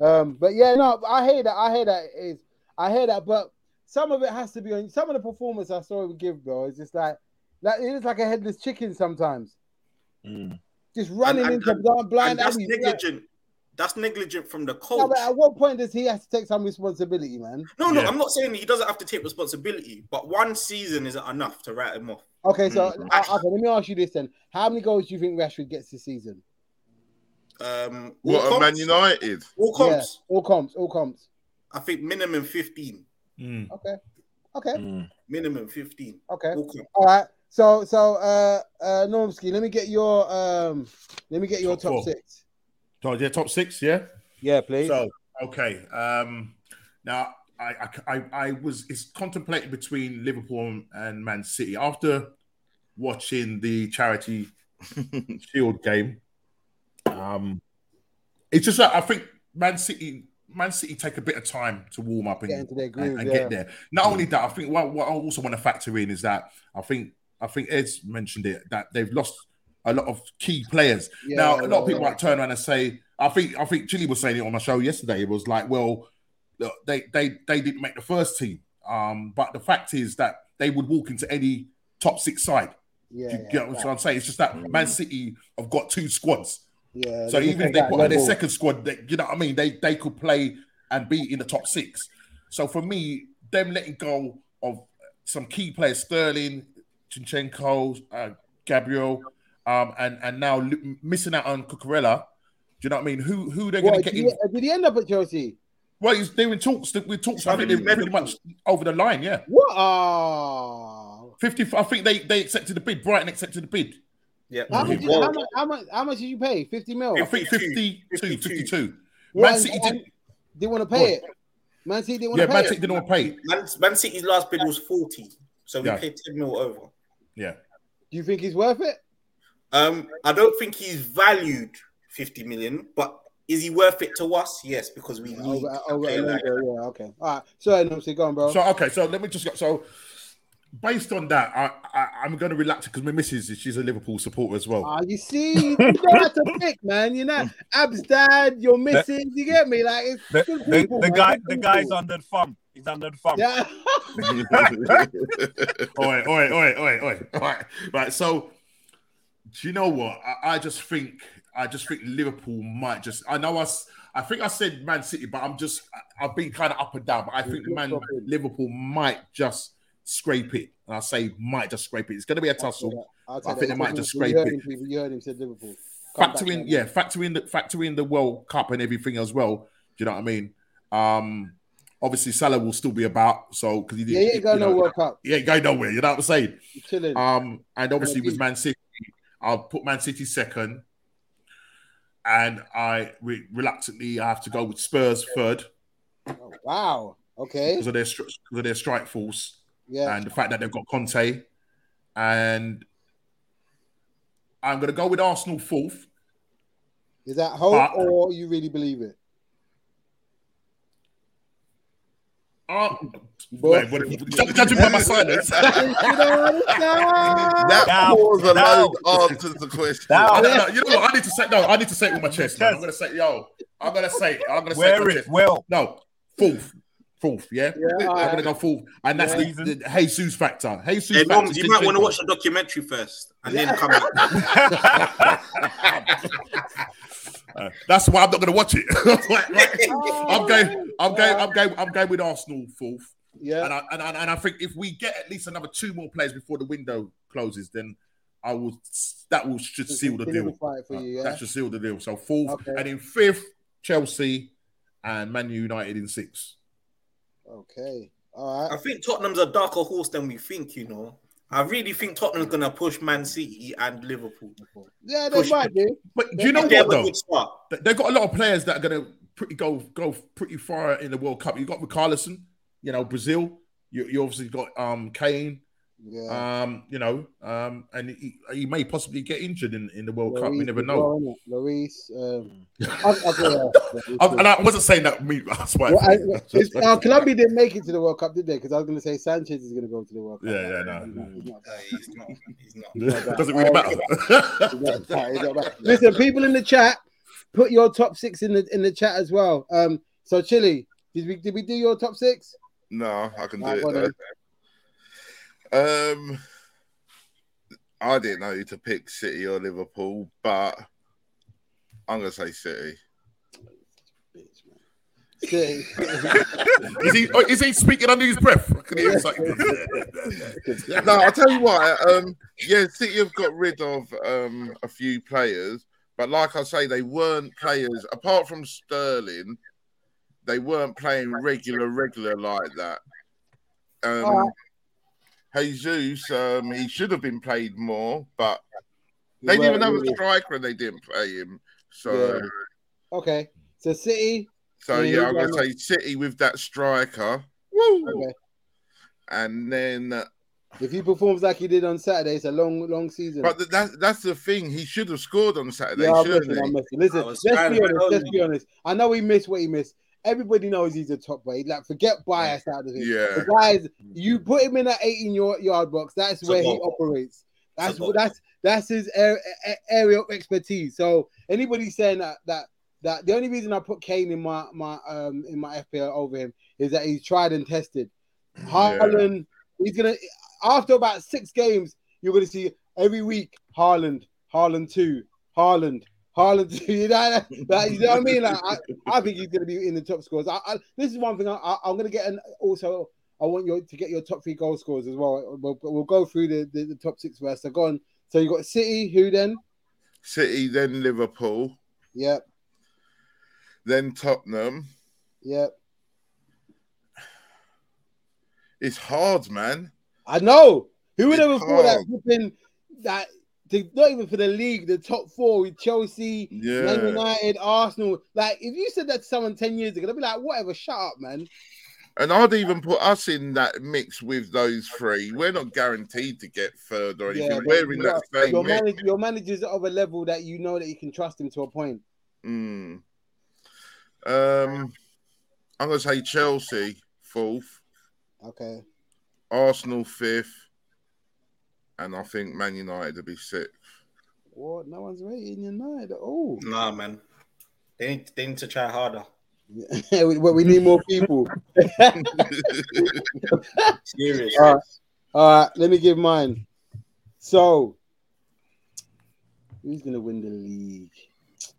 [SPEAKER 1] Um, but yeah, no, I hear that. I hear that. Is I hear that, but some of it has to be on. Some of the performance I saw him give, bro, is just like, like it is like a headless chicken sometimes, just running
[SPEAKER 5] Mm. And-
[SPEAKER 1] into
[SPEAKER 5] and-
[SPEAKER 1] blind, blind
[SPEAKER 5] and that's
[SPEAKER 1] alley.
[SPEAKER 5] negligent. That's negligent from the coach.
[SPEAKER 1] No, but at what point does he have to take some responsibility, man?
[SPEAKER 5] No, no, I'm not saying he doesn't have to take responsibility, but one season isn't enough to write him off.
[SPEAKER 1] Okay, so
[SPEAKER 5] Mm-hmm.
[SPEAKER 1] uh, okay, let me ask you this then: How many goals do you think Rashford gets this season?
[SPEAKER 5] Um,
[SPEAKER 7] What,
[SPEAKER 5] all
[SPEAKER 7] at Man
[SPEAKER 5] comps?
[SPEAKER 7] United?
[SPEAKER 5] All comps.
[SPEAKER 1] all comps, all comps.
[SPEAKER 5] I think minimum 15. Mm.
[SPEAKER 1] Okay, okay.
[SPEAKER 5] Minimum 15.
[SPEAKER 1] Okay.
[SPEAKER 5] All comps.
[SPEAKER 1] All right. So so uh uh Normski, let me get your um let me get your
[SPEAKER 6] Top
[SPEAKER 1] top,
[SPEAKER 6] four.
[SPEAKER 1] six.
[SPEAKER 6] So, yeah, top six, yeah?
[SPEAKER 1] Yeah, please.
[SPEAKER 6] So, okay. Um, now, I, I, I, I was it's contemplating between Liverpool and Man City after watching the charity shield game. Um, it's just that I think Man City, Man City take a bit of time to warm up and
[SPEAKER 1] Get into their
[SPEAKER 6] and-
[SPEAKER 1] groove,
[SPEAKER 6] and,
[SPEAKER 1] yeah. Mm.
[SPEAKER 6] get there. Not only that, I think what, what I also want to factor in is that I think I think Ed's mentioned it that they've lost a lot of key players.
[SPEAKER 13] Yeah,
[SPEAKER 6] now a lot
[SPEAKER 13] yeah,
[SPEAKER 6] of people
[SPEAKER 13] yeah.
[SPEAKER 6] might turn around and say, I think I think Chile was saying it on my show yesterday. It was like, well, look, they they they didn't make the first team, um, but the fact is that they would walk into any top six side.
[SPEAKER 1] Yeah,
[SPEAKER 6] Do you get what I'm saying? It's just that
[SPEAKER 13] Mm.
[SPEAKER 6] Man City have got two squads.
[SPEAKER 1] Yeah.
[SPEAKER 6] So
[SPEAKER 1] they
[SPEAKER 6] even
[SPEAKER 1] take
[SPEAKER 6] if they
[SPEAKER 1] that
[SPEAKER 6] put out their
[SPEAKER 1] level.
[SPEAKER 6] second squad, they, you know what I mean? They they could play and be in the top six. So for me, them letting go of some key players, Sterling, Chinchenko, uh, Gabriel, um, and and now lo- missing out on Cucurella. Do you know what I mean? Who who they're
[SPEAKER 1] What,
[SPEAKER 6] going to get
[SPEAKER 1] did
[SPEAKER 6] in?
[SPEAKER 1] he- uh, did he end up at Chelsea?
[SPEAKER 6] Well, he's, they were in talks. They were in talks. I think they were pretty much over the line. Yeah.
[SPEAKER 1] What? Oh.
[SPEAKER 6] Fifty. I think they they accepted the bid. Brighton accepted the bid.
[SPEAKER 5] Yeah.
[SPEAKER 1] How much, did, how, much, how, much, how much did you pay? 50 mil?
[SPEAKER 6] I think 52, 52.
[SPEAKER 1] What,
[SPEAKER 6] Man City
[SPEAKER 1] and-
[SPEAKER 6] did.
[SPEAKER 1] They want to pay it. Man City didn't want
[SPEAKER 6] Yeah,
[SPEAKER 1] to pay
[SPEAKER 6] Man
[SPEAKER 1] it.
[SPEAKER 6] City didn't want to pay.
[SPEAKER 5] Man, Man City's last bid was 40, so we
[SPEAKER 6] Yeah.
[SPEAKER 5] paid 10 mil over.
[SPEAKER 6] Yeah.
[SPEAKER 1] Do you think he's worth it?
[SPEAKER 5] Um, I don't think he's valued 50 million, but is he worth it to us? Yes, because we need.
[SPEAKER 1] Oh,
[SPEAKER 5] okay,
[SPEAKER 1] right,
[SPEAKER 5] like-
[SPEAKER 1] yeah, yeah, okay. All right. So, no, so go on, bro.
[SPEAKER 6] So okay, so let me just go. So based on that, I, I I'm going to relax because my missus she's a Liverpool supporter as well.
[SPEAKER 1] Ah, you see, you don't have to pick, man. You're not Ab's dad, your missus. You get me? Like it's
[SPEAKER 9] The,
[SPEAKER 1] good
[SPEAKER 9] the-
[SPEAKER 1] people,
[SPEAKER 9] the
[SPEAKER 1] man.
[SPEAKER 9] guy,
[SPEAKER 1] Good
[SPEAKER 9] the
[SPEAKER 1] people.
[SPEAKER 9] guy's under the thumb. He's under the thumb.
[SPEAKER 1] Yeah.
[SPEAKER 6] oi, oi, oi, oi, oi. Right, right. So, do you know what? I, I just think, I just think Liverpool might just. I know I, s- I think I said Man City, but I'm just, I, I've been kind of up and down. But I think Man Liverpool might just scrape it, and I say might just scrape it. It's going to be a tussle.
[SPEAKER 1] I'll
[SPEAKER 6] but
[SPEAKER 1] take
[SPEAKER 6] I think
[SPEAKER 1] that.
[SPEAKER 6] they might just
[SPEAKER 1] You
[SPEAKER 6] scrape
[SPEAKER 1] heard
[SPEAKER 6] it.
[SPEAKER 1] him, people. You heard him said Liverpool. Come
[SPEAKER 6] factor
[SPEAKER 1] back,
[SPEAKER 6] in,
[SPEAKER 1] man.
[SPEAKER 6] yeah, factor in the factor in the World Cup and everything as well. Do you know what I mean? Um, obviously Salah will still be about, so because he
[SPEAKER 1] Yeah, he ain't going
[SPEAKER 6] you know,
[SPEAKER 1] no World Cup.
[SPEAKER 6] He ain't going nowhere. You know what I'm saying?
[SPEAKER 1] He's chilling.
[SPEAKER 6] Um, and obviously
[SPEAKER 1] Yeah,
[SPEAKER 6] with Man City, I'll put Man City second, and I re- reluctantly I have to go with Spurs third
[SPEAKER 1] Oh, Wow. Okay.
[SPEAKER 6] because of their stri- because of their strike force
[SPEAKER 1] Yeah.
[SPEAKER 6] and the fact that they've got Conte. And I'm going to go with Arsenal fourth.
[SPEAKER 1] Is that hope
[SPEAKER 6] But-
[SPEAKER 1] or you really believe it?
[SPEAKER 6] Uh, wait, what, judge, judging by my silence.
[SPEAKER 1] that
[SPEAKER 6] was a
[SPEAKER 2] Now-
[SPEAKER 6] load answers the question.
[SPEAKER 2] Now-
[SPEAKER 6] no, no, you know what? I need to say no. I need to say it with my chest, man. I'm gonna say yo. I'm gonna say it. I'm gonna say
[SPEAKER 9] Wear
[SPEAKER 6] it. with
[SPEAKER 9] it
[SPEAKER 6] my chest. Well, no, fourth, fourth. Yeah,
[SPEAKER 5] Yeah, all
[SPEAKER 6] I'm
[SPEAKER 5] right.
[SPEAKER 6] gonna go fourth, and that's
[SPEAKER 5] Yeah.
[SPEAKER 6] the, the Jesus factor. Jesus
[SPEAKER 5] Hey,
[SPEAKER 6] factor.
[SPEAKER 5] Norms, you might want to watch the documentary first and then come back.
[SPEAKER 6] Uh, that's why I'm not gonna watch it. Right, right. I'm going. I'm going. I'm going. I'm going with Arsenal fourth.
[SPEAKER 1] Yeah.
[SPEAKER 6] And I, and, I, and I think if we get at least another two more players before the window closes, then I will. That will should seal the deal.
[SPEAKER 1] Solidify it for you, yeah?
[SPEAKER 6] That should seal Uh, the deal. So fourth,
[SPEAKER 1] Okay.
[SPEAKER 6] and in fifth, Chelsea, and Man United in sixth.
[SPEAKER 1] Okay. All
[SPEAKER 5] I think Tottenham's a darker horse than we think, you know. I really think Tottenham's going to push Man City and Liverpool.
[SPEAKER 1] Yeah, they might do.
[SPEAKER 6] But do you know
[SPEAKER 5] They have
[SPEAKER 6] what
[SPEAKER 5] a good
[SPEAKER 6] though?
[SPEAKER 5] start.
[SPEAKER 6] They- They've got a lot of players that are going to pretty go go pretty far in the World Cup. You got Ricarlison, you know Brazil. You, you obviously got um Kane.
[SPEAKER 1] Yeah.
[SPEAKER 6] Um, you know, um, and he, he may possibly get injured in, in the World Cup.
[SPEAKER 1] Lloris
[SPEAKER 6] We never
[SPEAKER 1] as
[SPEAKER 6] know.
[SPEAKER 1] well, innit? Lloris, um, I- I feel
[SPEAKER 6] I,
[SPEAKER 1] like-
[SPEAKER 6] and I wasn't saying that. Me, that's why.
[SPEAKER 1] Well, I, it's- uh, Colombia didn't make it to the World Cup, did they? Because I was going to say Sanchez is going to go to the World Cup.
[SPEAKER 6] Yeah, yeah, no.
[SPEAKER 5] Uh,
[SPEAKER 1] He's not
[SPEAKER 6] Doesn't really
[SPEAKER 1] bad.
[SPEAKER 6] matter.
[SPEAKER 1] He's not bad, he's not bad. Listen, people in the chat, put your top six in the in the chat as well. Um, so Chile, did we did we do your top six?
[SPEAKER 2] No, I can do
[SPEAKER 1] Nah,
[SPEAKER 2] it.
[SPEAKER 1] go on
[SPEAKER 2] though. Um, I didn't know you to pick City or Liverpool, but I'm gonna say City.
[SPEAKER 6] uh,
[SPEAKER 1] City.
[SPEAKER 6] is he oh, is he speaking under his breath? I can hear him saying-
[SPEAKER 2] no, I'll tell you what. Um, yeah, City have got rid of um, a few players, but like I say, they weren't players apart from Sterling. They weren't playing regular, regular like that. Um, Jesus, um, he should have been played more, but they didn't even have a striker and they didn't play him. So,
[SPEAKER 1] Yeah. Okay, so City.
[SPEAKER 2] so
[SPEAKER 1] and then
[SPEAKER 2] yeah, I'm
[SPEAKER 1] who
[SPEAKER 2] gonna
[SPEAKER 1] do I
[SPEAKER 2] say City with that striker,
[SPEAKER 1] know? Okay.
[SPEAKER 2] and then uh,
[SPEAKER 1] If he performs like he did on Saturday, it's a long, long season.
[SPEAKER 2] But th- that, that's the thing. He should have scored on Saturday,
[SPEAKER 1] Yeah, I'm messing,
[SPEAKER 2] shouldn't
[SPEAKER 1] I'm
[SPEAKER 2] he?
[SPEAKER 1] messing. Listen, let's be honest. Let's be honest. I know he missed what he missed. Everybody knows he's a top boy. Like, forget bias out of him.
[SPEAKER 2] Yeah. Mm-hmm.
[SPEAKER 1] The guys, you put him in that 18 yard, yard box, that's
[SPEAKER 2] It's a
[SPEAKER 1] where he
[SPEAKER 2] lot.
[SPEAKER 1] operates. That's
[SPEAKER 2] It's a
[SPEAKER 1] what
[SPEAKER 2] lot.
[SPEAKER 1] that's that's his area, area of expertise. So anybody saying that that that the only reason I put Kane in my my um in my FPL over him is that he's tried and tested. Haaland, he's gonna after about six games, you're gonna see every week Haaland, Haaland two, Haaland, Haaland two. You know, that, you know what I mean? Like, I, I think he's gonna be in the top scores. I, I, this is one thing I, I, I'm gonna get, an also I want you to get your top three goal scores as well. We'll, we'll go through the, the, the top six first. So go on. So you got City, who then?
[SPEAKER 2] City, then Liverpool,
[SPEAKER 1] Yep,
[SPEAKER 2] then Tottenham.
[SPEAKER 1] yep.
[SPEAKER 2] It's hard, man.
[SPEAKER 1] I know. Who would ever
[SPEAKER 2] It's
[SPEAKER 1] thought that
[SPEAKER 2] hard.
[SPEAKER 1] flipping that to, not even for the league, the top four with Chelsea,
[SPEAKER 2] Yeah.
[SPEAKER 1] Man United, Arsenal. Like if you said that to someone ten years ago, they'd be like, "Whatever, shut up, man."
[SPEAKER 2] And I'd even put us in that mix with those three. We're not guaranteed to get third or anything.
[SPEAKER 1] Yeah,
[SPEAKER 2] We're in
[SPEAKER 1] but
[SPEAKER 2] that same
[SPEAKER 1] your,
[SPEAKER 2] mix.
[SPEAKER 1] manag- your manager's of a level that you know that you can trust him to a point.
[SPEAKER 2] Mm. Um, I'm going to say Chelsea fourth,
[SPEAKER 1] Okay.
[SPEAKER 2] Arsenal fifth, and I think Man United will be sixth.
[SPEAKER 1] What? No one's rating United at all.
[SPEAKER 5] Nah, man. They need, they need to try harder.
[SPEAKER 1] Yeah, we, well, we need more people.
[SPEAKER 5] Serious.
[SPEAKER 1] All right. All right, let me give mine. So, who's going to win the league?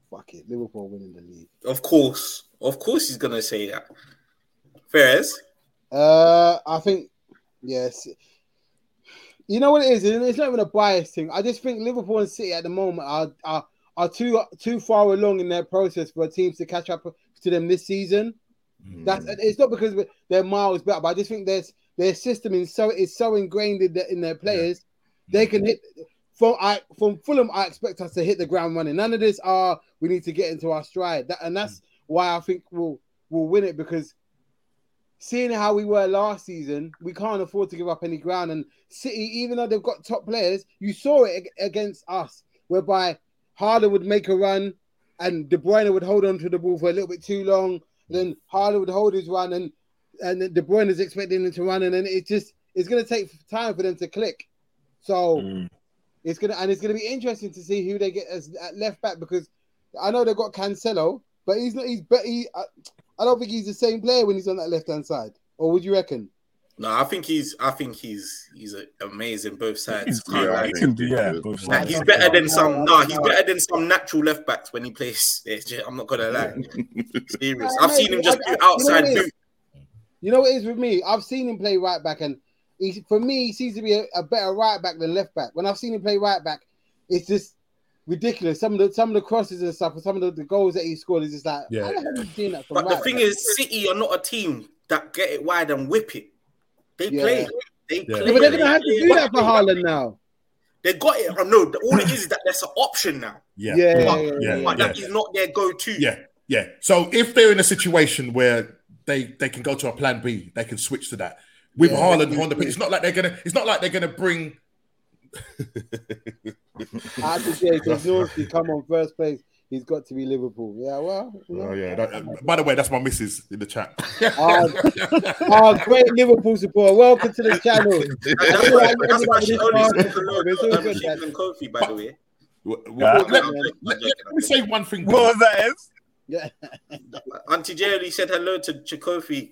[SPEAKER 1] Fuck it, Liverpool winning the league.
[SPEAKER 5] Of course. Of course he's going to say that. Fares?
[SPEAKER 1] Uh, I think yes. You know what it is? It's not even a bias thing. I just think Liverpool and City at the moment are are, are too too far along in their process for teams to catch up to them this season. That's it's not because they're miles better, but I just think there's their system is so is so ingrained in, the, in their players. They can hit from I from Fulham. I expect us to hit the ground running. None of this are we need to get into our stride. That, and that's why I think we'll we'll win it because seeing how we were last season, we can't afford to give up any ground. And City, even though they've got top players, you saw it ag- against us, whereby Harder would make a run and De Bruyne would hold on to the ball for a little bit too long. Then Harder would hold his run and and then De Bruyne is expecting him to run, and then it just it's going to take time for them to click. So it's gonna and it's gonna be interesting to see who they get as at left back because I know they've got Cancelo, but he's not. He's but he. uh, I, I don't think he's the same player when he's on that left hand side. Or would you reckon?
[SPEAKER 5] No, I think he's. I think he's. He's a, amazing both sides.
[SPEAKER 9] Yeah,
[SPEAKER 5] Can't lie.
[SPEAKER 9] he can do- yeah, both
[SPEAKER 5] Nah,
[SPEAKER 9] sides.
[SPEAKER 5] he's better than some. Nah, he's
[SPEAKER 1] No.
[SPEAKER 5] better than some natural left backs when he plays. Yeah, j- I'm not gonna lie. Serious.
[SPEAKER 1] I
[SPEAKER 5] I've
[SPEAKER 1] know,
[SPEAKER 5] seen him just
[SPEAKER 1] I- I- you
[SPEAKER 5] do
[SPEAKER 1] know
[SPEAKER 5] outside
[SPEAKER 1] what it is?
[SPEAKER 5] boot.
[SPEAKER 1] You know what it is with me? I've seen him play right back, and he, for me, he seems to be a, a better right back than left back. When I've seen him play right back, it's just ridiculous. Some of the some of the crosses and stuff, and some of the, the goals that he scored is just like,
[SPEAKER 5] Yeah.
[SPEAKER 1] how the hell are you seeing that from
[SPEAKER 5] But
[SPEAKER 1] right
[SPEAKER 5] the thing
[SPEAKER 1] back?
[SPEAKER 5] is, City are not a team that get it wide and whip it. They
[SPEAKER 1] Yeah.
[SPEAKER 5] play. They
[SPEAKER 1] Yeah,
[SPEAKER 5] play.
[SPEAKER 1] but they're gonna
[SPEAKER 5] They
[SPEAKER 1] have to
[SPEAKER 5] play
[SPEAKER 1] do
[SPEAKER 5] it.
[SPEAKER 1] that for Haaland now.
[SPEAKER 5] They got it. I know. All it is is that that's an option now.
[SPEAKER 6] Yeah.
[SPEAKER 1] Yeah,
[SPEAKER 6] Yeah.
[SPEAKER 1] yeah,
[SPEAKER 6] Yeah.
[SPEAKER 5] But that
[SPEAKER 6] Yeah.
[SPEAKER 5] is not their go-to.
[SPEAKER 6] Yeah, yeah. So if they're in a situation where they they can go to a plan B, they can switch to that. With
[SPEAKER 13] Yeah.
[SPEAKER 6] Haaland on the pitch, it's not like they're gonna. It's not like they're gonna bring.
[SPEAKER 1] I have to say, because Norwich come on first place, he's got to be Liverpool. Yeah, well, you know.
[SPEAKER 6] Oh yeah. that- Ah. by the way, that's my missus in the chat.
[SPEAKER 1] Our, our great Liverpool supporter, welcome to the channel.
[SPEAKER 5] That's why, that's why she only scored the
[SPEAKER 1] It's
[SPEAKER 5] most
[SPEAKER 1] all
[SPEAKER 5] um,
[SPEAKER 1] good,
[SPEAKER 5] Keane and Kofi, by the way.
[SPEAKER 6] Well, let, let- let me say one thing.
[SPEAKER 5] What was
[SPEAKER 9] that, Ev?
[SPEAKER 1] Yeah.
[SPEAKER 5] Auntie Jerry said hello to Chikofi.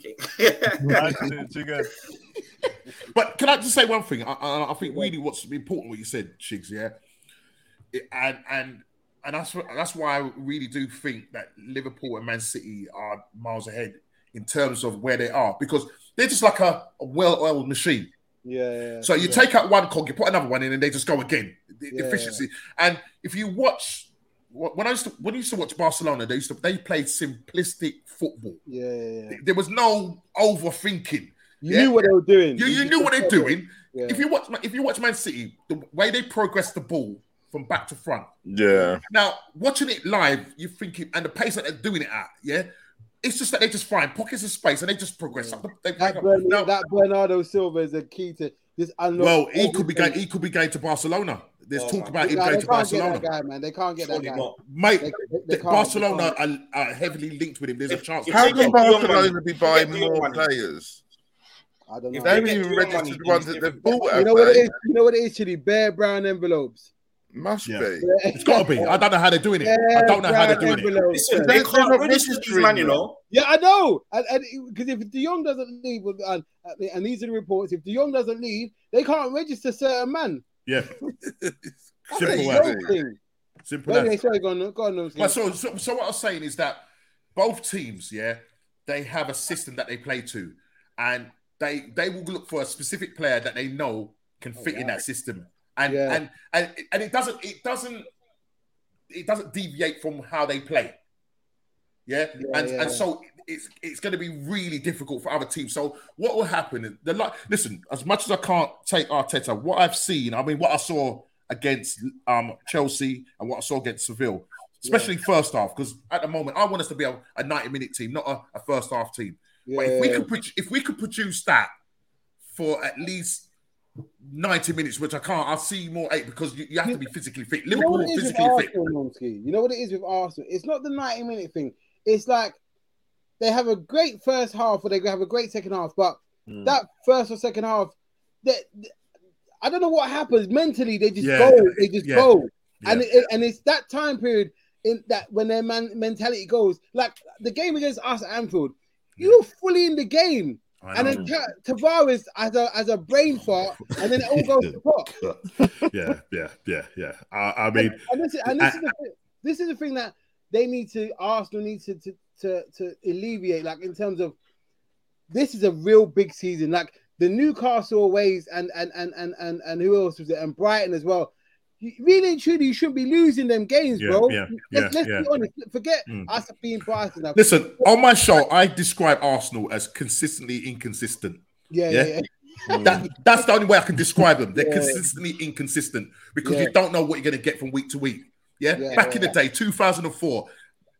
[SPEAKER 6] But can I just say one thing? I, I, I think really what's important what you said, Chiggs. Yeah, It- and and and that's wh- that's why I really do think that Liverpool and Man City are miles ahead in terms of where they are because they're just like a, a well-oiled machine.
[SPEAKER 1] Yeah, yeah.
[SPEAKER 6] So you
[SPEAKER 1] yeah.
[SPEAKER 6] take out one cog, you put another one in, and they just go again. The the
[SPEAKER 1] Yeah.
[SPEAKER 6] efficiency. And if you watch, wh- when I used to when I used to watch Barcelona, they used to they played simplistic football.
[SPEAKER 1] Yeah, yeah, yeah.
[SPEAKER 6] There was no overthinking.
[SPEAKER 1] You knew what they were doing.
[SPEAKER 6] You, you
[SPEAKER 1] You
[SPEAKER 6] knew
[SPEAKER 1] just
[SPEAKER 6] what they're
[SPEAKER 1] said it.
[SPEAKER 6] doing.
[SPEAKER 1] Yeah.
[SPEAKER 6] If you watch, if you watch Man City, the way they progress the ball from back to front.
[SPEAKER 2] Yeah.
[SPEAKER 6] Now watching it live, you think, it, and the pace that they're doing it at, yeah, it's just that they just find pockets of space and they just progress up. They pick
[SPEAKER 1] That,
[SPEAKER 6] up.
[SPEAKER 1] Bern- that Bernardo Silva is a key to this unlock.
[SPEAKER 6] Well, he could be going. He could be going to Barcelona. There's
[SPEAKER 1] Oh,
[SPEAKER 6] talk
[SPEAKER 1] man.
[SPEAKER 6] about him
[SPEAKER 1] Nah,
[SPEAKER 6] going
[SPEAKER 1] they
[SPEAKER 6] to
[SPEAKER 1] can't get
[SPEAKER 6] Barcelona.
[SPEAKER 1] that guy, man. They can't get that
[SPEAKER 6] Surely
[SPEAKER 1] guy.
[SPEAKER 6] not. Mate,
[SPEAKER 1] They- they
[SPEAKER 6] the-
[SPEAKER 1] can't, they
[SPEAKER 6] Barcelona are, are heavily linked with him. There's a chance.
[SPEAKER 2] How can Barcelona be buying more players?
[SPEAKER 1] I don't
[SPEAKER 2] If
[SPEAKER 1] know.
[SPEAKER 2] they haven't even registered the ones that they've bought,
[SPEAKER 1] You
[SPEAKER 2] have
[SPEAKER 1] know what it
[SPEAKER 6] uh,
[SPEAKER 2] they?
[SPEAKER 1] is? You know what it is, Chidi? Bare brown envelopes.
[SPEAKER 2] Must be.
[SPEAKER 6] It's got to be. I don't know how they're doing it. I
[SPEAKER 1] Yeah,
[SPEAKER 6] don't know how they're
[SPEAKER 1] Brad
[SPEAKER 6] doing it.
[SPEAKER 1] Envelope.
[SPEAKER 5] Listen, they can't register this man, you know.
[SPEAKER 1] Yeah, I know. And because if De Jong doesn't leave, with- and, and these are the reports, if De Jong doesn't leave, they can't register certain man.
[SPEAKER 6] Yeah.
[SPEAKER 1] That's
[SPEAKER 6] Simple
[SPEAKER 1] a
[SPEAKER 6] as.
[SPEAKER 1] joke thing.
[SPEAKER 6] Simple
[SPEAKER 1] Okay,
[SPEAKER 6] as.
[SPEAKER 1] sorry, go on, go on. no,
[SPEAKER 6] But so, so, so what I was saying is that both teams, yeah, they have a system that they play to, and they they will look for a specific player that they know can fit in that system, and and and and it doesn't it doesn't it doesn't deviate from how they play. Yeah, and
[SPEAKER 13] yeah,
[SPEAKER 6] and
[SPEAKER 13] yeah.
[SPEAKER 6] so it's it's going to be really difficult for other teams. So what will happen? is The like, listen, as much as I can't take Arteta, what I've seen, I mean, what I saw against um Chelsea and what I saw against Seville, especially first half, because at the moment I want us to be a, a ninety minute team, not a, a first half team. But if we
[SPEAKER 13] Yeah.
[SPEAKER 6] could produ- if we could produce that for at least. 90 minutes, which I can't. I see more eight because you, you have to be physically fit.
[SPEAKER 1] You know
[SPEAKER 6] Liverpool
[SPEAKER 1] what
[SPEAKER 6] are
[SPEAKER 1] it is with
[SPEAKER 6] physically fit.
[SPEAKER 1] Arsenal, Nomsky? You know what it is with Arsenal? It's not the 90 minute thing. It's like they have a great first half or they have a great second half, but
[SPEAKER 6] Mm.
[SPEAKER 1] that first or second half, that I don't know what happens mentally. They just
[SPEAKER 6] Yeah.
[SPEAKER 1] go, they just
[SPEAKER 6] Yeah.
[SPEAKER 1] go,
[SPEAKER 6] Yeah.
[SPEAKER 1] and it, and it's that time period in that when their man, mentality goes like the game against us at Anfield, you're fully in the game.
[SPEAKER 6] I
[SPEAKER 1] And then Ta- Tavares as a as a brain fart, and then it all goes to pot.
[SPEAKER 13] yeah, yeah, yeah, yeah. I, I mean,
[SPEAKER 1] and this is, and this, is the, thing- this is the thing that they need to Arsenal needs to, to to to alleviate, like in terms of this is a real big season. Like the Newcastle aways and and and and and, and who else was it? And Brighton as well. You, really and truly, you shouldn't be losing them games,
[SPEAKER 6] Yeah,
[SPEAKER 1] bro.
[SPEAKER 6] yeah,
[SPEAKER 1] let's
[SPEAKER 6] yeah,
[SPEAKER 1] let's
[SPEAKER 6] yeah.
[SPEAKER 1] be honest. Forget
[SPEAKER 6] Mm.
[SPEAKER 1] us being Brighton. now.
[SPEAKER 6] Listen, on my show, I describe Arsenal as consistently inconsistent.
[SPEAKER 1] Yeah, yeah, yeah.
[SPEAKER 6] That, that's the only way I can describe them. They're
[SPEAKER 13] Yeah.
[SPEAKER 6] consistently inconsistent because
[SPEAKER 13] Yeah.
[SPEAKER 6] you don't know what you're going to get from week to week. Yeah,
[SPEAKER 13] Yeah,
[SPEAKER 6] back in
[SPEAKER 13] yeah.
[SPEAKER 6] the day, 2004,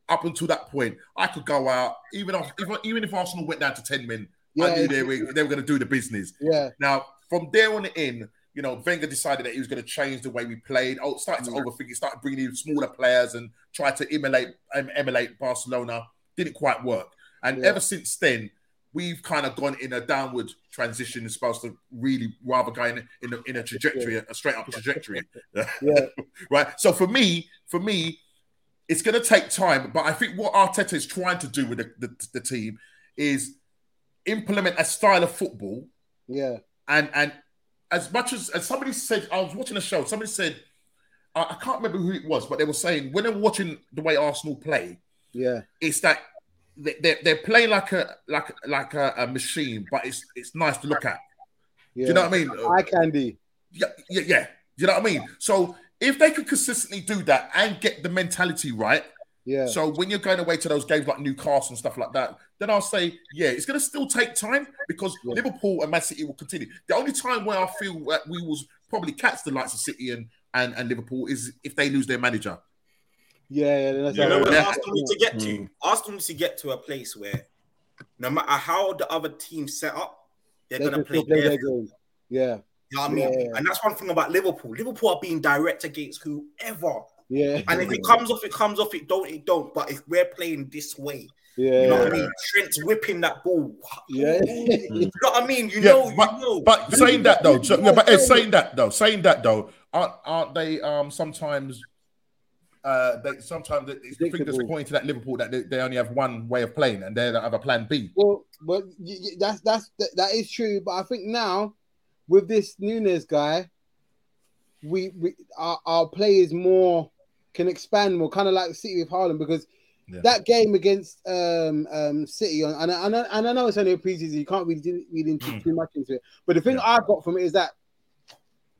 [SPEAKER 6] up until that point, I could go out even if if- even if Arsenal went down to 10 men, I
[SPEAKER 13] Yeah,
[SPEAKER 6] knew
[SPEAKER 13] it-
[SPEAKER 6] they were they were going to do the business.
[SPEAKER 1] Yeah.
[SPEAKER 6] Now from there on in, you know, Wenger decided that he was going to change the way we played. Oh, started to overthink. He started bringing in smaller players and tried to emulate um, emulate Barcelona. Didn't quite work. And ever since then, we've kind of gone in a downward transition as opposed to really rather going in a, in a trajectory, a straight up trajectory. right. So for me, for me, it's going to take time. But I think what Arteta is trying to do with the, the, the team is implement a style of football
[SPEAKER 1] yeah.
[SPEAKER 6] and and as much as, as somebody said, I was watching a show. Somebody said, I, I can't remember who it was, but they were saying when they're watching the way Arsenal play,
[SPEAKER 1] yeah,
[SPEAKER 6] it's that they- they're they're playing like a like like a, a machine, but it's it's nice to look at.
[SPEAKER 1] yeah.
[SPEAKER 6] Do you know what I mean?
[SPEAKER 1] Eye candy.
[SPEAKER 6] Yeah, yeah, yeah. Do you know what I mean? So if they could consistently do that and get the mentality right,
[SPEAKER 1] Yeah.
[SPEAKER 6] So when you're going away to those games like Newcastle and stuff like that, then I'll say, yeah, it's going to still take time because Liverpool and Man City will continue. The only time where I feel that we will probably catch the likes of City and, and, and Liverpool is if they lose their manager.
[SPEAKER 1] Yeah, yeah. That's
[SPEAKER 5] You know
[SPEAKER 1] all
[SPEAKER 5] what
[SPEAKER 1] right.
[SPEAKER 5] Arsenal need to get
[SPEAKER 6] Mm.
[SPEAKER 5] to? Arsenal need to get to a place where no matter how the other team set up, they're
[SPEAKER 1] They
[SPEAKER 5] gonna
[SPEAKER 1] can
[SPEAKER 5] play
[SPEAKER 1] still play
[SPEAKER 5] their
[SPEAKER 1] their game. Yeah.
[SPEAKER 5] You know what I mean?
[SPEAKER 1] Yeah.
[SPEAKER 5] And that's one thing about Liverpool. Liverpool are being direct against whoever.
[SPEAKER 1] Yeah.
[SPEAKER 5] And
[SPEAKER 6] Mm.
[SPEAKER 5] if it comes off, it comes off. It don't, it don't. But if we're playing this way,
[SPEAKER 1] Yeah.
[SPEAKER 5] you know what I mean? Trent's whipping that ball.
[SPEAKER 1] Yeah.
[SPEAKER 5] you know what I mean? You
[SPEAKER 6] Yeah,
[SPEAKER 5] know,
[SPEAKER 6] but,
[SPEAKER 5] you know.
[SPEAKER 6] but saying that though, ju- yeah, but Ed, saying that though, saying that though, aren't, aren't they um sometimes uh they sometimes they- it's the thing that's pointed at Liverpool that they, they only have one way of playing and they don't have a plan B.
[SPEAKER 1] Well, but y- y- that's that's that, that is true. But I think now with this Nunes guy, we, we our, our play is more can expand more, kind of like City with Haaland because
[SPEAKER 6] Yeah.
[SPEAKER 1] that game against um, um, City on and I, and, I, and I know it's only a preseason, you can't really do- read into too much into it. But the thing I got from it is that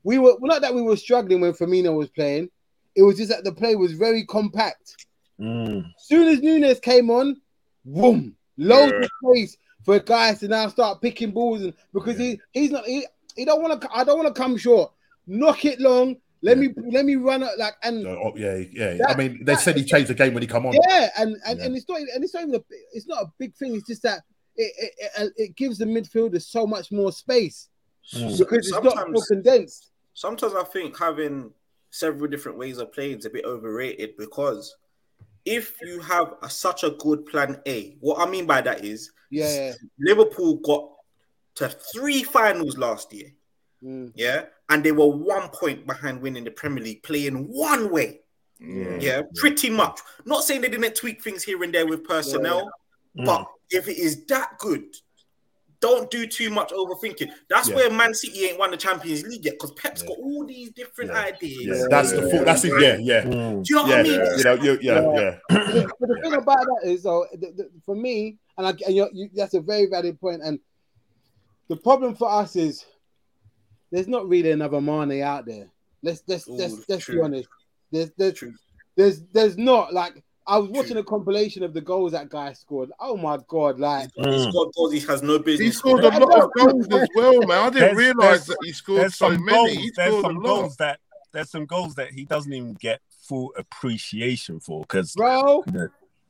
[SPEAKER 1] we were well, not that we were struggling when Firmino was playing. It was just that the play was very compact. Soon as Nunes came on, boom, loads of space for guys to now start picking balls and because he he's not he, he don't want to I don't want to come short, knock it long. Let me let me run it like and
[SPEAKER 6] Oh, yeah, yeah. I
[SPEAKER 1] That-
[SPEAKER 6] mean, they said he changed the game when he come on.
[SPEAKER 1] yeah, and and, and it's not and it's not even a, it's not a big thing. It's just that it it, it it gives the midfielders so much more space
[SPEAKER 5] Mm.
[SPEAKER 1] because it's not so
[SPEAKER 5] Sometimes-
[SPEAKER 1] condensed.
[SPEAKER 5] Sometimes I think having several different ways of playing is a bit overrated because if you have a, such a good plan A, what I mean by that is
[SPEAKER 1] Yeah, yeah.
[SPEAKER 5] Liverpool got to three finals last year,
[SPEAKER 1] Mm.
[SPEAKER 5] yeah, and they were one point behind winning the Premier League, playing one way, yeah, pretty much. Not saying they didn't tweak things here and there with personnel,
[SPEAKER 3] Yeah.
[SPEAKER 6] Mm.
[SPEAKER 5] but if it is that good, don't do too much overthinking. That's
[SPEAKER 3] Yeah.
[SPEAKER 5] where Man City ain't won the Champions League yet because Pep's got all these different ideas.
[SPEAKER 6] Yeah, that's the full, that's it. Yeah, yeah.
[SPEAKER 9] Mm.
[SPEAKER 5] Do you know what
[SPEAKER 6] yeah,
[SPEAKER 5] I mean?
[SPEAKER 6] You know, you, yeah, yeah.
[SPEAKER 1] but the thing about that is, though, the, the, for me, and, I, and you're, you, that's a very valid point, And the problem for us is there's not really another Mane out there. Let's let's let's, let's be honest. There's there's, there's there's not like I was watching a compilation of the goals that guy scored. Oh my god! Like
[SPEAKER 2] Mm.
[SPEAKER 5] He
[SPEAKER 6] Mm.
[SPEAKER 5] scored goals he has no business.
[SPEAKER 1] He
[SPEAKER 7] scored a lot of goals as well, man. I didn't realise that he scored
[SPEAKER 2] there's
[SPEAKER 7] so
[SPEAKER 2] some
[SPEAKER 7] many.
[SPEAKER 2] Goals,
[SPEAKER 7] He
[SPEAKER 2] there's
[SPEAKER 7] scored a
[SPEAKER 2] some
[SPEAKER 7] lot.
[SPEAKER 2] goals that there's some goals that he doesn't even get full appreciation for because
[SPEAKER 1] bro,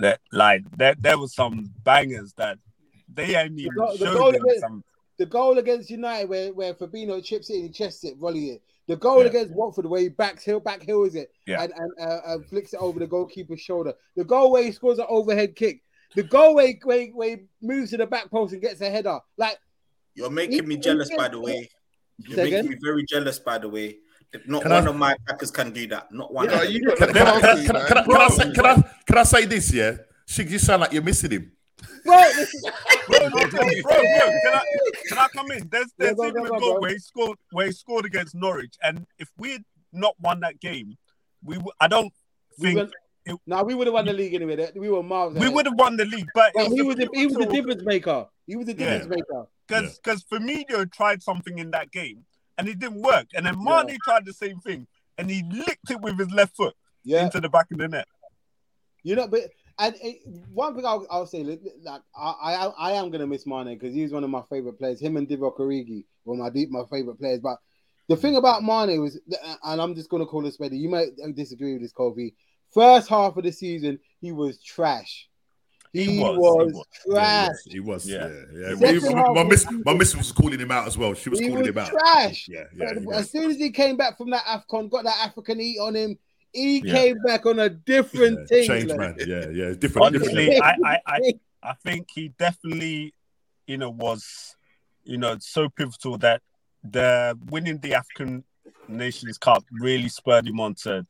[SPEAKER 2] that like that there was some bangers that they ain't even
[SPEAKER 1] goal- the goal
[SPEAKER 2] showed them
[SPEAKER 1] against-
[SPEAKER 2] some.
[SPEAKER 1] the goal against United where, where Fabinho chips it and he chests it, volley it. The goal against Watford where he backs hill back hills it
[SPEAKER 2] Yeah.
[SPEAKER 1] and, and uh, uh, flicks it over the goalkeeper's shoulder. The goal where he scores an overhead kick. The goal where he, where he, where he moves to the back post and gets a header. Like
[SPEAKER 5] You're making me
[SPEAKER 1] He-
[SPEAKER 5] jealous,
[SPEAKER 1] he-
[SPEAKER 5] by the way. You're
[SPEAKER 1] Say
[SPEAKER 5] making
[SPEAKER 1] again?
[SPEAKER 5] me very jealous, by the way. Not
[SPEAKER 6] Can I-
[SPEAKER 5] one of my attackers can do that. Not one.
[SPEAKER 6] Yeah,
[SPEAKER 5] of them.
[SPEAKER 6] you can, can, I- can, I- can, I- can, I- can I say, can, I, can I say this? Yeah, Shig, you sound like you're missing him.
[SPEAKER 1] bro,
[SPEAKER 2] bro, no, bro, bro, bro, can I can I come in? There's
[SPEAKER 6] Yeah,
[SPEAKER 2] there's
[SPEAKER 6] go,
[SPEAKER 2] even
[SPEAKER 6] go,
[SPEAKER 2] a
[SPEAKER 6] go,
[SPEAKER 2] goal
[SPEAKER 6] bro.
[SPEAKER 2] where he scored where he scored against Norwich, and if we had not won that game, we w- I don't
[SPEAKER 1] We
[SPEAKER 2] think
[SPEAKER 1] went- nah, we would have won the league anyway. that- We were miles.
[SPEAKER 2] we would have won the league, but,
[SPEAKER 1] But he was the, he was the difference maker. He was the
[SPEAKER 2] Yeah.
[SPEAKER 1] difference maker.
[SPEAKER 2] because because Firmino tried something in that game and it didn't work, and then Mane tried the same thing and he licked it with his left foot into the back of the net.
[SPEAKER 1] You know, but and it, one thing I'll, I'll say, li- li- like I, I, am- I am gonna miss Mane because he's one of my favorite players. Him and Divock Origi were my deep, my favorite players. But the thing about Mane was, and I'm just gonna call this Spade. You might uh, disagree with this, Colby. First half of the season, he was trash. He, was, trash.
[SPEAKER 6] He was. Yeah, yeah.
[SPEAKER 1] Second
[SPEAKER 6] We- we-
[SPEAKER 1] half
[SPEAKER 6] my
[SPEAKER 1] was-
[SPEAKER 6] miss, my miss was calling him out as well. She was
[SPEAKER 1] He
[SPEAKER 6] calling
[SPEAKER 1] was
[SPEAKER 6] him out.
[SPEAKER 1] trash.
[SPEAKER 6] Yeah, yeah. he
[SPEAKER 1] But
[SPEAKER 6] was.
[SPEAKER 1] as soon as he came back from that Afcon, got that African heat on him. He
[SPEAKER 6] Yeah.
[SPEAKER 1] came back on a different team.
[SPEAKER 6] Change
[SPEAKER 1] like.
[SPEAKER 6] man. Yeah, yeah. Different.
[SPEAKER 2] Honestly,
[SPEAKER 6] different.
[SPEAKER 2] I, I, I, I think he definitely, you know, was, you know, so pivotal that the winning the African Nations Cup really spurred him on to.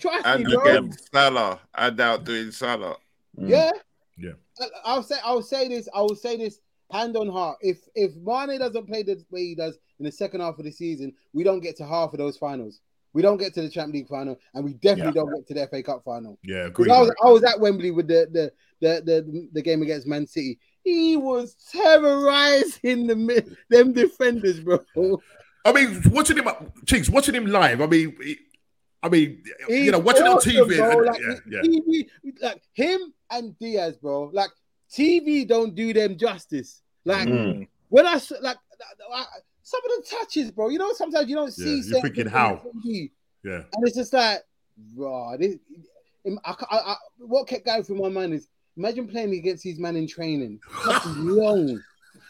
[SPEAKER 1] Trust me,
[SPEAKER 7] And
[SPEAKER 1] bro.
[SPEAKER 7] again, Salah, and outdoing Salah.
[SPEAKER 1] Yeah.
[SPEAKER 6] Yeah.
[SPEAKER 1] I- I'll say I'll say this. I will say this hand on heart. If if Mane doesn't play the way he does in the second half of the season, we don't get to half of those finals. We don't get to the Champions League final, and we definitely
[SPEAKER 6] Yeah.
[SPEAKER 1] don't get to the FA Cup final.
[SPEAKER 6] Yeah,
[SPEAKER 1] Because
[SPEAKER 6] agree.
[SPEAKER 1] I was, I was at Wembley with the the, the the the game against Man City. He was terrorizing the mid- them defenders, bro.
[SPEAKER 6] I mean, watching him, Chicks, watching him live. I mean, he- I mean, you know, watching
[SPEAKER 1] Awesome,
[SPEAKER 6] on TV.
[SPEAKER 1] bro.
[SPEAKER 6] and-
[SPEAKER 1] Like,
[SPEAKER 6] yeah, yeah.
[SPEAKER 1] TV, like him and Diaz, bro. Like TV don't do them justice. Like
[SPEAKER 6] Mm.
[SPEAKER 1] when I s- like I, some of the touches, bro. You know, sometimes you don't
[SPEAKER 6] Yeah,
[SPEAKER 1] see.
[SPEAKER 6] you're
[SPEAKER 1] certain
[SPEAKER 6] thinking
[SPEAKER 1] things
[SPEAKER 6] how.
[SPEAKER 1] on TV,
[SPEAKER 6] yeah.
[SPEAKER 1] and it's just like, bro. This, I, ca- I, I, what kept going through my mind is imagine playing against these men in training. That's long.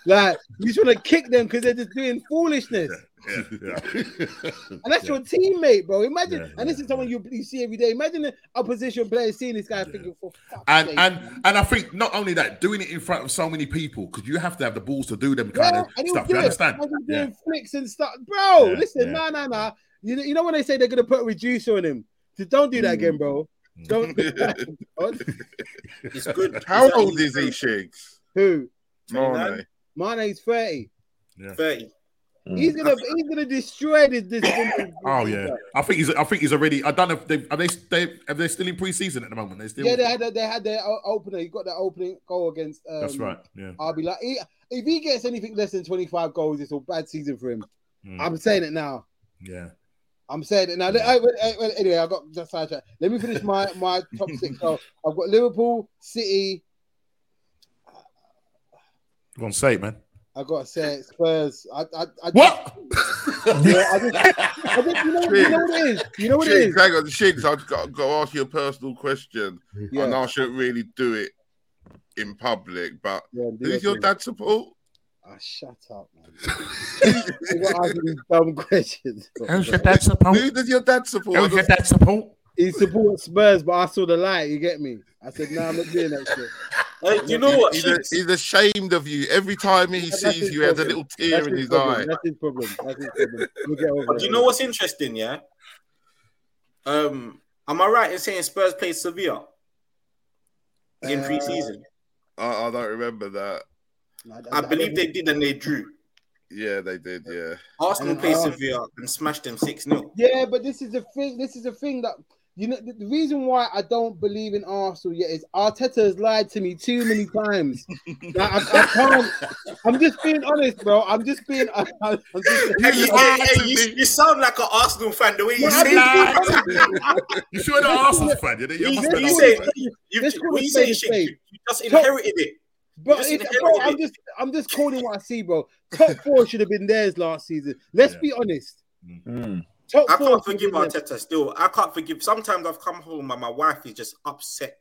[SPEAKER 1] Like you just want to kick them because they're just doing foolishness.
[SPEAKER 6] Yeah, yeah.
[SPEAKER 1] And that's your teammate, bro. Imagine,
[SPEAKER 6] Yeah,
[SPEAKER 1] and this is someone you, you see every day. Imagine the opposition player seeing this guy thinking, for fuck's
[SPEAKER 6] And
[SPEAKER 1] sake.
[SPEAKER 6] and and I think not only that, doing it in front of so many people because you have to have the balls to do them kind
[SPEAKER 1] and
[SPEAKER 6] of
[SPEAKER 1] he was
[SPEAKER 6] stuff. You
[SPEAKER 1] doing-
[SPEAKER 6] understand?
[SPEAKER 1] and he was
[SPEAKER 6] Yeah.
[SPEAKER 1] doing flicks and stuff. Bro,
[SPEAKER 6] Yeah,
[SPEAKER 1] listen,
[SPEAKER 6] yeah.
[SPEAKER 1] nah, nah, nah. You, know- you know when they say they're going to put a reducer on him? Just don't do that again,
[SPEAKER 6] Mm.
[SPEAKER 1] bro. Don't do that.
[SPEAKER 5] It's good.
[SPEAKER 7] How old is he, Shiggs?
[SPEAKER 1] Who?
[SPEAKER 7] Mane.
[SPEAKER 1] Mane's 30.
[SPEAKER 5] Thirty.
[SPEAKER 1] He's gonna he's gonna destroy this this. this-
[SPEAKER 6] Mm. Oh yeah, I think he's. I think he's already. I don't know if they are they. They are they still in preseason at the moment. They still.
[SPEAKER 1] Yeah, they had they had their o- opener. He got that opening goal against. Um,
[SPEAKER 6] That's right, yeah.
[SPEAKER 1] RB like he, if he gets anything less than twenty five goals, it's a bad season for him.
[SPEAKER 6] Mm.
[SPEAKER 1] I'm saying it now.
[SPEAKER 6] yeah.
[SPEAKER 1] I'm saying it now. Let- I- well, I- well, anyway, I got just sidetracked. Let me finish my my top six. So I've got Liverpool, City.
[SPEAKER 6] Go on, say it, man.
[SPEAKER 1] I gotta say it, Spurs. I, I, I
[SPEAKER 6] what?
[SPEAKER 1] yeah, I just, I just, you know, you know what it is. You know what it
[SPEAKER 7] Shiggs,
[SPEAKER 1] is.
[SPEAKER 7] hang on, Shiggs, I've got, got to ask you a personal question.
[SPEAKER 1] Yeah.
[SPEAKER 7] And I shouldn't really do it in public, but
[SPEAKER 1] do
[SPEAKER 7] who's
[SPEAKER 1] your
[SPEAKER 7] your dad support?
[SPEAKER 1] Oh, shut up, man. you got asking these dumb questions.
[SPEAKER 6] Who's your dad support?
[SPEAKER 1] Who
[SPEAKER 2] does your dad support?
[SPEAKER 6] Who's your dad support?
[SPEAKER 1] He supports Spurs, but I saw the light. You get me? I said, no, nah, I'm not doing that shit.
[SPEAKER 2] Hey, you know what? He's, he's ashamed of you. Every time he
[SPEAKER 1] That's
[SPEAKER 2] sees
[SPEAKER 1] his
[SPEAKER 2] you, he has a
[SPEAKER 1] problem.
[SPEAKER 2] little tear
[SPEAKER 1] That's
[SPEAKER 2] in his
[SPEAKER 1] problem.
[SPEAKER 2] eye.
[SPEAKER 1] That's his problem. That's his problem. We'll get over
[SPEAKER 5] Do
[SPEAKER 1] it.
[SPEAKER 5] you know what's interesting? Yeah. Um, am I right in saying Spurs played Sevilla in
[SPEAKER 2] Uh,
[SPEAKER 5] pre-season?
[SPEAKER 2] I, I don't remember that.
[SPEAKER 5] I believe they did, and they drew.
[SPEAKER 2] Yeah, they did. Yeah.
[SPEAKER 5] Arsenal
[SPEAKER 1] And
[SPEAKER 5] played
[SPEAKER 1] Arsenal-
[SPEAKER 5] Sevilla and smashed them six 0
[SPEAKER 1] Yeah, but this is the thing. This is the thing that you know. The, the reason why I don't believe in Arsenal yet is Arteta has lied to me too many times. Like, I, I can't. I'm just being honest, bro. I'm just being. I, am just,
[SPEAKER 5] Hey, you, hey, hey, you, you sound like an Arsenal fan the way you
[SPEAKER 1] No,
[SPEAKER 5] say
[SPEAKER 1] I'm not
[SPEAKER 5] it.
[SPEAKER 6] You sure you're an Arsenal fan? You- you must be an
[SPEAKER 5] you
[SPEAKER 6] Arsenal
[SPEAKER 5] say
[SPEAKER 6] fan.
[SPEAKER 5] you, you,
[SPEAKER 1] Let's call
[SPEAKER 5] what
[SPEAKER 1] a
[SPEAKER 5] you
[SPEAKER 1] spade
[SPEAKER 5] say
[SPEAKER 1] a
[SPEAKER 5] shit.
[SPEAKER 1] spade.
[SPEAKER 5] You, you just inherited it.
[SPEAKER 1] But
[SPEAKER 5] just
[SPEAKER 1] it's,
[SPEAKER 5] inherited
[SPEAKER 1] bro, I'm just I'm just calling what I see, bro. Top four should have been theirs last season. Let's be honest. Top four
[SPEAKER 5] I
[SPEAKER 1] should
[SPEAKER 5] can't
[SPEAKER 1] have
[SPEAKER 5] forgive
[SPEAKER 1] been theirs.
[SPEAKER 5] Arteta still. I can't forgive. Sometimes I've come home and my wife is just upset.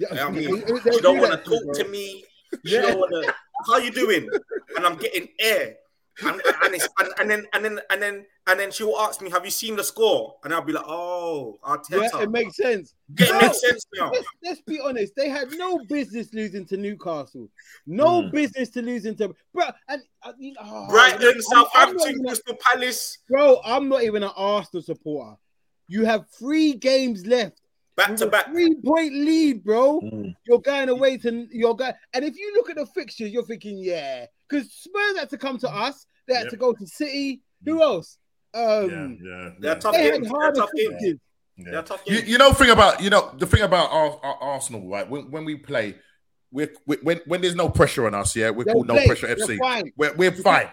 [SPEAKER 1] Yeah,
[SPEAKER 5] You know what I mean,
[SPEAKER 1] they- they
[SPEAKER 5] she don't
[SPEAKER 1] do
[SPEAKER 5] want
[SPEAKER 1] that
[SPEAKER 5] to
[SPEAKER 1] to you,
[SPEAKER 5] talk
[SPEAKER 1] bro.
[SPEAKER 5] to me. She don't want to. How you doing? And I'm getting air. And, and, it's, and, and then and then and then and then she will ask me, "Have you seen the score?" And I'll be like, "Oh, Arteta."
[SPEAKER 1] Yeah, it makes sense.
[SPEAKER 5] Yeah, it
[SPEAKER 1] No,
[SPEAKER 5] makes sense now.
[SPEAKER 1] Let's, let's be honest. They had no business losing to Newcastle. No
[SPEAKER 6] Hmm.
[SPEAKER 5] Mm.
[SPEAKER 1] business to losing to bro. And uh, you- oh,
[SPEAKER 5] Brighton,
[SPEAKER 1] I'm- I'm not
[SPEAKER 5] Southampton,
[SPEAKER 1] even a-
[SPEAKER 5] Crystal Palace.
[SPEAKER 1] bro, I'm not even an Arsenal supporter. You have three games left.
[SPEAKER 5] Back to back.
[SPEAKER 1] Three point lead, bro.
[SPEAKER 6] Hmm.
[SPEAKER 1] You're going away to you're going, and if you look at the fixtures, you're thinking, yeah, because Spurs had to come to us. They had
[SPEAKER 6] Yep. Hmm.
[SPEAKER 1] to go to City. Who else? Um,
[SPEAKER 6] yeah.
[SPEAKER 5] They're tough
[SPEAKER 1] They had
[SPEAKER 5] games. They're
[SPEAKER 1] harder
[SPEAKER 5] tough
[SPEAKER 1] fixtures.
[SPEAKER 5] games.
[SPEAKER 6] Yeah.
[SPEAKER 5] They're tough
[SPEAKER 6] You,
[SPEAKER 5] games.
[SPEAKER 6] you know, thing about you know the thing about Ar- Ar- Arsenal, right? When, when we play, we're, we when when there's no pressure on us, yeah, we're
[SPEAKER 5] They'll
[SPEAKER 6] called no
[SPEAKER 5] play.
[SPEAKER 6] pressure
[SPEAKER 5] They're
[SPEAKER 6] FC.
[SPEAKER 5] fine.
[SPEAKER 6] We're we're fine.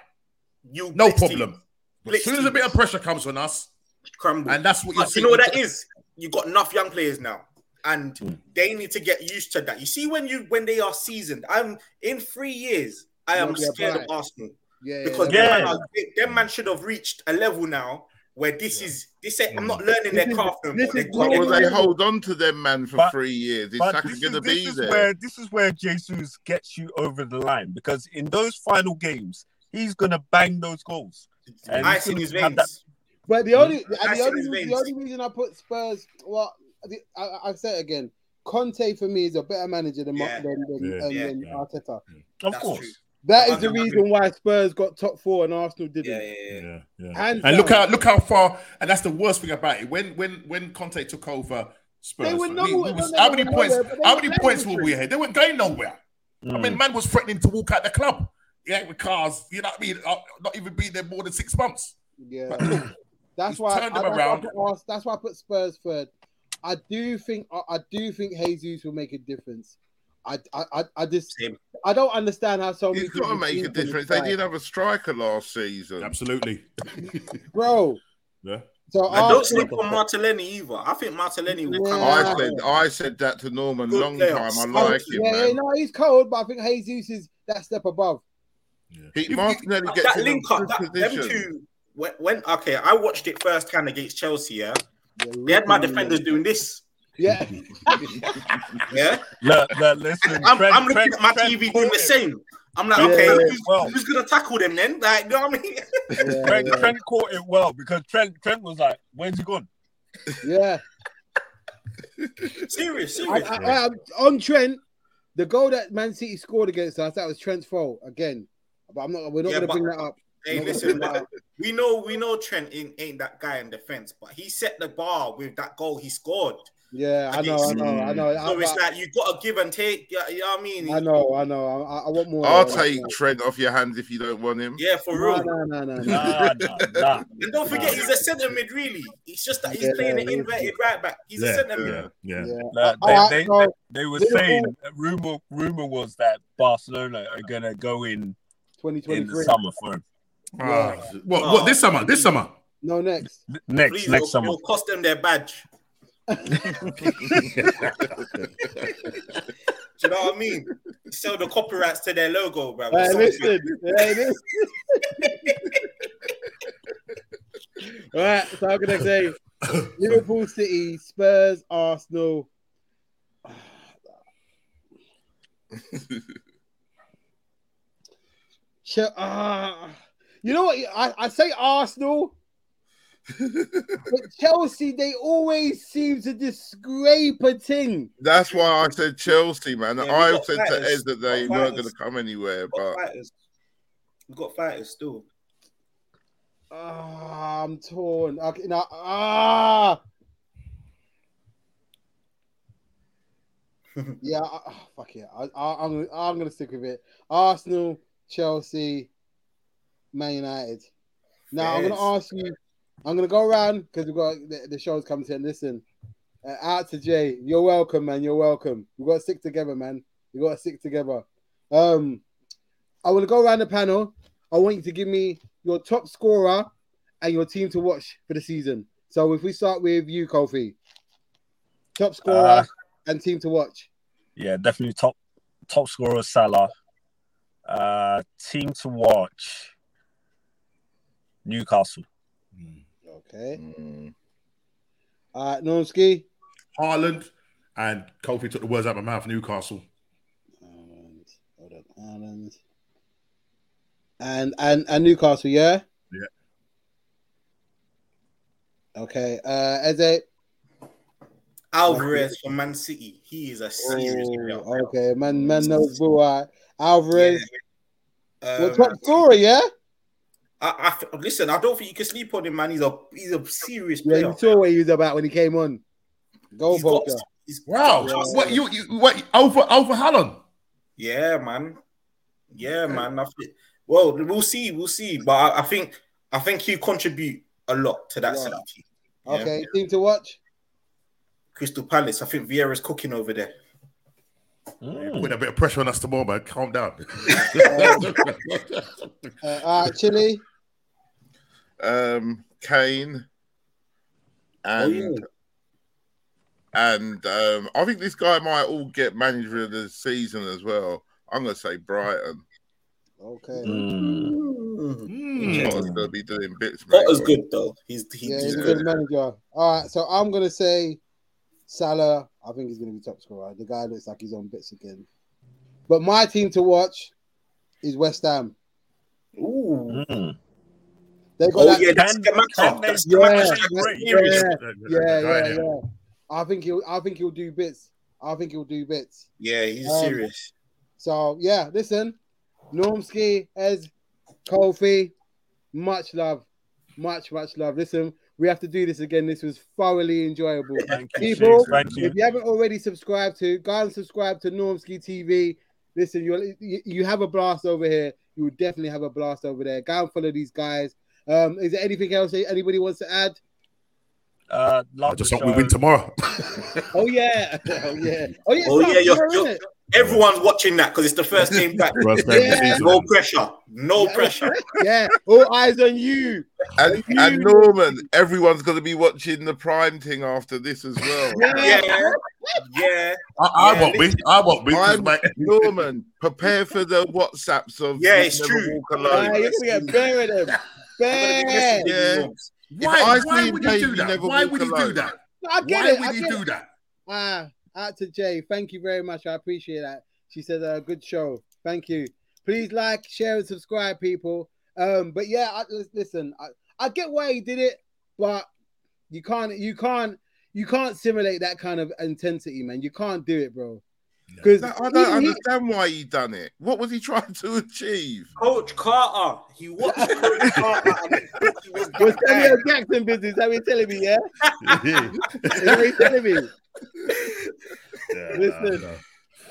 [SPEAKER 5] You
[SPEAKER 6] no
[SPEAKER 5] blitz
[SPEAKER 6] problem.
[SPEAKER 5] teams.
[SPEAKER 6] But as
[SPEAKER 5] Blitz
[SPEAKER 6] soon as a bit of pressure comes on us,
[SPEAKER 5] crumble,
[SPEAKER 6] and that's what Hmm. you're
[SPEAKER 5] But you know what that is? You got enough young players now, and they need to get used to that. You see, when you when they are seasoned, I'm in three years. I am
[SPEAKER 1] They'll be
[SPEAKER 5] scared of
[SPEAKER 1] alright.
[SPEAKER 5] Arsenal
[SPEAKER 1] Yeah, yeah,
[SPEAKER 5] because Them,
[SPEAKER 1] yeah.
[SPEAKER 5] man are- they- them man should have reached a level now where this is this. Ain't, I'm not
[SPEAKER 1] This
[SPEAKER 5] learning their
[SPEAKER 1] is-
[SPEAKER 5] craft. no more.
[SPEAKER 1] this
[SPEAKER 5] They
[SPEAKER 1] is
[SPEAKER 5] got
[SPEAKER 2] Why
[SPEAKER 5] their
[SPEAKER 2] would they
[SPEAKER 5] craft.
[SPEAKER 2] hold on to them man for three years? It's
[SPEAKER 4] But
[SPEAKER 2] not
[SPEAKER 4] this
[SPEAKER 2] going to
[SPEAKER 4] is,
[SPEAKER 2] be
[SPEAKER 4] this is
[SPEAKER 2] there.
[SPEAKER 4] where this is where Jesus gets you over the line because in those final games he's gonna bang those goals.
[SPEAKER 5] Ice
[SPEAKER 4] he's
[SPEAKER 5] in
[SPEAKER 4] gonna
[SPEAKER 5] his
[SPEAKER 4] have
[SPEAKER 5] veins.
[SPEAKER 1] But the only,
[SPEAKER 4] Mm.
[SPEAKER 1] and
[SPEAKER 4] That's
[SPEAKER 1] the,
[SPEAKER 4] in
[SPEAKER 1] only
[SPEAKER 4] his
[SPEAKER 1] the
[SPEAKER 4] veins.
[SPEAKER 1] only reason I put Spurs, well, the, I, I say it again, Conte for me is a better manager than Ma-
[SPEAKER 5] Yeah.
[SPEAKER 1] than, than,
[SPEAKER 5] Yeah.
[SPEAKER 1] um,
[SPEAKER 5] Yeah.
[SPEAKER 1] than Arteta.
[SPEAKER 4] Of
[SPEAKER 5] course.
[SPEAKER 1] that is
[SPEAKER 5] I'm
[SPEAKER 1] the
[SPEAKER 5] happy.
[SPEAKER 1] reason why Spurs got top four and Arsenal didn't.
[SPEAKER 5] Yeah, yeah,
[SPEAKER 6] yeah.
[SPEAKER 1] Hands
[SPEAKER 6] and look
[SPEAKER 1] down.
[SPEAKER 6] how look how far. And that's the worst thing about it. When when when Conte took over Spurs,
[SPEAKER 1] They were
[SPEAKER 6] we-
[SPEAKER 1] nowhere-
[SPEAKER 6] we
[SPEAKER 1] no,
[SPEAKER 6] was-
[SPEAKER 1] they
[SPEAKER 6] how
[SPEAKER 1] were
[SPEAKER 6] many
[SPEAKER 1] nowhere,
[SPEAKER 6] points?
[SPEAKER 1] but they
[SPEAKER 6] How
[SPEAKER 1] were
[SPEAKER 6] many
[SPEAKER 1] playing
[SPEAKER 6] points
[SPEAKER 1] the
[SPEAKER 6] were we
[SPEAKER 1] truth.
[SPEAKER 6] ahead? They weren't going nowhere. I
[SPEAKER 1] Mm.
[SPEAKER 6] mean, man was threatening to walk out the club. Yeah, with cars. You know what I mean? Uh, Not even being there more than six months.
[SPEAKER 1] Yeah.
[SPEAKER 6] But look,
[SPEAKER 1] That's
[SPEAKER 6] He's
[SPEAKER 1] why, I,
[SPEAKER 6] turned them
[SPEAKER 1] that's,
[SPEAKER 6] around.
[SPEAKER 1] Why I put, Ars- that's why I put Spurs third. I do think I, I do think Jesus will make a difference. I I, I, I just I don't understand how so many
[SPEAKER 2] It's got to
[SPEAKER 1] people
[SPEAKER 2] make
[SPEAKER 1] see
[SPEAKER 2] a
[SPEAKER 1] him from the
[SPEAKER 2] difference. They
[SPEAKER 1] side.
[SPEAKER 2] didn't have a striker last season.
[SPEAKER 6] Absolutely.
[SPEAKER 1] bro.
[SPEAKER 6] Yeah.
[SPEAKER 1] So
[SPEAKER 5] And don't
[SPEAKER 1] Arsenal,
[SPEAKER 5] sleep on Martinelli either. I think Martinelli will come.
[SPEAKER 2] I
[SPEAKER 5] out.
[SPEAKER 2] said I said that to Norman
[SPEAKER 5] Good
[SPEAKER 2] long
[SPEAKER 5] player.
[SPEAKER 2] time. I like him,
[SPEAKER 1] yeah, yeah,
[SPEAKER 2] man.
[SPEAKER 1] no, he's cold, but I think Jesus is that step above.
[SPEAKER 2] He, Martinelli gets
[SPEAKER 5] that
[SPEAKER 2] in
[SPEAKER 5] link
[SPEAKER 2] on
[SPEAKER 5] up, that,
[SPEAKER 2] good
[SPEAKER 5] them
[SPEAKER 2] position.
[SPEAKER 5] two. When, when okay, I watched it first time against Chelsea. Yeah, they had
[SPEAKER 1] Mm.
[SPEAKER 5] my defenders doing this.
[SPEAKER 1] Yeah,
[SPEAKER 5] yeah.
[SPEAKER 4] Look, look, listen,
[SPEAKER 5] I'm,
[SPEAKER 4] Trent-
[SPEAKER 5] I'm looking
[SPEAKER 4] Trent-
[SPEAKER 5] at my
[SPEAKER 4] Trent
[SPEAKER 5] TV doing
[SPEAKER 4] caught
[SPEAKER 5] the
[SPEAKER 4] it.
[SPEAKER 5] same. I'm like,
[SPEAKER 4] Yeah,
[SPEAKER 5] okay,
[SPEAKER 4] yeah,
[SPEAKER 5] who's,
[SPEAKER 4] well.
[SPEAKER 5] who's gonna tackle them then? Like, you know what I mean?
[SPEAKER 4] Trent,
[SPEAKER 5] yeah.
[SPEAKER 4] Trent caught it well because Trent Trent was like, "Where's he gone?"
[SPEAKER 1] yeah.
[SPEAKER 5] serious,
[SPEAKER 1] I,
[SPEAKER 5] serious.
[SPEAKER 1] I, I, on Trent, the goal that Man City scored against us, that was Trent's fault again. But I'm not. We're not
[SPEAKER 5] Yeah,
[SPEAKER 1] going to
[SPEAKER 5] but-
[SPEAKER 1] bring that up.
[SPEAKER 5] Hey,
[SPEAKER 1] Not gonna
[SPEAKER 5] listen,
[SPEAKER 1] bring that
[SPEAKER 5] but
[SPEAKER 1] up.
[SPEAKER 5] we know we know Trent ain't, ain't that guy in defense, but he set the bar with that goal he scored.
[SPEAKER 1] Yeah, I know, I know, I know. I,
[SPEAKER 5] So it's like you gotta give and take. Yeah, you know what I mean?
[SPEAKER 1] I know, I know. I, I want more.
[SPEAKER 2] I'll
[SPEAKER 1] uh,
[SPEAKER 2] take Trent off your hands if you don't want him.
[SPEAKER 5] Yeah, for
[SPEAKER 1] No, no, no, no, no.
[SPEAKER 5] And don't forget, he's a centre mid. Really, it's just that he's
[SPEAKER 1] Yeah,
[SPEAKER 5] playing an
[SPEAKER 1] he is.
[SPEAKER 5] inverted right back. He's a
[SPEAKER 4] Yeah,
[SPEAKER 5] centre mid.
[SPEAKER 6] Yeah.
[SPEAKER 4] Like,
[SPEAKER 1] All
[SPEAKER 4] they,
[SPEAKER 1] right,
[SPEAKER 4] they,
[SPEAKER 1] so,
[SPEAKER 4] they, they were
[SPEAKER 1] Liverpool-
[SPEAKER 4] saying rumor rumor was that Barcelona are gonna go in in
[SPEAKER 1] 2023.
[SPEAKER 4] the summer for him.
[SPEAKER 6] Ah, what, what this summer? This summer?
[SPEAKER 1] No, next.
[SPEAKER 4] Next
[SPEAKER 5] Please,
[SPEAKER 4] next
[SPEAKER 5] it'll-
[SPEAKER 4] summer.
[SPEAKER 5] it'll cost them their badge. Do you know what I mean? Sell the copyrights to their logo, bro.
[SPEAKER 1] Hey, listen. Hey, listen. All right, so how can I say Liverpool City, Spurs, Arsenal? Che- ah. you know what? I, I say Arsenal, but Chelsea, they always seem to just scrape a thing.
[SPEAKER 7] That's why I said Chelsea, man.
[SPEAKER 5] Yeah,
[SPEAKER 7] I
[SPEAKER 5] we've got
[SPEAKER 7] said to
[SPEAKER 5] fighters.
[SPEAKER 7] Ed that they
[SPEAKER 5] We've got
[SPEAKER 7] weren't going
[SPEAKER 5] fighters.
[SPEAKER 7] to come anywhere,
[SPEAKER 5] We've got
[SPEAKER 7] but
[SPEAKER 5] fighters. We've got fighters still.
[SPEAKER 1] Ah, I'm torn. Okay, now, ah. yeah, I, ah, fuck yeah. I, I, I'm, gonna- I'm going to stick with it. Arsenal, Chelsea, Man United. Now, I'm going to
[SPEAKER 5] Yes.
[SPEAKER 1] ask you, I'm going to go around because we've got the, the show's coming to an end. Listen, uh, out to Jay. You're welcome, man. You're welcome. We've got to stick together, man. We've got to stick together. Um, I want to go around the panel. I want you to give me your top scorer and your team to watch for the season. So if we start with you, Kofi, top scorer
[SPEAKER 2] Uh,
[SPEAKER 1] and team to watch.
[SPEAKER 2] Yeah, definitely top top scorer Salah. Uh, team to watch Newcastle.
[SPEAKER 1] Okay.
[SPEAKER 6] All
[SPEAKER 1] Uh,
[SPEAKER 6] right, Normski. Haaland. And Kofi took the words out of my mouth, Newcastle.
[SPEAKER 1] Ireland. And and and Newcastle, yeah.
[SPEAKER 6] Yeah.
[SPEAKER 1] Okay. Uh, Eze.
[SPEAKER 5] Alvarez for Man City. He is a serious player.
[SPEAKER 1] Oh, okay, man, man knows Buai. Alvarez.
[SPEAKER 5] Um,
[SPEAKER 1] Well, top scorer, yeah.
[SPEAKER 5] I, I th- listen. I don't think you can sleep on him, man. He's a he's a serious
[SPEAKER 1] Yeah,
[SPEAKER 5] player.
[SPEAKER 1] you saw what he was about when he came on. Go Volker.
[SPEAKER 6] Wow.
[SPEAKER 5] Yeah.
[SPEAKER 6] What, you, you, what, over, over Haaland?
[SPEAKER 5] Yeah, man. Yeah, man. I think, well, we'll see. We'll see. But I, I think I think he contribute a lot to that
[SPEAKER 1] Yeah.
[SPEAKER 5] City team. Yeah.
[SPEAKER 1] Okay, team to watch.
[SPEAKER 5] Crystal Palace. I think Vieira's cooking over there.
[SPEAKER 7] Hmm.
[SPEAKER 6] Put a bit of pressure on us tomorrow, man. Calm down. Hmm.
[SPEAKER 1] Uh, all right, Chile.
[SPEAKER 7] um, Kane
[SPEAKER 1] Oh,
[SPEAKER 5] Oh,
[SPEAKER 7] and and um, I think this guy might all get manager of the season as well. I'm going to say Brighton.
[SPEAKER 1] Okay.
[SPEAKER 5] Mm-hmm.
[SPEAKER 1] Mm-hmm.
[SPEAKER 6] Hmm.
[SPEAKER 7] Potter's going to be doing bits.
[SPEAKER 5] Potter's good though. He's he,
[SPEAKER 1] Yeah,
[SPEAKER 5] he's
[SPEAKER 1] he's a
[SPEAKER 5] good.
[SPEAKER 1] good manager. All right, so I'm gonna say Salah. I think he's gonna be top scorer. The guy looks like he's on bits again. But my team to watch is West Ham.
[SPEAKER 5] Ooh.
[SPEAKER 1] They got
[SPEAKER 5] Oh,
[SPEAKER 1] that.
[SPEAKER 5] yeah, that's Can- Scamacca. can they- That's Scamacca. Great.
[SPEAKER 1] yeah, yeah,
[SPEAKER 5] Yeah,
[SPEAKER 1] yeah, yeah,
[SPEAKER 5] yeah, yeah.
[SPEAKER 1] yeah. I think he'll. I think he'll do bits. I think he'll do bits.
[SPEAKER 5] Yeah, he's
[SPEAKER 1] Um,
[SPEAKER 5] serious.
[SPEAKER 1] So yeah, listen, Normski, Ez, Kofi, much love, much much love. Listen, we have to do this again. This was thoroughly enjoyable.
[SPEAKER 2] you,
[SPEAKER 1] People,
[SPEAKER 2] Chief. Thank you.
[SPEAKER 1] if you haven't already subscribed to, go and subscribe to Normski TV. Listen, you you you have a blast over here. You will definitely have a blast over there. Go and follow these guys. Um, is there anything else that anybody wants to add?
[SPEAKER 2] Uh,
[SPEAKER 6] I just hope we win tomorrow.
[SPEAKER 1] Oh yeah, oh yeah, oh yeah.
[SPEAKER 5] Oh
[SPEAKER 1] it's
[SPEAKER 5] yeah,
[SPEAKER 1] up
[SPEAKER 5] you're,
[SPEAKER 1] there, isn't
[SPEAKER 5] you're,
[SPEAKER 1] it?
[SPEAKER 5] everyone's watching that because it's the first game back.
[SPEAKER 6] First game of the season.
[SPEAKER 5] No pressure. No pressure.
[SPEAKER 1] yeah, all eyes on you.
[SPEAKER 7] And, and Norman, everyone's going to be watching the Prime thing after this as well.
[SPEAKER 5] Yeah. Yeah.
[SPEAKER 6] I, I won't win. I won't win. 'cause
[SPEAKER 7] I'm-
[SPEAKER 6] my-
[SPEAKER 7] Norman, prepare for the WhatsApps of
[SPEAKER 5] Yeah,
[SPEAKER 7] You
[SPEAKER 5] it's
[SPEAKER 7] Never
[SPEAKER 5] true.
[SPEAKER 7] Walk Alone.
[SPEAKER 1] Ah, you're gonna get buried him. Buried.
[SPEAKER 6] Why,
[SPEAKER 7] Yeah. If
[SPEAKER 6] why
[SPEAKER 7] I see
[SPEAKER 6] would
[SPEAKER 7] him
[SPEAKER 6] you
[SPEAKER 7] play,
[SPEAKER 6] do
[SPEAKER 7] you
[SPEAKER 6] that?
[SPEAKER 7] never
[SPEAKER 6] Why
[SPEAKER 7] walk
[SPEAKER 6] would you do
[SPEAKER 7] alone.
[SPEAKER 6] that?
[SPEAKER 1] I get
[SPEAKER 6] Why
[SPEAKER 1] it.
[SPEAKER 6] would
[SPEAKER 1] I
[SPEAKER 6] you
[SPEAKER 1] get
[SPEAKER 6] do
[SPEAKER 1] it.
[SPEAKER 6] that?
[SPEAKER 1] Ah, out to Jay. Thank you very much. I appreciate that. She said a uh, good show. Thank you. Please like, share, and subscribe, people. Um, but yeah, I, lis- listen, I, I get why he did it, but you can't, you can't, you can't simulate that kind of intensity, man. You can't do it, bro. Because
[SPEAKER 7] No, I don't understand why he done it. What was he trying to achieve?
[SPEAKER 5] Coach Carter. He watched Coach Carter.
[SPEAKER 1] Was Samuel Jackson business? That we telling me, yeah. Is that what you're telling me? listen,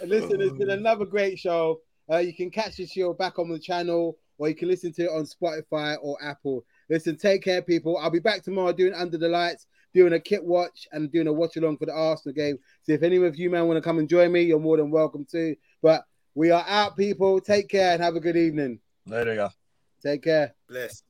[SPEAKER 1] listen, it's been another great show. Uh, you can catch the show back on the channel, or you can listen to it on Spotify or Apple. Listen, take care, people. I'll be back tomorrow doing Under the Lights, doing a kit watch, and doing a watch along for the Arsenal game. So if any of you man want to come and join me, you're more than welcome to. But we are out, people. Take care and have a good evening.
[SPEAKER 2] Later, yeah.
[SPEAKER 1] Take care.
[SPEAKER 5] Bless.